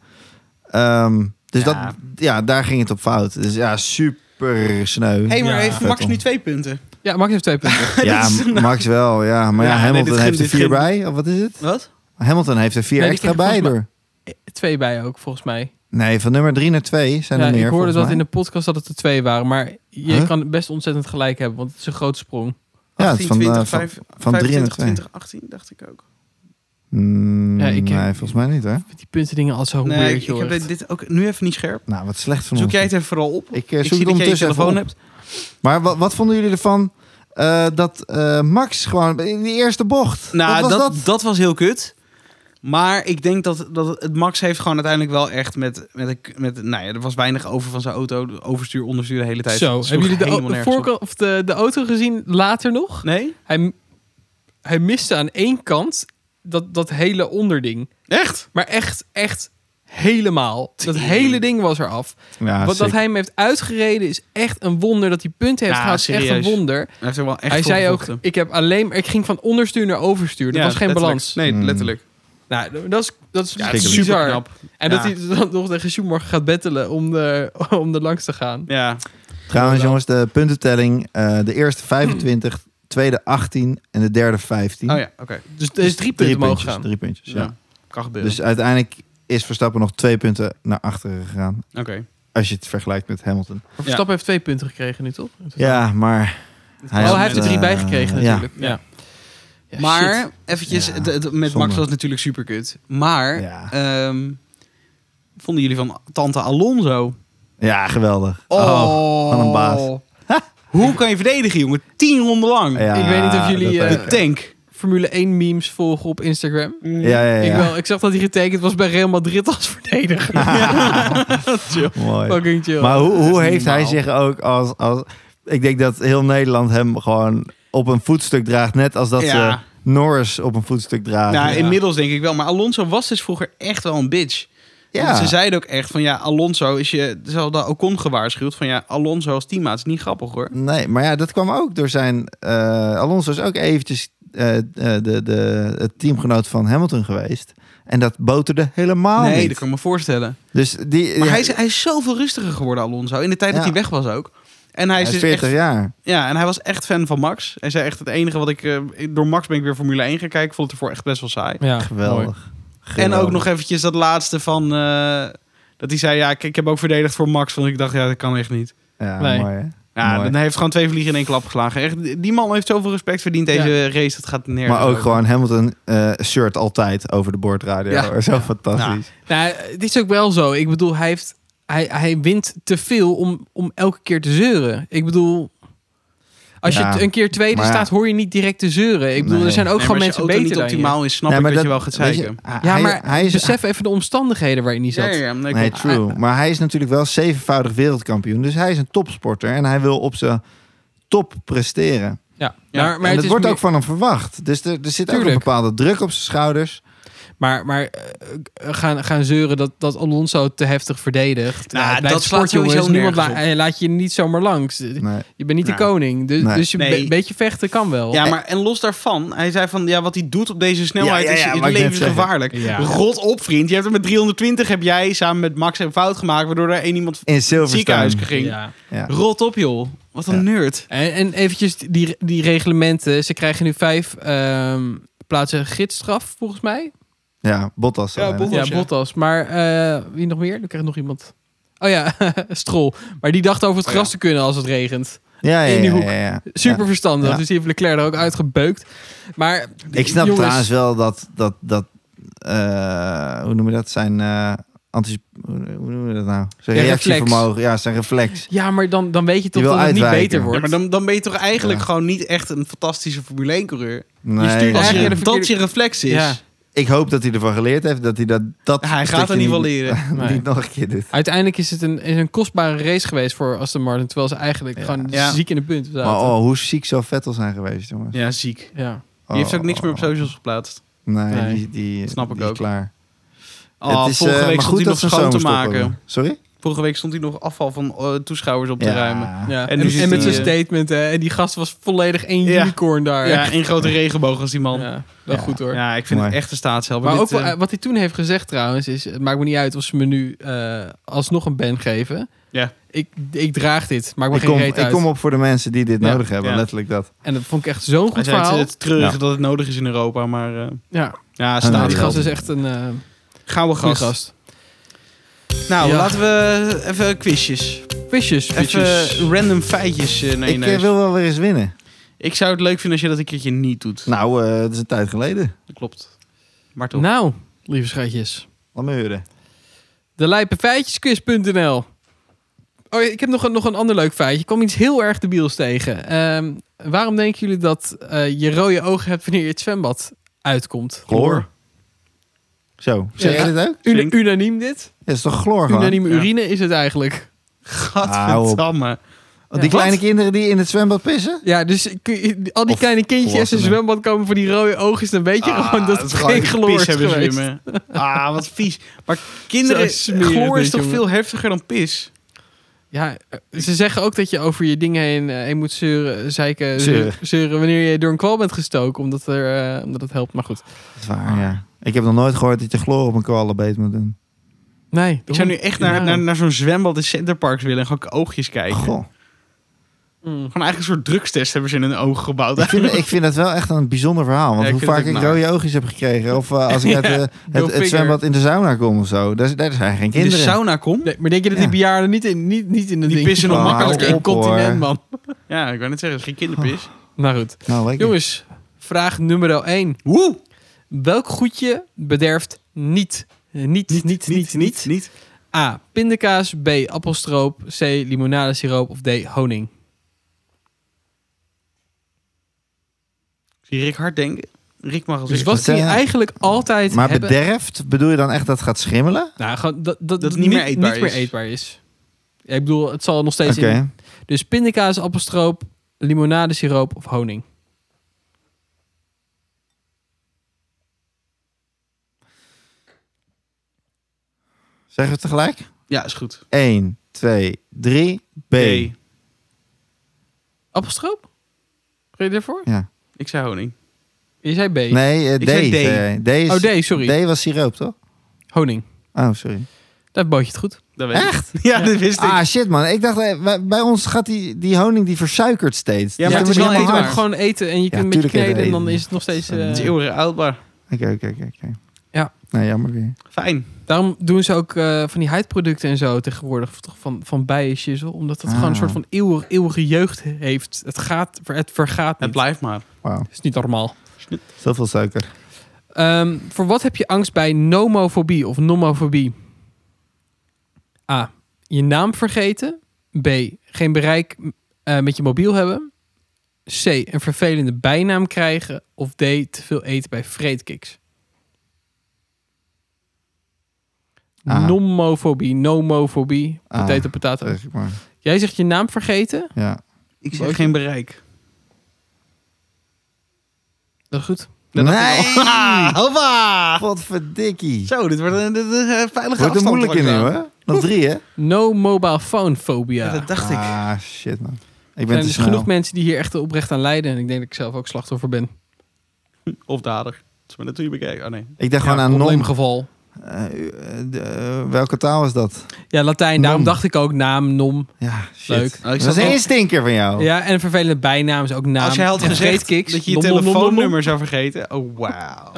Speaker 3: ja. Ehm, dus
Speaker 1: Ja.
Speaker 3: Dat, ja, daar ging het op fout. Dus ja, super sneu.
Speaker 1: Hé, hey, maar
Speaker 4: Ja.
Speaker 1: heeft Max nu twee punten?
Speaker 4: Ja, Max heeft twee punten.
Speaker 3: ja,
Speaker 1: dat is-
Speaker 3: Max wel, ja. Maar ja,
Speaker 1: Ja, nee,
Speaker 3: Hamilton
Speaker 1: dit ging-
Speaker 3: heeft er
Speaker 1: dit
Speaker 3: vier
Speaker 1: ging-
Speaker 3: bij. Of wat is het?
Speaker 1: Wat?
Speaker 3: Hamilton heeft er vier
Speaker 4: Nee, die
Speaker 3: extra
Speaker 4: kreeg
Speaker 3: bij
Speaker 4: volgens
Speaker 3: door.
Speaker 4: Twee bij ook, volgens mij.
Speaker 3: Nee, van nummer drie naar twee zijn
Speaker 4: Ja,
Speaker 3: er meer.
Speaker 4: ik hoorde
Speaker 3: volgens
Speaker 4: dat
Speaker 3: mij.
Speaker 4: in de podcast dat het er twee waren. Maar je
Speaker 3: Huh?
Speaker 4: kan best ontzettend gelijk hebben, want het is een groot sprong.
Speaker 3: Ja,
Speaker 1: 18,
Speaker 3: van, eh,
Speaker 1: 20,
Speaker 3: van-
Speaker 1: 5,
Speaker 3: van
Speaker 1: 25,
Speaker 3: 23.
Speaker 1: 20, 18 dacht ik ook.
Speaker 3: Mm,
Speaker 4: Ja, ik heb-
Speaker 3: Nee, volgens mij niet, hè?
Speaker 4: Die punten dingen al zo
Speaker 1: Nee,
Speaker 4: weird,
Speaker 1: ik, ik
Speaker 4: joh.
Speaker 1: heb dit,
Speaker 4: echt.
Speaker 1: dit ook nu even niet scherp.
Speaker 3: Nou, wat slecht van
Speaker 1: Zoek
Speaker 3: ons.
Speaker 1: jij het even vooral op.
Speaker 3: Ik, eh,
Speaker 1: ik
Speaker 3: zoek
Speaker 1: zie
Speaker 3: het
Speaker 1: dat jij je
Speaker 3: ondertussen
Speaker 1: telefoon
Speaker 3: even op.
Speaker 1: hebt.
Speaker 3: Maar wat, wat vonden jullie ervan eh, dat eh, Max gewoon in die eerste bocht...
Speaker 1: Nou,
Speaker 3: wat was
Speaker 1: dat,
Speaker 3: dat?
Speaker 1: dat? was heel kut. Maar ik denk dat, dat het Max heeft gewoon uiteindelijk wel echt met, met, een- met... Nou ja, er was weinig over van zijn auto. De Overstuur, onderstuur de hele tijd.
Speaker 4: Zo,
Speaker 1: Sloeg
Speaker 4: hebben jullie de,
Speaker 1: helemaal
Speaker 4: au- de,
Speaker 1: nergens op.
Speaker 4: voorkant- of de, de auto gezien later nog?
Speaker 1: Nee?
Speaker 4: Hij, hij miste aan één kant dat, dat hele onderding.
Speaker 1: Echt?
Speaker 4: Maar echt, echt helemaal. Dat hele ding was eraf.
Speaker 3: Ja,
Speaker 4: Wat dat
Speaker 3: Ah, sick.
Speaker 4: hij hem heeft uitgereden is echt een wonder. Dat hij punten heeft
Speaker 1: Ja,
Speaker 4: gehaald is echt
Speaker 1: Ah, serieus.
Speaker 4: een wonder.
Speaker 1: Hij, heeft er wel echt
Speaker 4: hij
Speaker 1: voor
Speaker 4: zei ook,
Speaker 1: gevochten.
Speaker 4: ik, heb alleen, maar- ik ging van onderstuur naar overstuur. Dat
Speaker 1: Ja,
Speaker 4: was geen
Speaker 1: letterlijk.
Speaker 4: balans.
Speaker 1: Nee,
Speaker 3: Hmm.
Speaker 1: letterlijk.
Speaker 4: Nou, dat is, dat is
Speaker 1: Ja, het is
Speaker 4: bizar.
Speaker 1: super knap.
Speaker 4: En dat
Speaker 1: Ja.
Speaker 4: hij dan nog tegen Schumacher gaat bettelen om er, om er langs te gaan.
Speaker 1: Ja,
Speaker 3: Trouwens, jongens, de puntentelling. eh, de eerste 25, tweede 18 en de derde 15.
Speaker 1: oh ja, oké.
Speaker 4: Dus er is drie punten mogen gaan.
Speaker 3: Drie puntjes, Hmm. ja.
Speaker 1: Ja. Kan gebeuren.
Speaker 3: Dus uiteindelijk is Verstappen nog twee punten naar achteren gegaan.
Speaker 1: oké.
Speaker 3: Als je het vergelijkt met Hamilton.
Speaker 4: Maar Verstappen heeft twee punten gekregen nu, toch?
Speaker 3: Ja, maar...
Speaker 4: Oh, hij
Speaker 3: had,
Speaker 4: heeft er drie
Speaker 3: eh,
Speaker 4: bij gekregen
Speaker 3: ja.
Speaker 4: natuurlijk. Ja. Ja,
Speaker 1: maar
Speaker 4: shit.
Speaker 1: eventjes,
Speaker 3: Ja,
Speaker 1: het- het- met Max
Speaker 3: zonde.
Speaker 1: was het natuurlijk super kut. Maar,
Speaker 3: Ja.
Speaker 1: ehm, vonden jullie van tante Alonso?
Speaker 3: Ja, geweldig.
Speaker 1: Oh,
Speaker 3: wat een baas.
Speaker 1: Hoe kan je verdedigen, jongen? Tien ronden lang.
Speaker 3: Oh, Ja,
Speaker 4: Ik weet niet of jullie,
Speaker 3: dat
Speaker 4: eh,
Speaker 3: ook.
Speaker 1: De tank.
Speaker 4: Formule 1 memes volgen op Instagram.
Speaker 1: Mm.
Speaker 3: ja, ja, ja.
Speaker 4: Ik, wel, ik zag dat hij getekend was bij Real Madrid als verdediger.
Speaker 3: Mooi.
Speaker 4: Fucking chill.
Speaker 3: Maar hoe, hoe
Speaker 1: is
Speaker 3: heeft hij
Speaker 1: normaal.
Speaker 3: zich ook als, als... Ik denk dat heel Nederland hem gewoon op een voetstuk draagt. Net als dat
Speaker 1: Ja.
Speaker 3: ze Norris op een voetstuk dragen.
Speaker 1: Nou, inmiddels denk ik wel. Maar Alonso was dus vroeger echt wel een bitch.
Speaker 3: Ja.
Speaker 1: Want Ze zeiden ook echt van ja, Alonso is je... Ze hadden Ocon gewaarschuwd van ja, Alonso als teammaat is niet grappig hoor.
Speaker 3: Nee, maar ja, dat kwam ook door zijn... eh, Alonso is ook eventjes eh, eh, de, de, het teamgenoot van Hamilton geweest. En dat boterde helemaal
Speaker 1: nee,
Speaker 3: niet.
Speaker 1: dat kan ik me voorstellen.
Speaker 3: Dus die,
Speaker 1: Maar
Speaker 3: ja,
Speaker 1: hij, is, hij is zoveel rustiger geworden, Alonso. In de tijd dat
Speaker 3: Ja.
Speaker 1: hij weg was ook. En hij
Speaker 3: hij
Speaker 1: is,
Speaker 3: is
Speaker 1: dus
Speaker 3: 40
Speaker 1: echt,
Speaker 3: jaar.
Speaker 1: ja, en hij was echt fan van Max. Hij zei echt het enige wat ik... eh, door Max ben ik weer Formule 1 gaan kijken. Ik vond het ervoor echt best wel saai.
Speaker 4: ja, mooi.
Speaker 3: Geweldig.
Speaker 1: En
Speaker 3: Geweldig.
Speaker 1: ook nog eventjes dat laatste van... eh, dat hij zei, ja, ik, ik heb ook verdedigd voor Max. Want ik dacht, ja, dat kan echt niet.
Speaker 3: Ja,
Speaker 4: Nee.
Speaker 3: mooi hè?
Speaker 1: Ja,
Speaker 3: Mooi.
Speaker 1: dan heeft gewoon twee vliegen in één klap geslagen. Echt, die man heeft zoveel respect verdiend deze race. Dat gaat nergens
Speaker 3: Maar ook
Speaker 1: over.
Speaker 3: gewoon Hamilton eh, shirt altijd over de boordradio.
Speaker 4: Ja.
Speaker 3: Zo fantastisch.
Speaker 4: Nou, het is ook wel zo. Ik bedoel, hij, heeft, hij, hij wint te veel om, om elke keer te zeuren. Ik bedoel, als
Speaker 3: Ja,
Speaker 4: je t- een keer tweede
Speaker 3: maar ja.
Speaker 4: staat, hoor je niet direct te zeuren. Ik bedoel,
Speaker 3: Nee.
Speaker 4: er zijn ook
Speaker 1: Nee, maar
Speaker 4: gewoon
Speaker 1: als je
Speaker 4: mensen
Speaker 1: auto
Speaker 4: beter
Speaker 1: niet
Speaker 4: dan je.
Speaker 1: optimaal is, snap
Speaker 3: Nee,
Speaker 1: ik
Speaker 3: maar
Speaker 1: dat, je wel gaat
Speaker 3: weet je,
Speaker 1: zeiken.
Speaker 3: hij-
Speaker 4: Ja, maar
Speaker 3: hij is,
Speaker 4: besef even de omstandigheden waarin hij
Speaker 1: Ja,
Speaker 4: zat.
Speaker 1: ja, ja, nee, Ah.
Speaker 3: nee,
Speaker 1: klopt.
Speaker 3: true. Maar hij is natuurlijk wel zevenvoudig wereldkampioen. Dus hij is een topsporter en hij wil op zijn top presteren.
Speaker 4: Ja.
Speaker 1: Ja,
Speaker 4: Maar, maar,
Speaker 3: en
Speaker 4: het
Speaker 3: dat
Speaker 4: is
Speaker 3: wordt
Speaker 4: meer-
Speaker 3: ook van hem verwacht. Dus er, er zit ook
Speaker 4: Tuurlijk.
Speaker 3: een bepaalde druk op zijn schouders.
Speaker 4: maar, maar eh, gaan, gaan zeuren dat, dat Alonso te heftig verdedigt.
Speaker 1: Nou,
Speaker 4: bij
Speaker 1: dat slaat
Speaker 4: het sportjongens,
Speaker 1: sowieso
Speaker 4: niemand
Speaker 1: nergens
Speaker 4: la- hij laat je niet zomaar langs.
Speaker 3: Nee.
Speaker 4: Je bent niet
Speaker 1: Nou,
Speaker 4: de koning. Dus,
Speaker 3: nee.
Speaker 4: dus je
Speaker 1: Nee.
Speaker 4: be- beetje vechten kan wel.
Speaker 1: Ja, maar en los daarvan, hij zei van ja, wat hij doet op deze snelheid
Speaker 3: Ja, ja, ja,
Speaker 1: is
Speaker 3: wou ik net
Speaker 1: levensgevaarlijk.
Speaker 4: zeggen. Ja.
Speaker 1: Rot op, vriend. Je hebt er met 320 heb jij samen met Max een fout gemaakt, waardoor er één iemand
Speaker 3: In
Speaker 1: het ziekenhuis
Speaker 3: Silverstone.
Speaker 1: ging.
Speaker 4: Ja.
Speaker 3: Ja.
Speaker 1: Rot op, joh. Wat een
Speaker 3: Ja.
Speaker 1: nerd.
Speaker 4: En, en eventjes die, die reglementen. Ze krijgen nu vijf ehm, plaatsen gidsstraf, volgens mij.
Speaker 3: ja, Bottas.
Speaker 1: Ja,
Speaker 3: alleen, hè?
Speaker 1: Bottas.
Speaker 4: ja, Bottas. Maar eh, wie nog meer? Dan krijgt nog iemand. Oh ja, Strol. Maar die dacht over het gras te kunnen als het regent.
Speaker 3: Ja, ja,
Speaker 4: In die
Speaker 3: ja,
Speaker 4: hoek.
Speaker 3: ja, Oh ja.
Speaker 4: Super verstandig.
Speaker 3: Ja.
Speaker 4: Dus die heeft Leclerc er ook uitgebeukt. Maar
Speaker 3: Ik snap
Speaker 4: jongens,
Speaker 3: trouwens wel dat, dat, dat eh, hoe noem je dat, zijn eh antici- hoe hoe noem je dat nou? Zijn
Speaker 4: Ja,
Speaker 3: reactievermogen, ja, zijn reflex.
Speaker 4: Ja, maar dan, dan weet je
Speaker 3: Die
Speaker 4: toch
Speaker 3: wil
Speaker 4: dat het niet
Speaker 3: uitwijken.
Speaker 4: beter wordt.
Speaker 1: Ja, maar dan, dan ben je toch eigenlijk
Speaker 3: Ja.
Speaker 1: gewoon niet echt een fantastische Formule 1 coureur.
Speaker 3: Nee,
Speaker 1: je stuurt
Speaker 3: ja.
Speaker 1: als je,
Speaker 4: eigenlijk de
Speaker 1: dat je
Speaker 4: verkeerde-
Speaker 1: reflex is.
Speaker 4: Ja.
Speaker 3: Ik hoop dat hij ervan geleerd heeft, dat hij dat... dat
Speaker 1: Hij gaat
Speaker 3: stukje
Speaker 1: er niet van leren.
Speaker 3: niet
Speaker 4: Nee.
Speaker 3: nog een keer doet.
Speaker 4: Uiteindelijk is het een, is een kostbare race geweest voor Aston Martin. Terwijl ze eigenlijk
Speaker 3: Ja.
Speaker 4: gewoon
Speaker 1: Ja.
Speaker 4: ziek in de punt zaten.
Speaker 3: Maar oh, hoe ziek zou Vettel zijn geweest, jongens.
Speaker 1: Ja, ziek.
Speaker 4: Ja.
Speaker 1: Die
Speaker 3: Oh.
Speaker 1: heeft ook niks meer op
Speaker 3: zo.
Speaker 1: socials geplaatst.
Speaker 3: Nee,
Speaker 4: Nee.
Speaker 3: die, die,
Speaker 1: Snap ik
Speaker 3: die is
Speaker 1: ook.
Speaker 3: klaar.
Speaker 1: Oh, vorige
Speaker 3: eh,
Speaker 1: week
Speaker 3: maar
Speaker 1: stond hij nog
Speaker 3: ze een
Speaker 1: schoon te
Speaker 3: zomerstop
Speaker 1: maken.
Speaker 3: hebben. Sorry?
Speaker 1: Vorige week stond hij nog afval van eh, toeschouwers op te ruimen.
Speaker 4: Ja.
Speaker 1: En
Speaker 4: En,
Speaker 1: nu
Speaker 4: en,
Speaker 1: zit
Speaker 4: met
Speaker 1: hij,
Speaker 4: zijn
Speaker 1: eh,
Speaker 4: statement. Hè. En die gast was volledig één
Speaker 1: Ja.
Speaker 4: unicorn daar.
Speaker 1: Ja, in grote regenboog als die man. Ja,
Speaker 4: Ja, wel
Speaker 3: Ja.
Speaker 4: goed hoor.
Speaker 1: ik vind
Speaker 3: Mooi.
Speaker 1: het echt een staatshelp.
Speaker 4: Maar
Speaker 1: Dit,
Speaker 4: ook wel,
Speaker 1: eh,
Speaker 4: eh, wat hij toen heeft gezegd trouwens is... Het maakt me niet uit of ze me nu eh, alsnog een ban geven.
Speaker 1: Ja.
Speaker 4: Ik, ik draag dit, maakt me
Speaker 3: Ik
Speaker 4: geen
Speaker 3: kom,
Speaker 4: reet
Speaker 3: ik
Speaker 4: uit.
Speaker 3: kom op voor de mensen die dit
Speaker 4: Ja.
Speaker 3: nodig hebben,
Speaker 1: Ja.
Speaker 3: letterlijk dat.
Speaker 4: En dat vond ik echt zo'n
Speaker 1: hij
Speaker 4: goed
Speaker 1: zei, het,
Speaker 4: verhaal.
Speaker 1: het is treurig
Speaker 3: Ja.
Speaker 1: dat het nodig is in Europa, maar eh,
Speaker 4: Ja, Nou,
Speaker 1: ja,
Speaker 3: nee,
Speaker 4: die
Speaker 1: staatshelp.
Speaker 4: gast is echt een eh
Speaker 1: Gouden
Speaker 4: goede
Speaker 1: gast.
Speaker 4: gast.
Speaker 1: Nou,
Speaker 4: Ja.
Speaker 1: laten we even quizjes.
Speaker 4: Quizjes, quizjes.
Speaker 1: Even eh, random feitjes. eh, nee,
Speaker 3: ik
Speaker 1: nee.
Speaker 3: eh, wil wel weer eens winnen.
Speaker 1: ik zou het leuk vinden als je dat een keertje niet doet.
Speaker 3: Nou, eh het is een tijd geleden.
Speaker 1: dat klopt. Maar toch.
Speaker 4: nou, lieve schatjes.
Speaker 3: Laat me horen.
Speaker 4: De lijpenfeitjesquiz.nl. Oh, ik heb nog een, nog een ander leuk feitje. Ik kwam iets heel erg debiels tegen. Ehm, waarom denken jullie dat eh, je rode ogen hebt wanneer je het zwembad uitkomt?
Speaker 3: Chloor. Zo, zeg
Speaker 4: Ja.
Speaker 3: je dit ook?
Speaker 4: Una-
Speaker 1: Zink.
Speaker 4: unaniem dit?
Speaker 3: Ja, het is toch chloor gewoon?
Speaker 4: Unaniem
Speaker 1: Ja.
Speaker 4: urine is het eigenlijk.
Speaker 1: Gadverdamme. Oh,
Speaker 3: Want die
Speaker 4: Ja.
Speaker 3: kleine
Speaker 4: Wat?
Speaker 3: kinderen die in het zwembad pissen?
Speaker 4: Ja, dus kun je- al die
Speaker 3: Of
Speaker 4: kleine kindjes in
Speaker 3: volwassenen.
Speaker 4: het zwembad komen voor die rode oogjes. Dan weet je gewoon dat het geen chloor is geweest.
Speaker 1: Ah, wat vies. Maar kinderen,
Speaker 4: Zo smerig
Speaker 1: chloor is
Speaker 4: dit,
Speaker 1: toch
Speaker 4: jongen.
Speaker 1: veel heftiger dan pis?
Speaker 4: Ja, eh, ze zeggen ook dat je over je dingen heen, eh, heen moet zeuren, zeiken,
Speaker 3: Zeuren.
Speaker 4: zeuren. wanneer je door een kwal bent gestoken, omdat, er, eh, omdat het helpt. Maar goed.
Speaker 3: Dat is waar,
Speaker 1: Ah.
Speaker 3: ja. Ik heb nog nooit gehoord dat je chloor op een koalenbeet moet doen.
Speaker 4: Nee,
Speaker 1: Ik zou nu echt naar,
Speaker 4: Ja.
Speaker 1: naar, naar zo'n zwembad in Centerparks willen en gewoon oogjes kijken.
Speaker 3: Goh.
Speaker 4: Mm.
Speaker 1: Gewoon eigenlijk een soort drugstest hebben ze in hun oog gebouwd.
Speaker 3: Ik vind, ik vind dat wel echt een bijzonder verhaal. Want
Speaker 1: Ja, ik
Speaker 3: hoe
Speaker 1: vind
Speaker 3: vaak
Speaker 1: het
Speaker 3: ik
Speaker 1: ook
Speaker 3: rode oogjes heb gekregen. Of eh, als ik uit eh,
Speaker 4: go
Speaker 3: het, het
Speaker 4: figure.
Speaker 3: zwembad in de sauna kom of zo. Daar, daar zijn geen
Speaker 1: In de
Speaker 3: kinderen.
Speaker 1: sauna kom?
Speaker 4: Nee, maar denk je dat die
Speaker 3: Ja.
Speaker 4: bejaarden niet in, niet, niet in de
Speaker 1: Die pissen nog
Speaker 3: Ah,
Speaker 1: makkelijk
Speaker 3: hou
Speaker 1: in.
Speaker 3: op, hoor.
Speaker 4: continent, man.
Speaker 1: Ja, ik wou net zeggen, het is geen kinderpis.
Speaker 4: Nou goed.
Speaker 3: Nou, lekker.
Speaker 4: Jongens, vraag nummer 1.
Speaker 1: Woe!
Speaker 4: Welk goedje bederft niet? Eh, Niet, niet, niet, niet.
Speaker 1: niet.
Speaker 4: A. Pindakaas. B. Appelstroop. C. Limonadesiroop. Of D. Honing.
Speaker 1: Ik Zie Rick hard denken? Rick mag als
Speaker 4: Dus
Speaker 1: ik-
Speaker 4: wat
Speaker 3: dat,
Speaker 4: zie je
Speaker 3: eh,
Speaker 4: eigenlijk altijd
Speaker 3: maar
Speaker 4: hebben...
Speaker 3: bederft, bedoel je dan echt dat gaat schimmelen?
Speaker 4: Nou, gewoon dat, dat,
Speaker 1: het
Speaker 4: niet, meer eetbaar is. Ja, ik bedoel, het zal nog steeds
Speaker 3: Oké.
Speaker 4: in. Dus pindakaas, appelstroop, limonadesiroop of honing.
Speaker 3: Zeggen we het tegelijk?
Speaker 1: Ja, is goed.
Speaker 3: 1, 2, 3, B.
Speaker 1: Nee,
Speaker 4: Appelstroop? Ga je daarvoor?
Speaker 3: Ja.
Speaker 1: Ik zei honing.
Speaker 4: Je zei B.
Speaker 3: Nee, eh,
Speaker 1: Ik zei
Speaker 3: D.
Speaker 1: D.
Speaker 3: eh, D, is,
Speaker 4: Oh, D, sorry.
Speaker 3: D was siroop, toch?
Speaker 4: Honing.
Speaker 3: Oh, sorry.
Speaker 4: Dat bood je het goed.
Speaker 1: Dat weet ik.
Speaker 3: Echt?
Speaker 1: Ja, dat wist ik.
Speaker 3: Ah, shit man. Ik dacht, eh, bij, bij ons gaat die, die honing die versuikert steeds.
Speaker 1: Ja,
Speaker 3: Dus
Speaker 1: maar
Speaker 3: dan
Speaker 1: het is
Speaker 3: moet
Speaker 1: wel
Speaker 3: je
Speaker 1: eetbaar.
Speaker 3: helemaal
Speaker 4: Maar gewoon eten en je kunt met je
Speaker 3: tuurlijk eten,
Speaker 4: kneden en dan
Speaker 3: eten.
Speaker 4: is het nog steeds...
Speaker 3: Dat
Speaker 1: Het is
Speaker 4: eh,
Speaker 1: eeuwig houdbaar.
Speaker 3: hard- Oké, oké, oké. oké.
Speaker 4: Ja.
Speaker 3: Nou, jammer weer.
Speaker 1: Fijn.
Speaker 4: daarom doen ze ook eh, van die huidproducten en zo tegenwoordig toch van, van bijenjes. hoor. Omdat dat
Speaker 3: Ah.
Speaker 4: gewoon een soort van eeuwig, eeuwige jeugd heeft. Het, gaat, het vergaat
Speaker 1: Het
Speaker 4: niet. Het
Speaker 1: blijft maar.
Speaker 3: Wauw.
Speaker 4: is niet normaal.
Speaker 3: Zoveel suiker.
Speaker 4: Ehm, voor wat heb je angst bij nomofobie of nomofobie? A. Je naam vergeten. B. Geen bereik eh, met je mobiel hebben. C. Een vervelende bijnaam krijgen. Of D. Te veel eten bij vreedkiks.
Speaker 3: A.
Speaker 4: Nomofobie, nomofobie,
Speaker 3: A, Eh.
Speaker 4: potato, potato.
Speaker 3: Zeg ik maar.
Speaker 4: Jij zegt je naam vergeten.
Speaker 3: Ja.
Speaker 1: Ik
Speaker 4: Leuk.
Speaker 1: zeg geen bereik.
Speaker 4: Dat is goed.
Speaker 1: Dat dacht ik
Speaker 3: nee!
Speaker 1: al. Ah, hoppa!
Speaker 3: Godverdikkie.
Speaker 1: Zo, dit wordt een, dit is een veilige
Speaker 3: Wordt er
Speaker 1: afstand.
Speaker 3: moeilijk in nu,
Speaker 1: langzaam.
Speaker 3: hoor. Nog drie, hè?
Speaker 4: No mobile phone phobia.
Speaker 1: Ja, dat dacht ik.
Speaker 3: Ah, shit, man. Ik
Speaker 4: er
Speaker 3: ben
Speaker 4: zijn
Speaker 3: te
Speaker 4: dus
Speaker 3: snel.
Speaker 4: genoeg mensen die hier echt oprecht aan lijden. En ik denk dat ik zelf ook slachtoffer ben.
Speaker 1: Of dader. Dat is maar natuurlijk bekijken. Oh nee.
Speaker 3: Ik dacht
Speaker 4: Ja,
Speaker 3: gewoon aan nom.
Speaker 4: probleemgeval.
Speaker 3: Eh, eh, de- eh, welke taal is dat?
Speaker 4: Ja, Latijn. Daarom
Speaker 3: Nom.
Speaker 4: dacht ik ook naam, nom.
Speaker 3: Ja, shit.
Speaker 4: Leuk.
Speaker 1: Nou, ik
Speaker 3: Dat is
Speaker 1: zat
Speaker 3: een
Speaker 1: al-
Speaker 3: instinker van jou.
Speaker 4: Ja, en een vervelende bijnaam is ook naam.
Speaker 1: Als jij had
Speaker 4: En
Speaker 1: gezegd
Speaker 4: vreedkiks.
Speaker 1: dat je je
Speaker 4: Nom, nom, nom, nom, nom.
Speaker 1: telefoonnummer zou vergeten. Oh, wauw.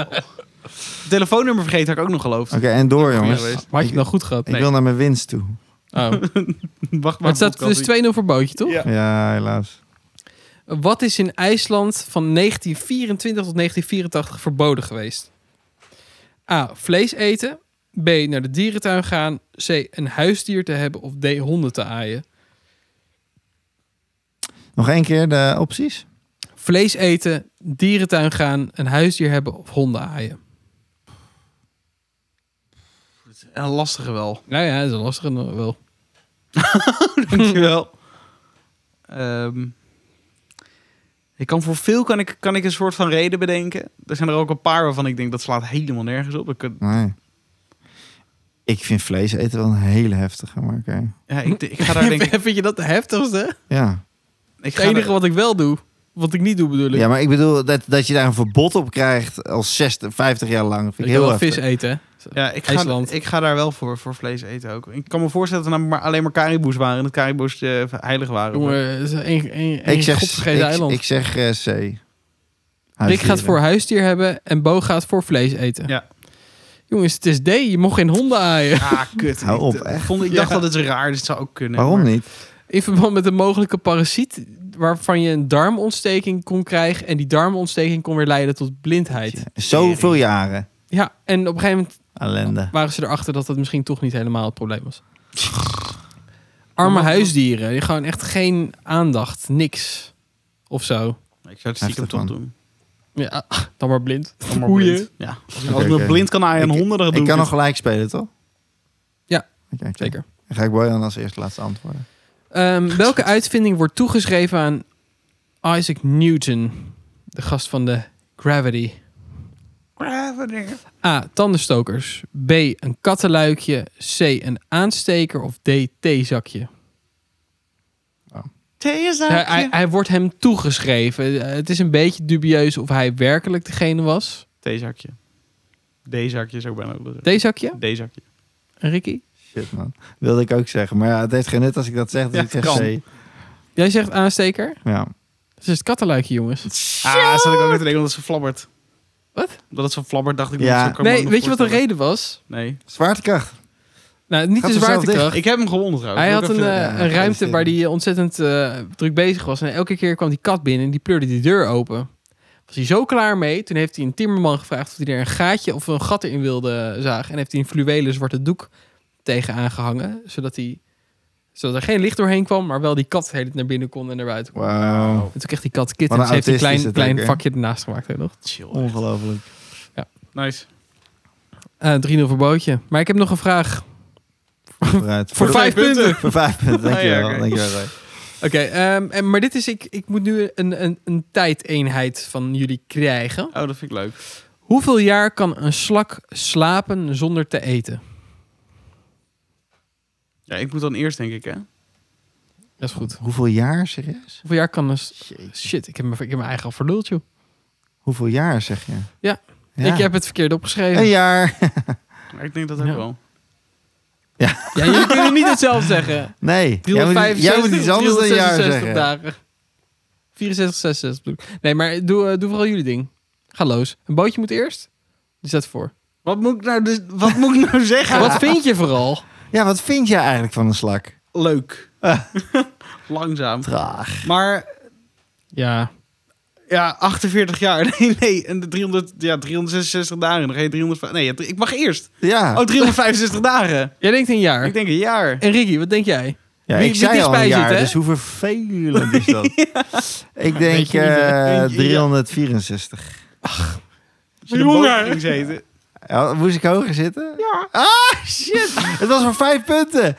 Speaker 1: telefoonnummer vergeten had ik ook nog geloofd.
Speaker 3: Oké, en door, jongens.
Speaker 1: geweest.
Speaker 4: Maar had je het nou goed gehad?
Speaker 3: Ik wil naar mijn winst toe.
Speaker 4: Oh. Maar
Speaker 1: Wacht maar.
Speaker 4: het staat
Speaker 1: podcast.
Speaker 4: dus 2-0 voor bootje, toch?
Speaker 1: Ja.
Speaker 3: Ja, helaas.
Speaker 4: Wat is in IJsland van 1924 tot 1984 verboden geweest? A. Vlees eten. B. Naar de dierentuin gaan. C. Een huisdier te hebben. Of D. Honden te aaien.
Speaker 3: Nog één keer de opties.
Speaker 4: Vlees eten, dierentuin gaan, een huisdier hebben of honden aaien.
Speaker 1: Een lastige wel.
Speaker 4: Nou ja, dat is een lastige nog wel.
Speaker 1: Dankjewel. Ehm, ik kan voor veel kan ik, kan ik een soort van reden bedenken. Er zijn er ook een paar waarvan ik denk dat slaat helemaal nergens op. Ik, kan-
Speaker 3: Nee. Ik vind vlees eten wel een hele heftige, maar oké.
Speaker 1: ja, ik, ik ga daar denk ik...
Speaker 4: Vind je dat de heftigste?
Speaker 3: Ja.
Speaker 1: ik
Speaker 4: Het
Speaker 1: ga
Speaker 4: enige
Speaker 1: daar-
Speaker 4: wat ik wel doe, wat ik niet doe bedoel ik.
Speaker 3: ja, maar ik bedoel dat, dat je daar een verbod op krijgt al 60, 50 jaar lang. Vind ik,
Speaker 4: ik wil
Speaker 3: heel
Speaker 4: wel
Speaker 3: heftig.
Speaker 4: vis eten. hè.
Speaker 1: ja, ik, ga,
Speaker 4: IJsland.
Speaker 1: ik ga daar wel voor, voor vlees eten ook. Ik kan me voorstellen dat er namelijk maar alleen maar kariboes waren. En dat kariboes eh, heilig waren.
Speaker 4: Jongen, het is één één-
Speaker 3: Ik
Speaker 4: één
Speaker 3: zeg,
Speaker 4: godvergeten
Speaker 3: ik,
Speaker 4: eiland.
Speaker 3: ik zeg eh, C.
Speaker 4: Rick
Speaker 3: Huisdieren.
Speaker 4: gaat voor huisdier hebben en Bo gaat voor vlees eten.
Speaker 1: Ja.
Speaker 4: Jongens, het is D. Je mocht geen honden aaien.
Speaker 1: Ah, kut.
Speaker 3: Hou op,
Speaker 1: ik,
Speaker 3: echt.
Speaker 1: Vond, ik dacht
Speaker 4: Ja.
Speaker 1: dat het raar dat zou ook kunnen.
Speaker 3: Waarom
Speaker 1: maar-
Speaker 3: niet?
Speaker 4: In verband met een mogelijke parasiet waarvan je een darmontsteking kon krijgen. En die darmontsteking kon weer leiden tot blindheid.
Speaker 3: Zoveel jaren.
Speaker 4: Ja, en op een gegeven moment
Speaker 3: Ellende.
Speaker 4: waren ze erachter dat dat misschien toch niet helemaal het probleem was. Arme huisdieren, die gewoon echt geen aandacht, niks of zo.
Speaker 1: Ik zou het stiekem
Speaker 3: Heftig,
Speaker 1: toch
Speaker 3: man.
Speaker 1: doen.
Speaker 4: Ja, dan maar blind.
Speaker 1: Allemaal
Speaker 4: Boeien.
Speaker 1: blind. Ja. Als ik
Speaker 3: Oké,
Speaker 1: nog
Speaker 3: oké.
Speaker 1: blind kan aaien en
Speaker 3: Ik-
Speaker 1: honden, dan doe
Speaker 3: Ik
Speaker 1: ik dus.
Speaker 3: kan nog
Speaker 1: het.
Speaker 3: gelijk spelen, toch?
Speaker 4: Ja,
Speaker 3: Oké, oké.
Speaker 4: Zeker.
Speaker 3: Dan ga ik Boyan als eerste laatste antwoorden.
Speaker 4: Ehm, welke uitvinding wordt toegeschreven aan Isaac Newton, de gast van de Gravity? A. Tandenstokers. B. Een kattenluikje. C. Een aansteker. Of D. Theezakje. Hij, hij, hij wordt hem toegeschreven. Eh, Het is een beetje dubieus of hij werkelijk degene was.
Speaker 1: Theezakje. D-zakje zou ik bijna ook willen
Speaker 4: Theezakje,
Speaker 1: zeggen. D-zakje.
Speaker 4: Ricky?
Speaker 3: Shit, man. Wilde ik ook zeggen. Maar ja, het heeft geen nut als ik dat zeg. Dus
Speaker 1: Ja,
Speaker 3: ik zeg
Speaker 1: kan.
Speaker 3: C.
Speaker 4: Jij zegt aansteker?
Speaker 3: Ja.
Speaker 4: Dat is het kattenluikje, jongens.
Speaker 1: Ah, zat ik ook net te denken dat ze flabbert.
Speaker 4: Wat?
Speaker 1: Dat het zo flabbert, dacht ik.
Speaker 3: Ja.
Speaker 1: dat zo kan ik me
Speaker 4: Nee,
Speaker 1: nog
Speaker 4: weet je wat de
Speaker 1: voorstellen.
Speaker 4: reden was?
Speaker 1: Nee.
Speaker 3: Zwaartekracht.
Speaker 4: Nou, niet
Speaker 3: Gaat
Speaker 4: de
Speaker 3: vanzelf
Speaker 4: zwaartekracht.
Speaker 1: Ik heb hem gewonnen trouwens.
Speaker 4: Hij
Speaker 1: Wil ik
Speaker 4: had een,
Speaker 1: even-
Speaker 4: eh,
Speaker 3: ja,
Speaker 4: een ruimte
Speaker 3: feliciteren.
Speaker 4: waar hij eh, ontzettend eh, druk bezig was. En elke keer kwam die kat binnen en die pleurde die deur open. Was hij zo klaar mee. Toen heeft hij een timmerman gevraagd of hij er een gaatje of een gat in wilde zagen. En heeft hij een fluwelen zwarte doek tegen aangehangen. Zodat, hij, zodat er geen licht doorheen kwam, maar wel die kat heel naar binnen kon en naar buiten kon.
Speaker 3: Wauw.
Speaker 4: En toen kreeg die kat kitten.
Speaker 3: Wat
Speaker 4: Dus
Speaker 3: een
Speaker 4: heeft hij een
Speaker 3: autist is het
Speaker 4: klein, klein
Speaker 3: ook, hè?
Speaker 4: vakje ernaast gemaakt. Hè, nog.
Speaker 1: Chill.
Speaker 3: Ongelooflijk.
Speaker 1: Nice.
Speaker 4: Eh 3-0 voor Bootje. Maar ik heb nog een vraag.
Speaker 3: Vooruit.
Speaker 4: Voor,
Speaker 1: de
Speaker 4: vijf
Speaker 1: vijf punten.
Speaker 4: punten.
Speaker 3: Voor vijf punten. Dankjewel.
Speaker 1: Ah, ja, oké.
Speaker 3: Dankjewel, Roy.
Speaker 4: Oké, ehm, en- maar dit is, ik, ik moet nu een, een, een tijdeenheid van jullie krijgen.
Speaker 1: Oh, dat vind ik leuk.
Speaker 4: Hoeveel jaar kan een slak slapen zonder te eten?
Speaker 1: Ja, ik moet dan eerst, denk ik, hè?
Speaker 4: Dat is goed.
Speaker 3: Hoeveel jaar, serieus?
Speaker 4: Hoeveel jaar kan een... s- Shit, ik heb, me- ik heb mijn eigen al verluld, joh.
Speaker 3: Hoeveel jaar, zeg je?
Speaker 4: Ja. Ik heb het verkeerd opgeschreven.
Speaker 3: Een jaar.
Speaker 1: Maar ik denk dat ook
Speaker 4: Ja.
Speaker 1: wel.
Speaker 4: Ja, jullie kunnen niet hetzelfde zeggen.
Speaker 3: Nee. Jij moet, jij moet
Speaker 4: 365,
Speaker 3: iets anders dan een jaar
Speaker 4: 366
Speaker 3: zeggen.
Speaker 4: dagen. 64, 66 bedoel ik. Nee, maar doe, eh, doe vooral jullie ding. Ga los. Een bootje moet eerst. Die staat voor.
Speaker 1: Wat moet ik nou, dus, wat moet ik nou zeggen?
Speaker 4: Wat vind je vooral?
Speaker 3: Ja, wat vind jij eigenlijk van een slak?
Speaker 1: Leuk. Langzaam.
Speaker 3: Traag.
Speaker 1: Ah. Maar
Speaker 4: Ja,
Speaker 1: ja, 48 jaar. Nee, nee. En de 300, ja, 366 dagen. Dan ga je 300. Nee, ja, ik mag eerst.
Speaker 3: Ja.
Speaker 1: Oh, 365 dagen.
Speaker 4: jij denkt een jaar.
Speaker 1: Ik denk een jaar.
Speaker 4: En Ricky, wat denk jij?
Speaker 3: Ja,
Speaker 4: Wie-
Speaker 3: ik
Speaker 4: wie
Speaker 3: zei al
Speaker 4: dichtbij
Speaker 3: een jaar,
Speaker 4: zit, hè?
Speaker 3: dus hoe vervelend is dat? Ik denk
Speaker 4: je niet, hè?
Speaker 3: eh,
Speaker 1: Eentje, ja.
Speaker 3: 364.
Speaker 1: Als je de boot ging zeten.
Speaker 3: Ja, moest ik hoger zitten? Ja. Ah, shit! Het was voor vijf punten.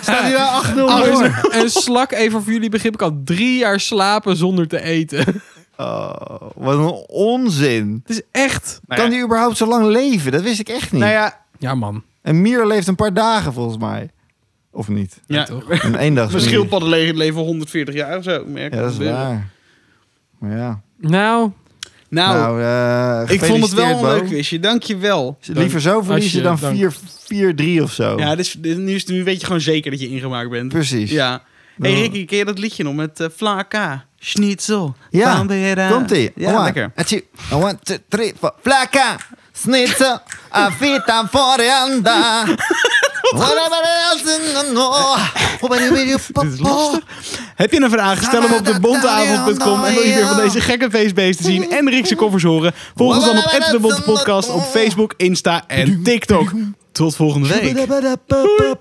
Speaker 3: Staat hij nou 8-0
Speaker 4: Oh,
Speaker 3: voor?
Speaker 4: een- een slak, even voor jullie begrip, kan drie jaar slapen zonder te eten. Het
Speaker 3: Oh, wat een onzin.
Speaker 4: is echt...
Speaker 1: Nou
Speaker 3: kan
Speaker 1: ja.
Speaker 3: die überhaupt zo lang leven? Dat wist ik echt niet.
Speaker 1: Nou ja,
Speaker 4: Ja, man.
Speaker 3: Een mier leeft een paar dagen volgens mij. Of niet?
Speaker 1: ja.
Speaker 4: toch?
Speaker 3: Een eendags
Speaker 1: Mijn schildpadden le- leven 140 jaar of zo. Merk
Speaker 3: Ja, dat is
Speaker 1: gebeuren.
Speaker 3: waar. Maar ja.
Speaker 4: Nou,
Speaker 1: Nou,
Speaker 3: Nou, eh,
Speaker 1: ik vond het wel een
Speaker 3: gefeliciteerd,
Speaker 1: leuk
Speaker 3: Bo.
Speaker 1: quizje. Dank je wel.
Speaker 3: Liever zo verliezen dan
Speaker 4: Als je- dank.
Speaker 3: 4-3 of zo.
Speaker 1: Ja, dus, dus nu, is, nu weet je gewoon zeker dat je ingemaakt bent.
Speaker 3: Oh. Precies.
Speaker 1: Ja. Hé hey,
Speaker 3: Nou.
Speaker 1: Ricky, ken je dat liedje nog met eh, Flaka? Schnitzel.
Speaker 3: Ja,
Speaker 1: Bandera.
Speaker 3: Komt-ie.
Speaker 1: uh, Ja, lekker.
Speaker 3: Atchie. One, two, three, four. Plaka, snitsen, avita forianda. Dit is
Speaker 1: Heb je een vraag? Stel hem op de bonteavond.com en wil je weer van deze gekke feestbeesten zien en Rickse covers horen? Volg ons dan op App de Bonte Podcast op Facebook, Insta en TikTok. Tot volgende week.